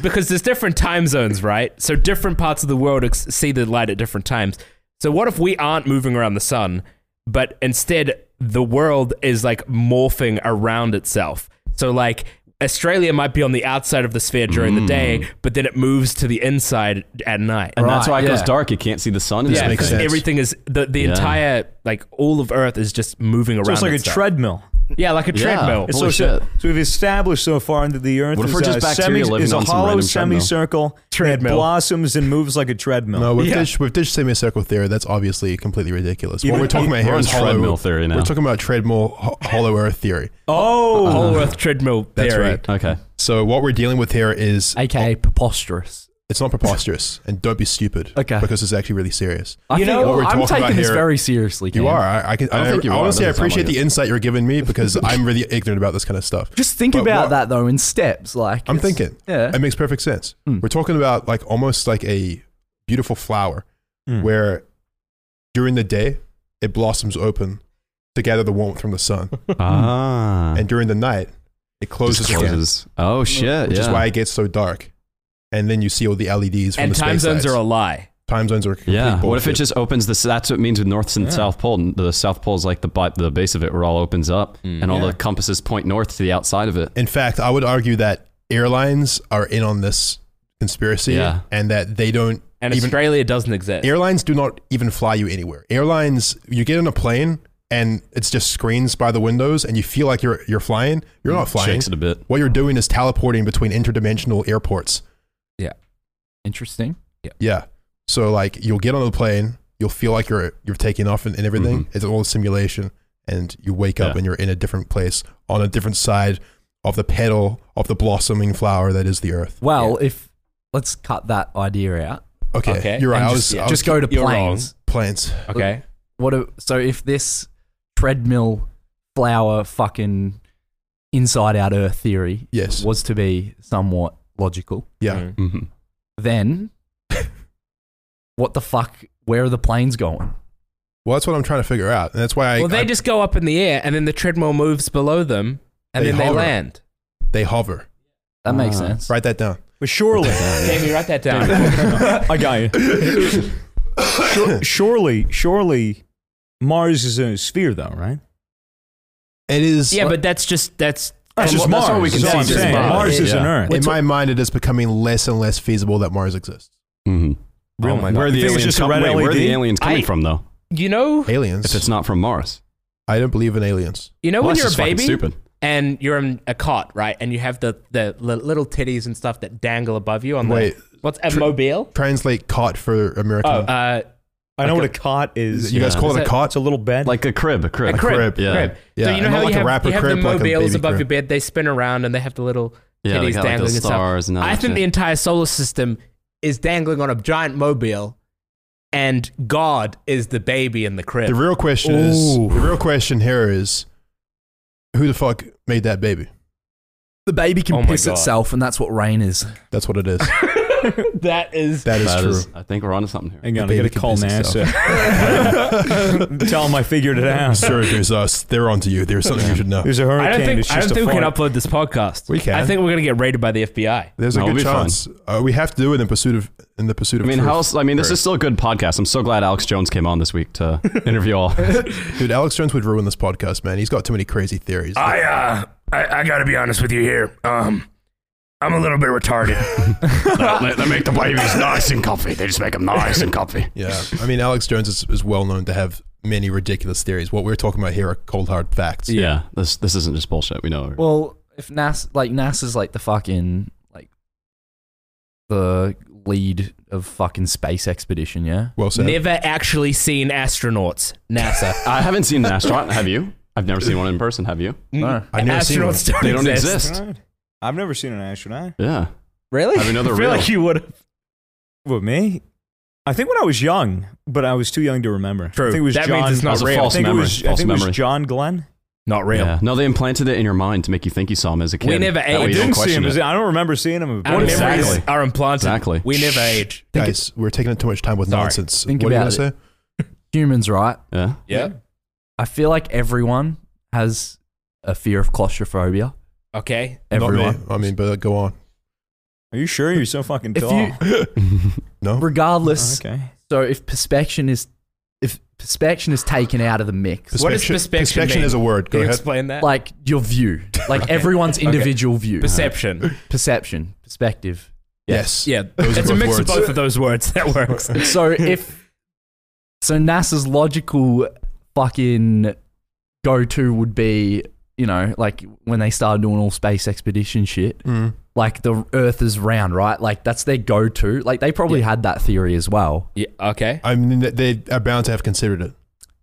[SPEAKER 3] because there's different time zones, right? So different parts of the world ex- see the light at different times. So what if we aren't moving around the sun, but instead the world is like morphing around itself? So like Australia might be on the outside of the sphere during the
[SPEAKER 1] Mm.
[SPEAKER 3] day, but then it moves to the inside at night.
[SPEAKER 2] And that's
[SPEAKER 5] Right,
[SPEAKER 2] why it goes
[SPEAKER 5] yeah.
[SPEAKER 2] dark. You can't see the sun. and
[SPEAKER 3] Yeah,
[SPEAKER 1] makes
[SPEAKER 2] everything.
[SPEAKER 3] because
[SPEAKER 1] sense.
[SPEAKER 3] everything is the, the
[SPEAKER 2] Yeah.
[SPEAKER 3] entire like all of Earth is just moving around.
[SPEAKER 4] So it's like a
[SPEAKER 3] itself.
[SPEAKER 4] treadmill.
[SPEAKER 3] Yeah, like a
[SPEAKER 2] Yeah.
[SPEAKER 3] treadmill.
[SPEAKER 2] Holy
[SPEAKER 4] so,
[SPEAKER 2] shit.
[SPEAKER 4] so we've established so far that the Earth
[SPEAKER 2] What if
[SPEAKER 4] is
[SPEAKER 2] we're just
[SPEAKER 4] a,
[SPEAKER 2] bacteria
[SPEAKER 4] semi,
[SPEAKER 2] living
[SPEAKER 4] is a
[SPEAKER 2] on some
[SPEAKER 4] hollow
[SPEAKER 2] random treadmill?
[SPEAKER 4] semicircle that
[SPEAKER 3] Treadmill.
[SPEAKER 4] blossoms and moves like a treadmill.
[SPEAKER 1] No, with
[SPEAKER 3] Yeah.
[SPEAKER 1] dish with dish semicircle theory, that's obviously completely ridiculous. What
[SPEAKER 4] Even-
[SPEAKER 1] we're talking about here
[SPEAKER 2] We're on
[SPEAKER 1] is hollow-
[SPEAKER 2] treadmill theory now.
[SPEAKER 1] We're talking about treadmill ho- hollow earth theory.
[SPEAKER 4] Oh,
[SPEAKER 3] whole Earth treadmill
[SPEAKER 1] That's
[SPEAKER 3] theory.
[SPEAKER 1] right.
[SPEAKER 2] Okay.
[SPEAKER 1] So what we're dealing with here is
[SPEAKER 5] aka preposterous.
[SPEAKER 1] it's not preposterous, and don't be stupid.
[SPEAKER 5] Okay.
[SPEAKER 1] because it's actually really serious.
[SPEAKER 5] I
[SPEAKER 3] You
[SPEAKER 5] think-
[SPEAKER 3] know what
[SPEAKER 1] we're
[SPEAKER 5] I'm
[SPEAKER 1] talking about
[SPEAKER 5] taking this
[SPEAKER 1] here-
[SPEAKER 5] very seriously.
[SPEAKER 1] You
[SPEAKER 5] Cam.
[SPEAKER 1] are. I, I can. I,
[SPEAKER 2] don't think you are.
[SPEAKER 1] honestly, I
[SPEAKER 2] Doesn't sound
[SPEAKER 1] appreciate
[SPEAKER 2] like
[SPEAKER 1] the insight you're giving me because I'm really ignorant about this kind of stuff.
[SPEAKER 5] Just think
[SPEAKER 1] But
[SPEAKER 5] about
[SPEAKER 1] what-
[SPEAKER 5] that though in steps. Like
[SPEAKER 1] I'm
[SPEAKER 5] it's-
[SPEAKER 1] thinking.
[SPEAKER 5] Yeah.
[SPEAKER 1] It makes perfect sense.
[SPEAKER 2] Mm.
[SPEAKER 5] Hmm.
[SPEAKER 1] We're talking about like almost like a beautiful flower
[SPEAKER 2] Mm.
[SPEAKER 4] Hmm.
[SPEAKER 1] where during the day it blossoms open to gather the warmth from the sun,
[SPEAKER 2] Ah.
[SPEAKER 1] and during the night it closes,
[SPEAKER 2] Just
[SPEAKER 1] again,
[SPEAKER 2] closes. Oh shit!
[SPEAKER 1] which
[SPEAKER 2] yeah.
[SPEAKER 1] is why it gets so dark. And then you see all the LEDs from
[SPEAKER 3] and
[SPEAKER 1] the space
[SPEAKER 3] time zones
[SPEAKER 1] lights.
[SPEAKER 3] are a lie.
[SPEAKER 1] time zones are complete
[SPEAKER 2] Yeah. What if it
[SPEAKER 1] bullshit.
[SPEAKER 2] just opens this? That's what it means with North and
[SPEAKER 4] Yeah.
[SPEAKER 2] South Pole. and The South Pole is like the bi- the base of it, where it all opens up, and all
[SPEAKER 4] Yeah.
[SPEAKER 2] the compasses point north to the outside of it.
[SPEAKER 1] In fact, I would argue that airlines are in on this conspiracy
[SPEAKER 2] Yeah.
[SPEAKER 1] and that they don't
[SPEAKER 3] And
[SPEAKER 1] even
[SPEAKER 3] Australia doesn't exist.
[SPEAKER 1] airlines do not even fly you anywhere. Airlines, you get on a plane and it's just screens by the windows and you feel like you're you're flying. You're not flying.
[SPEAKER 2] Mm, Shakes it a bit.
[SPEAKER 1] What you're doing is teleporting between interdimensional airports.
[SPEAKER 5] Interesting.
[SPEAKER 1] Yeah. So like you'll get on the plane, you'll feel like you're you're taking off and, and everything. It's all a simulation, and you wake up
[SPEAKER 2] Yeah.
[SPEAKER 1] and you're in a different place on a different side of the petal of the blossoming flower that is the earth.
[SPEAKER 5] Well, if let's cut that idea out.
[SPEAKER 1] Okay,
[SPEAKER 3] Okay.
[SPEAKER 1] you're right.
[SPEAKER 5] and
[SPEAKER 1] I was,
[SPEAKER 5] just,
[SPEAKER 1] I was
[SPEAKER 5] just go to
[SPEAKER 3] you're wrong.
[SPEAKER 5] planes.
[SPEAKER 1] plants.
[SPEAKER 3] Okay.
[SPEAKER 5] What? A, so if this treadmill flower fucking inside out Earth theory
[SPEAKER 1] Yes.
[SPEAKER 5] was to be somewhat logical,
[SPEAKER 1] Yeah.
[SPEAKER 3] Mm.
[SPEAKER 2] hmm
[SPEAKER 5] then what the fuck? Where are the planes going?
[SPEAKER 1] Well, that's what I'm trying to figure out, and that's why I,
[SPEAKER 3] well, they
[SPEAKER 1] I-
[SPEAKER 3] just go up in the air and then the treadmill moves below them and
[SPEAKER 1] They
[SPEAKER 3] then they
[SPEAKER 1] hover.
[SPEAKER 3] land.
[SPEAKER 1] they hover.
[SPEAKER 5] That makes
[SPEAKER 2] Ah.
[SPEAKER 5] sense.
[SPEAKER 1] Write that down.
[SPEAKER 4] But surely,
[SPEAKER 3] Jamie, write that down.
[SPEAKER 4] I got you. Sure, surely, surely, Mars is a sphere, though, right?
[SPEAKER 1] It is.
[SPEAKER 3] yeah, but that's just that's
[SPEAKER 4] That's just Mars.
[SPEAKER 2] that's what we can
[SPEAKER 4] is
[SPEAKER 2] see,
[SPEAKER 4] I'm
[SPEAKER 2] just
[SPEAKER 4] saying.
[SPEAKER 2] Mars.
[SPEAKER 4] Mars is
[SPEAKER 2] Yeah.
[SPEAKER 4] an Earth.
[SPEAKER 1] in my mind, it is becoming less and less feasible that Mars exists.
[SPEAKER 2] Mhm.
[SPEAKER 6] Oh my
[SPEAKER 2] Where are
[SPEAKER 6] God.
[SPEAKER 2] the
[SPEAKER 4] If it was
[SPEAKER 2] aliens
[SPEAKER 4] just a
[SPEAKER 2] com-
[SPEAKER 4] red
[SPEAKER 2] wait, Where are the
[SPEAKER 4] LED?
[SPEAKER 2] aliens coming
[SPEAKER 3] I-
[SPEAKER 2] from though?
[SPEAKER 3] you know
[SPEAKER 1] Aliens.
[SPEAKER 2] If E it's not from Mars,
[SPEAKER 1] I don't believe in aliens.
[SPEAKER 3] you know
[SPEAKER 2] Well,
[SPEAKER 3] Oh, when
[SPEAKER 2] that's
[SPEAKER 3] you're a
[SPEAKER 2] just fucking
[SPEAKER 3] baby
[SPEAKER 2] stupid.
[SPEAKER 3] and you're in a cot, right? And you have the, the li- little titties and stuff that dangle above you on
[SPEAKER 1] Wait.
[SPEAKER 3] the what's a mobile?
[SPEAKER 1] Translate cot for American.
[SPEAKER 3] Oh, uh,
[SPEAKER 4] I know what a cot is.
[SPEAKER 1] you guys
[SPEAKER 2] yeah.
[SPEAKER 1] call
[SPEAKER 3] Is
[SPEAKER 1] it a
[SPEAKER 3] that-
[SPEAKER 1] cot?
[SPEAKER 4] It's a little bed.
[SPEAKER 2] Like a crib, a crib,
[SPEAKER 3] a crib,
[SPEAKER 1] crib,
[SPEAKER 2] yeah.
[SPEAKER 3] crib.
[SPEAKER 1] Yeah,
[SPEAKER 3] so you
[SPEAKER 1] and
[SPEAKER 3] know how
[SPEAKER 1] not
[SPEAKER 3] you
[SPEAKER 1] the
[SPEAKER 3] have,
[SPEAKER 1] rapper
[SPEAKER 3] you have
[SPEAKER 1] crib,
[SPEAKER 3] the
[SPEAKER 1] like a
[SPEAKER 3] mobiles
[SPEAKER 1] baby
[SPEAKER 3] above
[SPEAKER 1] crib.
[SPEAKER 3] your bed. They spin around and they have the little
[SPEAKER 2] Yeah, they
[SPEAKER 3] titties
[SPEAKER 2] got, like,
[SPEAKER 3] dangling
[SPEAKER 2] those
[SPEAKER 3] and stuff.
[SPEAKER 2] stars and all
[SPEAKER 3] I
[SPEAKER 2] that
[SPEAKER 3] think the
[SPEAKER 2] shit.
[SPEAKER 3] entire solar system is dangling on a giant mobile, and God is the baby in the crib.
[SPEAKER 1] The real question is the real question here is who the fuck made that baby?
[SPEAKER 5] The baby can
[SPEAKER 3] Oh my
[SPEAKER 5] piss
[SPEAKER 3] God.
[SPEAKER 5] itself, and that's what rain is.
[SPEAKER 1] That's what it is.
[SPEAKER 3] that is
[SPEAKER 1] That is
[SPEAKER 2] That
[SPEAKER 1] true.
[SPEAKER 2] is- I think we're onto something here.
[SPEAKER 4] Hang on,
[SPEAKER 1] The
[SPEAKER 4] I
[SPEAKER 1] baby
[SPEAKER 4] gotta
[SPEAKER 1] can
[SPEAKER 4] call
[SPEAKER 1] piss itself.
[SPEAKER 4] NASA. Tell them I figured it out.
[SPEAKER 1] Sure, there's us. They're onto you. There's something you should know.
[SPEAKER 4] There's a
[SPEAKER 3] I
[SPEAKER 4] hurricane.
[SPEAKER 3] don't
[SPEAKER 4] it's
[SPEAKER 3] think I
[SPEAKER 4] just
[SPEAKER 3] don't
[SPEAKER 4] a
[SPEAKER 3] think we can
[SPEAKER 4] fart.
[SPEAKER 3] upload this podcast.
[SPEAKER 1] We can.
[SPEAKER 3] I think we're gonna get raided by the FBI.
[SPEAKER 1] There's a
[SPEAKER 2] No,
[SPEAKER 1] good
[SPEAKER 2] it'll be fine.
[SPEAKER 1] chance. Uh, we have to do it in pursuit of in the pursuit
[SPEAKER 2] I
[SPEAKER 1] of
[SPEAKER 2] mean,
[SPEAKER 1] truth.
[SPEAKER 2] how else? I mean, this
[SPEAKER 1] Right.
[SPEAKER 2] is still a good podcast. I'm so glad Alex Jones came on this week to interview all.
[SPEAKER 1] Dude, Alex Jones would ruin this podcast, man. He's got too many crazy theories.
[SPEAKER 2] Ah,
[SPEAKER 8] I uh, I, I got to be honest with you here. Um, I'm a little bit retarded.
[SPEAKER 2] they, make the babies nice and comfy. They just make them nice and comfy.
[SPEAKER 1] yeah. I mean, Alex Jones is, is well known to have many ridiculous theories. What we're talking about here are cold hard facts.
[SPEAKER 2] Yeah, this this isn't just bullshit. We know.
[SPEAKER 5] Well, if NASA, like NASA's, like the fucking like the lead of fucking space expedition, yeah.
[SPEAKER 1] Well said.
[SPEAKER 3] Never actually seen astronauts. NASA.
[SPEAKER 2] I haven't seen an astronaut. Have you? I've never seen one in person. Have you?
[SPEAKER 5] No.
[SPEAKER 1] I've never seen one.
[SPEAKER 3] Mm. astronauts don't
[SPEAKER 2] They don't
[SPEAKER 3] exist.
[SPEAKER 2] exist.
[SPEAKER 4] Alright. I've never seen an astronaut.
[SPEAKER 2] Yeah.
[SPEAKER 3] Really?
[SPEAKER 2] I mean, no, they're
[SPEAKER 3] I feel
[SPEAKER 2] real.
[SPEAKER 3] like you would have.
[SPEAKER 4] With me? I think when I was young, but I was too young to remember.
[SPEAKER 3] True.
[SPEAKER 4] I think it was
[SPEAKER 3] That
[SPEAKER 4] John.
[SPEAKER 3] means it's not
[SPEAKER 4] I think
[SPEAKER 2] real.
[SPEAKER 4] it was- I think, it was,
[SPEAKER 2] False memory. False memory.
[SPEAKER 4] John Glenn.
[SPEAKER 3] Not real.
[SPEAKER 2] Yeah. No, they implanted it in your mind to make you think you saw him as a kid.
[SPEAKER 3] We never
[SPEAKER 2] That way you
[SPEAKER 3] ate- I
[SPEAKER 2] don't
[SPEAKER 4] didn't see
[SPEAKER 2] question
[SPEAKER 4] him.
[SPEAKER 2] it.
[SPEAKER 4] I don't remember seeing him.
[SPEAKER 3] Our
[SPEAKER 2] Exactly.
[SPEAKER 3] memories are implanted.
[SPEAKER 2] Exactly.
[SPEAKER 3] We never age.
[SPEAKER 1] Guys, we're taking up too much time with
[SPEAKER 3] Sorry.
[SPEAKER 1] nonsense.
[SPEAKER 5] Think
[SPEAKER 1] what do you
[SPEAKER 5] about
[SPEAKER 1] to say?
[SPEAKER 5] Humans, right?
[SPEAKER 2] Yeah.
[SPEAKER 3] Yeah.
[SPEAKER 5] I feel like everyone has a fear of claustrophobia.
[SPEAKER 3] Okay.
[SPEAKER 5] Everyone,
[SPEAKER 1] Not me. I mean, but go on.
[SPEAKER 4] Are you sure you're so fucking
[SPEAKER 5] If
[SPEAKER 4] tall?
[SPEAKER 5] you-
[SPEAKER 1] No?
[SPEAKER 5] regardless.
[SPEAKER 4] okay.
[SPEAKER 5] So if perspection is if perspection is taken out of the mix,
[SPEAKER 3] What does
[SPEAKER 1] Perspection-
[SPEAKER 3] perspection
[SPEAKER 1] Perspection
[SPEAKER 3] mean?
[SPEAKER 1] is a word. Go
[SPEAKER 3] Can you
[SPEAKER 1] ahead.
[SPEAKER 3] explain that?
[SPEAKER 5] like your view, like everyone's individual view, Uh-huh.
[SPEAKER 3] Perception.
[SPEAKER 5] perception, perspective.
[SPEAKER 1] Yes.
[SPEAKER 3] Yeah.
[SPEAKER 1] Those are
[SPEAKER 3] it's a
[SPEAKER 1] both
[SPEAKER 3] mix of
[SPEAKER 1] words.
[SPEAKER 3] both of those words. That works.
[SPEAKER 5] So if so, NASA's logical fucking go to would be you know like when they started doing all space expedition shit,
[SPEAKER 1] Mm.
[SPEAKER 5] like the Earth is round, right? Like that's their go to. Like they probably had that theory as well.
[SPEAKER 3] yeah. Okay.
[SPEAKER 1] I mean, they are bound to have considered it.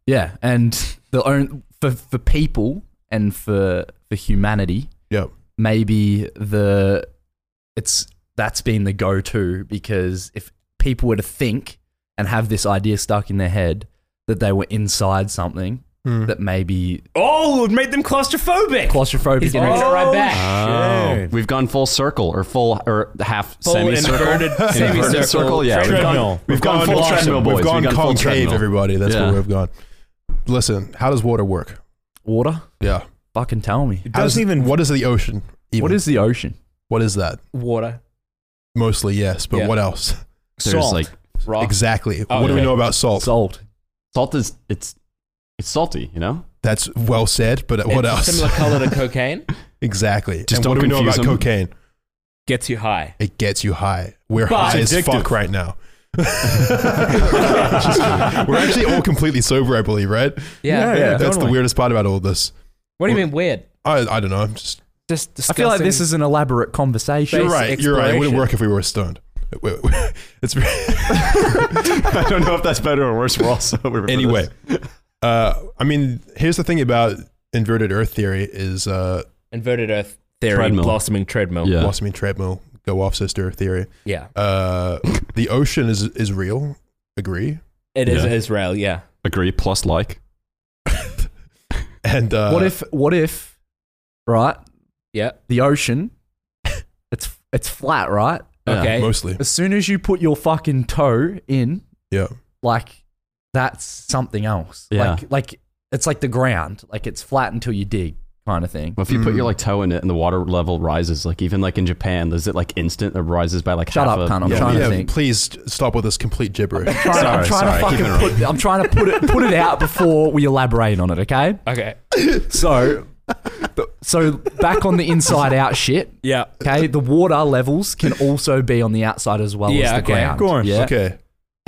[SPEAKER 5] Yeah, and the own for for people and for for humanity.
[SPEAKER 1] Yep.
[SPEAKER 5] Maybe the it's that's been the go to because if people were to think and have this idea stuck in their head that they were inside something
[SPEAKER 1] Hmm.
[SPEAKER 5] that maybe
[SPEAKER 3] Oh, it made them claustrophobic.
[SPEAKER 5] claustrophobic
[SPEAKER 3] He's
[SPEAKER 5] and
[SPEAKER 3] bringing it right back.
[SPEAKER 2] Oh,
[SPEAKER 4] Shit.
[SPEAKER 2] we've gone full circle or full or half
[SPEAKER 3] Full
[SPEAKER 2] semicircle.
[SPEAKER 3] inverted semicircle.
[SPEAKER 2] circle, yeah. We've
[SPEAKER 4] Treadmill.
[SPEAKER 2] gone, we've gone full treadmill, boys.
[SPEAKER 1] We've gone
[SPEAKER 2] we've gone full
[SPEAKER 1] concave,
[SPEAKER 2] treadmill.
[SPEAKER 1] everybody. That's
[SPEAKER 2] Yeah.
[SPEAKER 1] where we've gone. Listen, how does water work?
[SPEAKER 5] water.
[SPEAKER 1] Yeah.
[SPEAKER 5] Fucking tell me.
[SPEAKER 4] It
[SPEAKER 1] How does-
[SPEAKER 4] doesn't even.
[SPEAKER 1] What is the ocean? even?
[SPEAKER 5] What is the ocean?
[SPEAKER 1] What is that?
[SPEAKER 3] Water.
[SPEAKER 1] Mostly yes, but
[SPEAKER 3] Yeah.
[SPEAKER 1] what else?
[SPEAKER 2] There's
[SPEAKER 4] Salt.
[SPEAKER 2] like
[SPEAKER 3] Rock.
[SPEAKER 1] Exactly.
[SPEAKER 3] Oh,
[SPEAKER 1] what do we
[SPEAKER 3] okay.
[SPEAKER 1] know about salt?
[SPEAKER 5] Salt.
[SPEAKER 2] salt is it's it's salty, you know.
[SPEAKER 1] That's well said, but what
[SPEAKER 3] It's
[SPEAKER 1] else?
[SPEAKER 3] Similar color to cocaine.
[SPEAKER 1] exactly.
[SPEAKER 2] Just
[SPEAKER 1] and
[SPEAKER 2] don't
[SPEAKER 1] what do we know
[SPEAKER 2] confuse
[SPEAKER 1] about
[SPEAKER 2] them.
[SPEAKER 1] cocaine?
[SPEAKER 3] Gets you high.
[SPEAKER 1] It gets you high. We're
[SPEAKER 3] But-
[SPEAKER 1] high as
[SPEAKER 4] It's addictive.
[SPEAKER 1] fuck right now. We're actually all completely sober, I believe, right?
[SPEAKER 3] Yeah.
[SPEAKER 5] yeah,
[SPEAKER 1] That's the
[SPEAKER 4] totally.
[SPEAKER 1] weirdest part about all this.
[SPEAKER 3] What do you mean weird?
[SPEAKER 1] I, I don't know. I'm just
[SPEAKER 3] Just
[SPEAKER 5] I feel like this is an elaborate conversation.
[SPEAKER 1] You're
[SPEAKER 3] Space
[SPEAKER 1] right. You're right. It wouldn't
[SPEAKER 3] exploration.
[SPEAKER 1] work if we were stoned. Wait, wait, wait. It's
[SPEAKER 2] I don't know if that's better or worse. We're all sober.
[SPEAKER 1] anyway. Uh, I mean, here's the thing about inverted Earth theory: is uh,
[SPEAKER 3] inverted earth theory,
[SPEAKER 2] Treadmill.
[SPEAKER 3] blossoming treadmill.
[SPEAKER 2] Yeah.
[SPEAKER 1] blossoming treadmill, go off sister theory.
[SPEAKER 3] Yeah.
[SPEAKER 1] Uh, the ocean is is real. Agree.
[SPEAKER 3] It is
[SPEAKER 2] Yeah.
[SPEAKER 3] Israel. Yeah.
[SPEAKER 2] Agree plus like.
[SPEAKER 1] And uh,
[SPEAKER 5] what if what if right?
[SPEAKER 3] Yeah.
[SPEAKER 5] the ocean. It's it's flat, right?
[SPEAKER 2] Yeah.
[SPEAKER 3] Okay.
[SPEAKER 1] mostly?
[SPEAKER 5] As soon as you put your fucking toe in,
[SPEAKER 1] Yeah.
[SPEAKER 5] like that's something else.
[SPEAKER 2] Yeah.
[SPEAKER 5] Like like it's like the ground. Like it's flat until you dig kind of thing.
[SPEAKER 2] Well, if you put your like toe in it and the water level rises, like even like in Japan, is it like instant? It rises by like
[SPEAKER 5] Shut
[SPEAKER 2] half
[SPEAKER 5] up,
[SPEAKER 2] a-
[SPEAKER 5] cunt. I'm trying to think.
[SPEAKER 1] please stop with this complete gibberish.
[SPEAKER 5] Trying- I'm trying
[SPEAKER 2] sorry,
[SPEAKER 5] to
[SPEAKER 2] keep
[SPEAKER 5] fucking put, I'm trying to put it put it out before we elaborate on it, okay?
[SPEAKER 3] Okay.
[SPEAKER 5] So so back on the inside out shit.
[SPEAKER 3] Yeah.
[SPEAKER 5] Okay, the water levels can also be on the outside as well as
[SPEAKER 3] Yeah,
[SPEAKER 5] the
[SPEAKER 3] okay,
[SPEAKER 5] ground.
[SPEAKER 4] of course.
[SPEAKER 5] Yeah.
[SPEAKER 1] okay.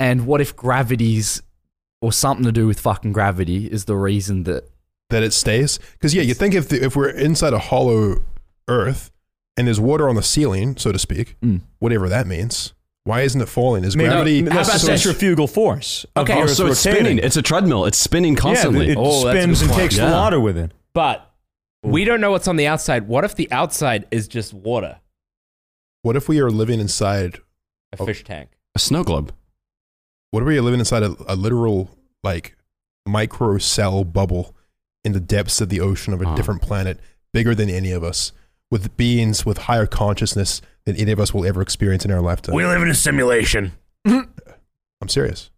[SPEAKER 5] And what if gravity's or something to do with fucking gravity is the reason that
[SPEAKER 1] That it stays? Because, yeah, you think if, the, if we're inside a hollow earth and there's water on the ceiling, so to speak,
[SPEAKER 5] Mm.
[SPEAKER 1] whatever that means, why isn't it falling? Is
[SPEAKER 4] Maybe-
[SPEAKER 1] gravity.
[SPEAKER 4] no, that's
[SPEAKER 3] about
[SPEAKER 4] the
[SPEAKER 3] this?
[SPEAKER 4] centrifugal force. of the
[SPEAKER 2] Oh,
[SPEAKER 4] Earth
[SPEAKER 2] so it's
[SPEAKER 4] rotating.
[SPEAKER 2] spinning. It's a treadmill. It's spinning constantly.
[SPEAKER 4] Yeah, it, it
[SPEAKER 3] Oh, that's a
[SPEAKER 4] spins
[SPEAKER 3] good
[SPEAKER 4] and
[SPEAKER 3] point.
[SPEAKER 4] takes the
[SPEAKER 2] Yeah.
[SPEAKER 4] water with it.
[SPEAKER 3] But we don't know what's on the outside. What if the outside is just water?
[SPEAKER 1] What if we are living inside?
[SPEAKER 3] A fish tank.
[SPEAKER 2] a snow globe.
[SPEAKER 1] What if we are living inside a, a literal, like, micro cell bubble in the depths of the ocean of a
[SPEAKER 2] Ah.
[SPEAKER 1] different planet, bigger than any of us, with beings with higher consciousness than any of us will ever experience in our lifetime?
[SPEAKER 8] We live in a simulation.
[SPEAKER 1] I'm serious.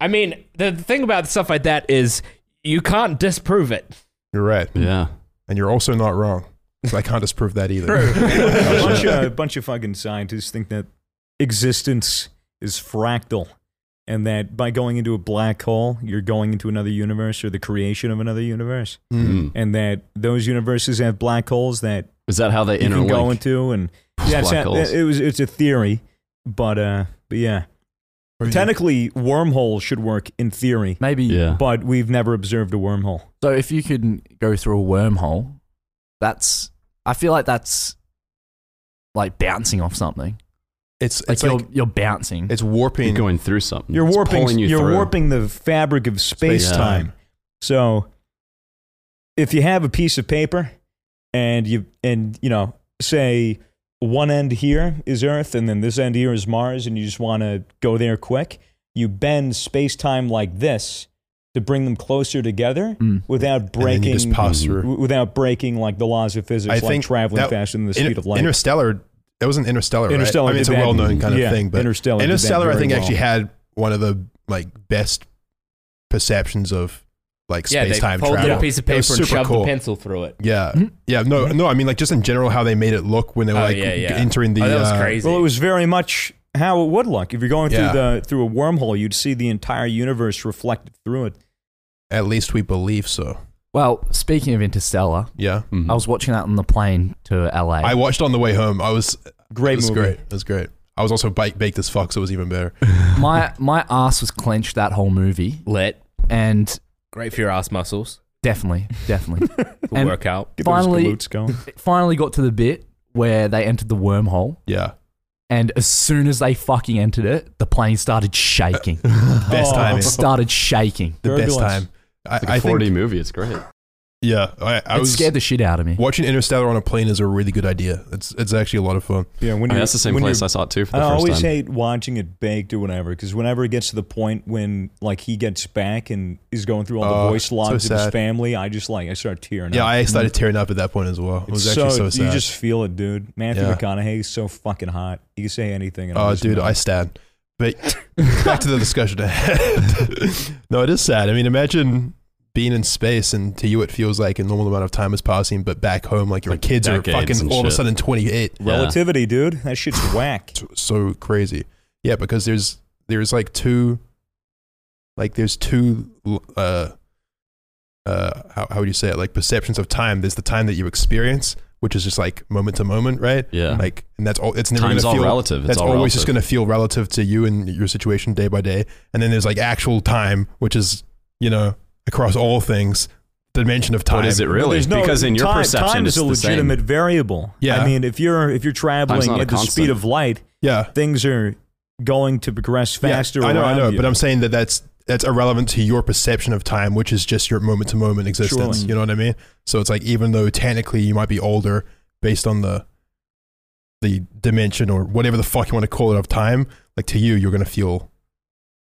[SPEAKER 3] I mean, the, the thing about stuff like that is you can't disprove it.
[SPEAKER 1] You're right.
[SPEAKER 2] Yeah.
[SPEAKER 1] And you're also not wrong. So I can't disprove that either.
[SPEAKER 4] a, bunch of, a bunch of fucking scientists think that existence is fractal and that by going into a black hole, you're going into another universe or the creation of another universe.
[SPEAKER 1] Mm.
[SPEAKER 2] Mm.
[SPEAKER 4] And that those universes have black holes that
[SPEAKER 2] Is that how they
[SPEAKER 4] you can go
[SPEAKER 2] interlink?
[SPEAKER 4] into. And yeah, it's,
[SPEAKER 2] black
[SPEAKER 4] a-
[SPEAKER 2] holes.
[SPEAKER 4] it was, it's a theory, but, uh, but yeah. Technically, wormholes should work in theory,
[SPEAKER 5] maybe
[SPEAKER 2] yeah.
[SPEAKER 4] but we've never observed a wormhole.
[SPEAKER 5] So if you can go through a wormhole, that's I feel like that's like bouncing off something.
[SPEAKER 1] It's
[SPEAKER 5] Like
[SPEAKER 1] it's
[SPEAKER 5] you're
[SPEAKER 1] like,
[SPEAKER 5] you're bouncing.
[SPEAKER 1] it's
[SPEAKER 2] You're
[SPEAKER 1] warping
[SPEAKER 2] going through something.
[SPEAKER 4] You're
[SPEAKER 2] It's
[SPEAKER 4] warping.
[SPEAKER 2] pulling
[SPEAKER 4] You
[SPEAKER 2] You
[SPEAKER 4] are
[SPEAKER 2] through.
[SPEAKER 4] warping the fabric of space
[SPEAKER 1] space
[SPEAKER 2] Yeah.
[SPEAKER 4] time.
[SPEAKER 1] time.
[SPEAKER 4] So, if you have a piece of paper, and you and you know, say one end here is Earth, and then this end here is Mars, and you just want to go there quick, you bend space time like this to bring them closer together
[SPEAKER 5] Mm.
[SPEAKER 4] without
[SPEAKER 1] and then you
[SPEAKER 4] breaking.
[SPEAKER 1] just pass
[SPEAKER 2] Mhm.
[SPEAKER 1] through.
[SPEAKER 4] w- Without breaking like the laws of physics,
[SPEAKER 1] I
[SPEAKER 4] like
[SPEAKER 1] think
[SPEAKER 4] traveling
[SPEAKER 1] that-
[SPEAKER 4] faster than the
[SPEAKER 1] Inter-
[SPEAKER 4] speed of light.
[SPEAKER 1] Interstellar. It was an Interstellar. right?
[SPEAKER 4] Interstellar
[SPEAKER 1] I mean, it's a
[SPEAKER 4] did that.
[SPEAKER 1] well-known kind of
[SPEAKER 4] Yeah,
[SPEAKER 1] thing, but
[SPEAKER 4] Interstellar did that
[SPEAKER 1] Interstellar, I
[SPEAKER 4] very
[SPEAKER 1] think,
[SPEAKER 4] well.
[SPEAKER 1] actually had one of the like best perceptions of like
[SPEAKER 3] Yeah, they
[SPEAKER 1] space-time
[SPEAKER 3] folded
[SPEAKER 1] travel.
[SPEAKER 3] a piece of
[SPEAKER 1] It was
[SPEAKER 3] paper and
[SPEAKER 1] super
[SPEAKER 3] shoved
[SPEAKER 1] cool.
[SPEAKER 3] a pencil through it.
[SPEAKER 1] Yeah,
[SPEAKER 4] Hmm?
[SPEAKER 1] yeah. No, no. I mean, like just in general, how they made it look when they were
[SPEAKER 3] Oh,
[SPEAKER 1] like
[SPEAKER 3] yeah, yeah.
[SPEAKER 1] entering the.
[SPEAKER 3] oh, that was
[SPEAKER 1] uh,
[SPEAKER 3] crazy.
[SPEAKER 4] Well, it was very much how it would look if you're going through
[SPEAKER 1] Yeah.
[SPEAKER 4] the through a wormhole. You'd see the entire universe reflected through it.
[SPEAKER 1] At least we believe so.
[SPEAKER 5] well, speaking of Interstellar,
[SPEAKER 1] Yeah,
[SPEAKER 3] Hmm.
[SPEAKER 2] Mhm.
[SPEAKER 5] I was watching that on the plane to LA.
[SPEAKER 1] Mm. I watched on the way home. I was. It
[SPEAKER 4] Great
[SPEAKER 1] was
[SPEAKER 4] movie.
[SPEAKER 1] great. It was great. I was also bake baked as fuck, so it was even better.
[SPEAKER 5] my my ass was clenched that whole movie,
[SPEAKER 3] lit.
[SPEAKER 5] and
[SPEAKER 3] Great for your ass muscles.
[SPEAKER 5] definitely, definitely,
[SPEAKER 3] Good
[SPEAKER 5] And-
[SPEAKER 3] workout.
[SPEAKER 4] Get
[SPEAKER 5] Finally-
[SPEAKER 4] those glutes going.
[SPEAKER 5] it finally got to the bit where they entered the wormhole,
[SPEAKER 1] Yeah,
[SPEAKER 5] and as soon as they fucking entered it, the plane started shaking.
[SPEAKER 1] best
[SPEAKER 4] Oh.
[SPEAKER 1] timing.
[SPEAKER 5] it started shaking.
[SPEAKER 1] The best
[SPEAKER 4] Turbulence.
[SPEAKER 1] time. I,
[SPEAKER 2] It's
[SPEAKER 1] I
[SPEAKER 2] like a 4D
[SPEAKER 1] think.
[SPEAKER 2] movie. It's great.
[SPEAKER 1] Yeah, I, I
[SPEAKER 5] it
[SPEAKER 1] was
[SPEAKER 5] scared the shit out of me.
[SPEAKER 1] watching Interstellar on a plane is a really good idea. It's it's actually a lot of fun.
[SPEAKER 4] Yeah,
[SPEAKER 2] I
[SPEAKER 4] when
[SPEAKER 2] mean,
[SPEAKER 4] you're-
[SPEAKER 2] that's the same
[SPEAKER 4] when
[SPEAKER 2] place
[SPEAKER 4] you're-
[SPEAKER 2] I saw it too for the
[SPEAKER 4] I
[SPEAKER 2] first
[SPEAKER 4] always
[SPEAKER 2] time.
[SPEAKER 4] hate watching it baked or whatever because whenever it gets to the point when like he gets back and is going through all the
[SPEAKER 1] Oh,
[SPEAKER 4] voice
[SPEAKER 1] so
[SPEAKER 4] logs of his
[SPEAKER 1] sad.
[SPEAKER 4] family, I just like I start tearing
[SPEAKER 1] Yeah,
[SPEAKER 4] up.
[SPEAKER 1] I started tearing up at that point as well. It was
[SPEAKER 4] It's
[SPEAKER 1] actually so, sad.
[SPEAKER 4] you just feel it, dude. Matthew
[SPEAKER 1] Yeah.
[SPEAKER 4] McConaughey is so fucking hot. He can say anything. and I'll
[SPEAKER 1] oh,
[SPEAKER 4] just
[SPEAKER 1] dude,
[SPEAKER 4] know.
[SPEAKER 1] I stand. But back to the discussion ahead. no, it is sad. I mean, imagine being in space, and to you it feels like a normal amount of time is passing, but back home, like your
[SPEAKER 2] Like
[SPEAKER 1] kids are
[SPEAKER 2] decades
[SPEAKER 1] fucking
[SPEAKER 2] and
[SPEAKER 1] all of a
[SPEAKER 2] shit.
[SPEAKER 1] sudden twenty eight.
[SPEAKER 2] Yeah.
[SPEAKER 4] relativity, dude. That shit's whack.
[SPEAKER 1] So, so crazy. Yeah, because there's there's like two, like there's two. Uh, uh, how, how would you say it? Like perceptions of time. There's the time that you experience, which is just like moment to moment, right?
[SPEAKER 2] Yeah.
[SPEAKER 1] Like, and that's all. It's never
[SPEAKER 2] Time's
[SPEAKER 1] gonna
[SPEAKER 2] all
[SPEAKER 1] feel
[SPEAKER 2] relative. It's
[SPEAKER 1] that's
[SPEAKER 2] all
[SPEAKER 1] always
[SPEAKER 2] relative.
[SPEAKER 1] just going to feel relative to you and your situation day by day. And then there's like actual time, which is you know across all things, dimension of time.
[SPEAKER 2] What is it really?
[SPEAKER 4] There's no-
[SPEAKER 2] because in your
[SPEAKER 4] time,
[SPEAKER 2] perception,
[SPEAKER 4] time
[SPEAKER 2] it's
[SPEAKER 4] is a
[SPEAKER 2] the
[SPEAKER 4] legitimate
[SPEAKER 2] Same.
[SPEAKER 4] variable.
[SPEAKER 1] Yeah.
[SPEAKER 4] I mean, if you're if you're traveling
[SPEAKER 2] not a
[SPEAKER 4] at the speed
[SPEAKER 2] constant.
[SPEAKER 4] of light,
[SPEAKER 1] Yeah,
[SPEAKER 4] things are going to progress
[SPEAKER 1] Yeah,
[SPEAKER 4] faster.
[SPEAKER 1] I know, I
[SPEAKER 4] around
[SPEAKER 1] know,
[SPEAKER 4] you.
[SPEAKER 1] but I'm saying that that's that's irrelevant to your perception of time, which is just your moment to moment existence.
[SPEAKER 4] Surely.
[SPEAKER 1] You know what I mean? So it's like even though technically you might be older based on the the dimension or whatever the fuck you want to call it of time, like to you, you're gonna feel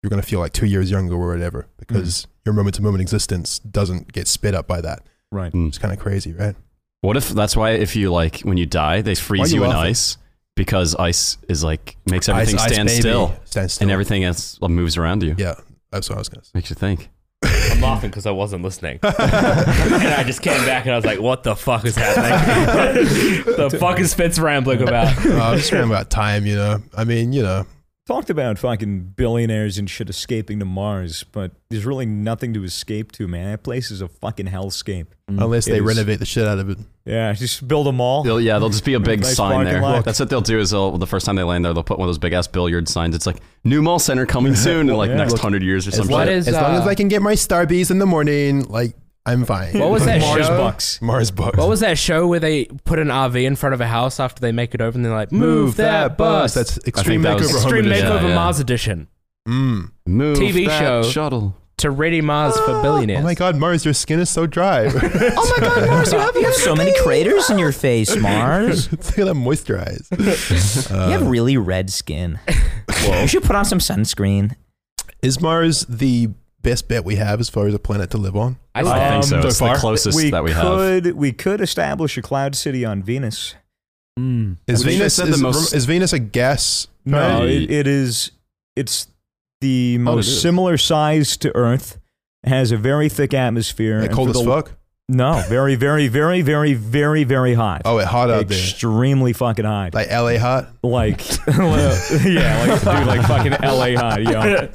[SPEAKER 1] you're gonna feel like two years younger or whatever
[SPEAKER 4] Mm.
[SPEAKER 1] because your moment to moment existence doesn't get sped up by that.
[SPEAKER 4] right.
[SPEAKER 1] It's kind of crazy, right?
[SPEAKER 2] What if that's why if you like when you die they freeze
[SPEAKER 1] you
[SPEAKER 2] you, in
[SPEAKER 1] laughing?
[SPEAKER 2] ice because ice is like makes everything
[SPEAKER 1] Ice- ice
[SPEAKER 2] stand
[SPEAKER 1] baby.
[SPEAKER 2] still
[SPEAKER 1] Stand still.
[SPEAKER 2] and everything else moves around you.
[SPEAKER 1] Yeah, That's what I was going to say.
[SPEAKER 2] Makes you think.
[SPEAKER 3] I'm laughing because I wasn't listening. and I just came back and I was like, what the fuck is happening? the fuck is Fitz rambling about?
[SPEAKER 1] Uh, I'm just talking about time, you know. I mean, you know,
[SPEAKER 4] Talked about fucking billionaires and shit escaping to Mars, but there's really nothing to escape to, man. That place is a fucking hellscape.
[SPEAKER 1] Mm-hmm. unless they
[SPEAKER 4] Mm, It is.
[SPEAKER 1] renovate the shit out of it.
[SPEAKER 4] Yeah, just build a mall.
[SPEAKER 2] They'll, yeah, there'll just be a big
[SPEAKER 4] Nice
[SPEAKER 2] sign
[SPEAKER 4] parking
[SPEAKER 2] there.
[SPEAKER 4] lot.
[SPEAKER 2] That's what they'll do. Is they'll, the first time they land there, they'll put one of those big ass billiard signs. It's like new mall center coming soon in like
[SPEAKER 4] Yeah.
[SPEAKER 2] next hundred years or some
[SPEAKER 3] What
[SPEAKER 2] shit.
[SPEAKER 3] is
[SPEAKER 1] as long
[SPEAKER 3] uh,
[SPEAKER 1] as I can get my Starbies in the morning, like, I'm fine.
[SPEAKER 3] What was that
[SPEAKER 4] Mars
[SPEAKER 3] show?
[SPEAKER 4] bucks.
[SPEAKER 1] Mars Bucks.
[SPEAKER 3] What was that show where they put an RV in front of a house after they make it over and they're like, move, that, bus?
[SPEAKER 1] That's Extreme
[SPEAKER 2] that was-
[SPEAKER 1] Makeover Home
[SPEAKER 3] Extreme
[SPEAKER 1] Edition.
[SPEAKER 3] Makeover
[SPEAKER 2] Yeah, yeah.
[SPEAKER 3] Mars Edition
[SPEAKER 1] Mm.
[SPEAKER 2] Move
[SPEAKER 3] TV
[SPEAKER 2] that
[SPEAKER 3] show.
[SPEAKER 2] shuttle?
[SPEAKER 3] to ready Mars for billionaires.
[SPEAKER 1] Oh my god, Mars, your skin is so dry. Look at
[SPEAKER 9] Oh my God, Mars, you have, you have so many craters in your face, Mars.
[SPEAKER 1] that moisturize. Uh,
[SPEAKER 9] You have really red skin. You should put on some sunscreen.
[SPEAKER 1] is Mars the best bet we have as far as a planet to live on?
[SPEAKER 2] I think so.
[SPEAKER 4] Um,
[SPEAKER 2] It's the closest that we have.
[SPEAKER 4] could, We could establish a cloud city on Venus.
[SPEAKER 5] Mm.
[SPEAKER 1] Is
[SPEAKER 2] I think they
[SPEAKER 1] Venus
[SPEAKER 2] said the
[SPEAKER 1] is,
[SPEAKER 2] most-
[SPEAKER 1] is Venus a gas?
[SPEAKER 4] No,
[SPEAKER 2] Right.
[SPEAKER 4] it, it is. It's the
[SPEAKER 1] Oh, it
[SPEAKER 4] most
[SPEAKER 1] is.
[SPEAKER 4] similar size to Earth. Has a very thick atmosphere.
[SPEAKER 1] Like
[SPEAKER 4] and
[SPEAKER 1] cold
[SPEAKER 4] for
[SPEAKER 1] as
[SPEAKER 4] the-
[SPEAKER 1] fuck.
[SPEAKER 4] No, very, very, very, very, very, very hot.
[SPEAKER 1] Oh, it hot out there.
[SPEAKER 4] Extremely fucking hot.
[SPEAKER 1] Like LA hot.
[SPEAKER 4] Like, yeah, like dude, like fucking LA hot, yeah.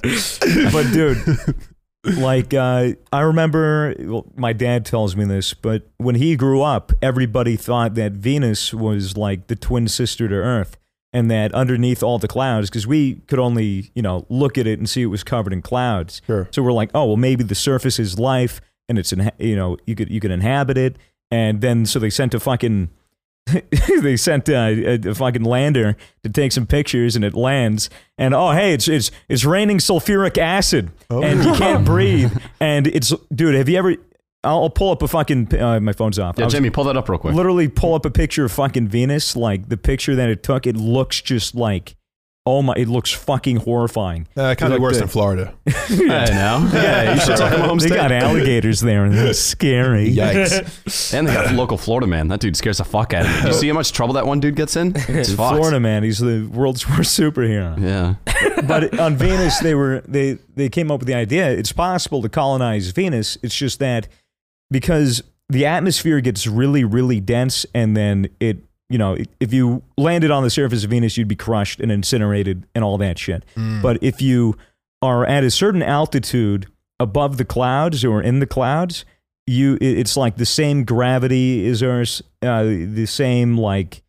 [SPEAKER 4] But dude, like uh, I remember, well, my dad tells me this, but when he grew up, everybody thought that Venus was like the twin sister to Earth, and that underneath all the clouds, because we could only you know look at it and see it was covered in clouds.
[SPEAKER 1] Sure.
[SPEAKER 4] So we're like, oh well, maybe the surface is life, and it's inha- you know you could you could inhabit it, and then so they sent a fucking they sent uh, a, a fucking lander to take some pictures, and it lands, and oh hey, it's it's it's raining sulfuric acid,
[SPEAKER 2] Oh.
[SPEAKER 4] and you can't breathe, and it's dude, have you ever? I'll, I'll pull up a fucking uh, my phone's off. I
[SPEAKER 2] Yeah,
[SPEAKER 4] was-
[SPEAKER 2] Jamie, pull that up real quick.
[SPEAKER 4] literally pull up a picture of fucking Venus, like the picture that it took. It looks just like, oh my, it looks fucking horrifying.
[SPEAKER 1] Uh, kind of
[SPEAKER 4] Like
[SPEAKER 1] worse
[SPEAKER 4] the-
[SPEAKER 1] than Florida.
[SPEAKER 2] Hey, now. Yeah, you should talk about
[SPEAKER 4] They
[SPEAKER 2] homestead.
[SPEAKER 4] got alligators there, and that's scary.
[SPEAKER 1] Yikes.
[SPEAKER 2] And they got the local Florida man. That dude scares the fuck out of me. Do you see how much trouble that one dude gets in? It's fucked.
[SPEAKER 4] Florida man, he's the world's worst superhero.
[SPEAKER 2] Yeah.
[SPEAKER 4] But on Venus, they were they they came up with the idea it's possible to colonize Venus. It's just that because the atmosphere gets really really dense, and then it you know if you landed on the surface of Venus, you'd be crushed and incinerated and all that shit.
[SPEAKER 2] Mm.
[SPEAKER 4] But if you are at a certain altitude above the clouds or in the clouds, you it- it's like the same gravity is ours, uh, the same like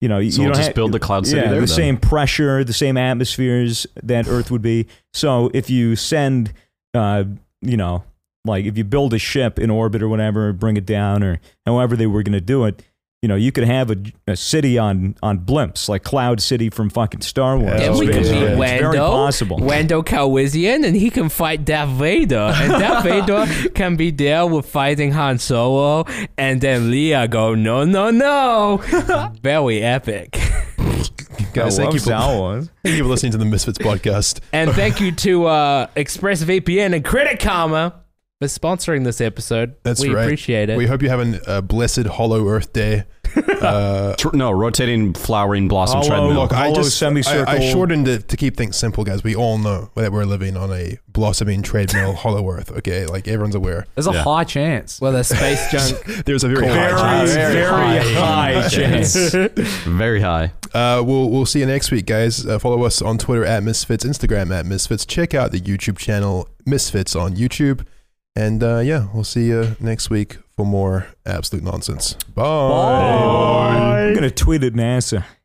[SPEAKER 4] you know. you-
[SPEAKER 2] So
[SPEAKER 4] you
[SPEAKER 2] we'll
[SPEAKER 4] don't
[SPEAKER 2] just
[SPEAKER 4] ha-
[SPEAKER 2] build the cloud city
[SPEAKER 4] yeah,
[SPEAKER 2] there
[SPEAKER 4] the
[SPEAKER 2] then.
[SPEAKER 4] same pressure, the same atmospheres that Earth would be. So if you send, uh, you know, like if you build a ship in orbit or whatever, bring it down or however they were going to do it. You know, you could have a, a city on on blimps, like Cloud City from fucking Star Wars.
[SPEAKER 1] Yeah,
[SPEAKER 3] And we
[SPEAKER 1] Oh,
[SPEAKER 3] could
[SPEAKER 1] yeah.
[SPEAKER 3] be
[SPEAKER 1] It's
[SPEAKER 3] Wando,
[SPEAKER 4] very possible.
[SPEAKER 3] Wando Calrissian, and he can fight Darth Vader, and Darth Vader can be there with fighting Han Solo, and then Leia go, no, no, no, very epic.
[SPEAKER 1] Guys, thank you, for,
[SPEAKER 4] Wars.
[SPEAKER 1] thank you for listening to the Misfits podcast.
[SPEAKER 3] And thank you to uh, ExpressVPN and Credit Karma for sponsoring this episode.
[SPEAKER 1] That's
[SPEAKER 3] we
[SPEAKER 1] right.
[SPEAKER 3] appreciate it.
[SPEAKER 1] We hope you have an- a blessed Hollow Earth Day. Uh,
[SPEAKER 2] Tr- no, rotating flowering blossom
[SPEAKER 4] Hollow-
[SPEAKER 2] treadmill.
[SPEAKER 1] look, I
[SPEAKER 4] hollow
[SPEAKER 1] just
[SPEAKER 4] semicircle.
[SPEAKER 1] I, I shortened it to keep things simple, guys. We all know that we're living on a blossoming treadmill, Hollow Earth. Okay, like everyone's aware.
[SPEAKER 5] There's a
[SPEAKER 2] Yeah.
[SPEAKER 5] high chance.
[SPEAKER 3] well, the space junk.
[SPEAKER 1] There's a very
[SPEAKER 4] Very,
[SPEAKER 1] high chance.
[SPEAKER 4] very, high chance.
[SPEAKER 2] Very high.
[SPEAKER 1] Uh, we'll we'll see you next week, guys. Uh, follow us on Twitter at Misfits, Instagram at Misfits. Check out the YouTube channel Misfits on YouTube, and uh, yeah, we'll see you next week for more absolute nonsense. Bye.
[SPEAKER 4] I'm gonna tweet at NASA.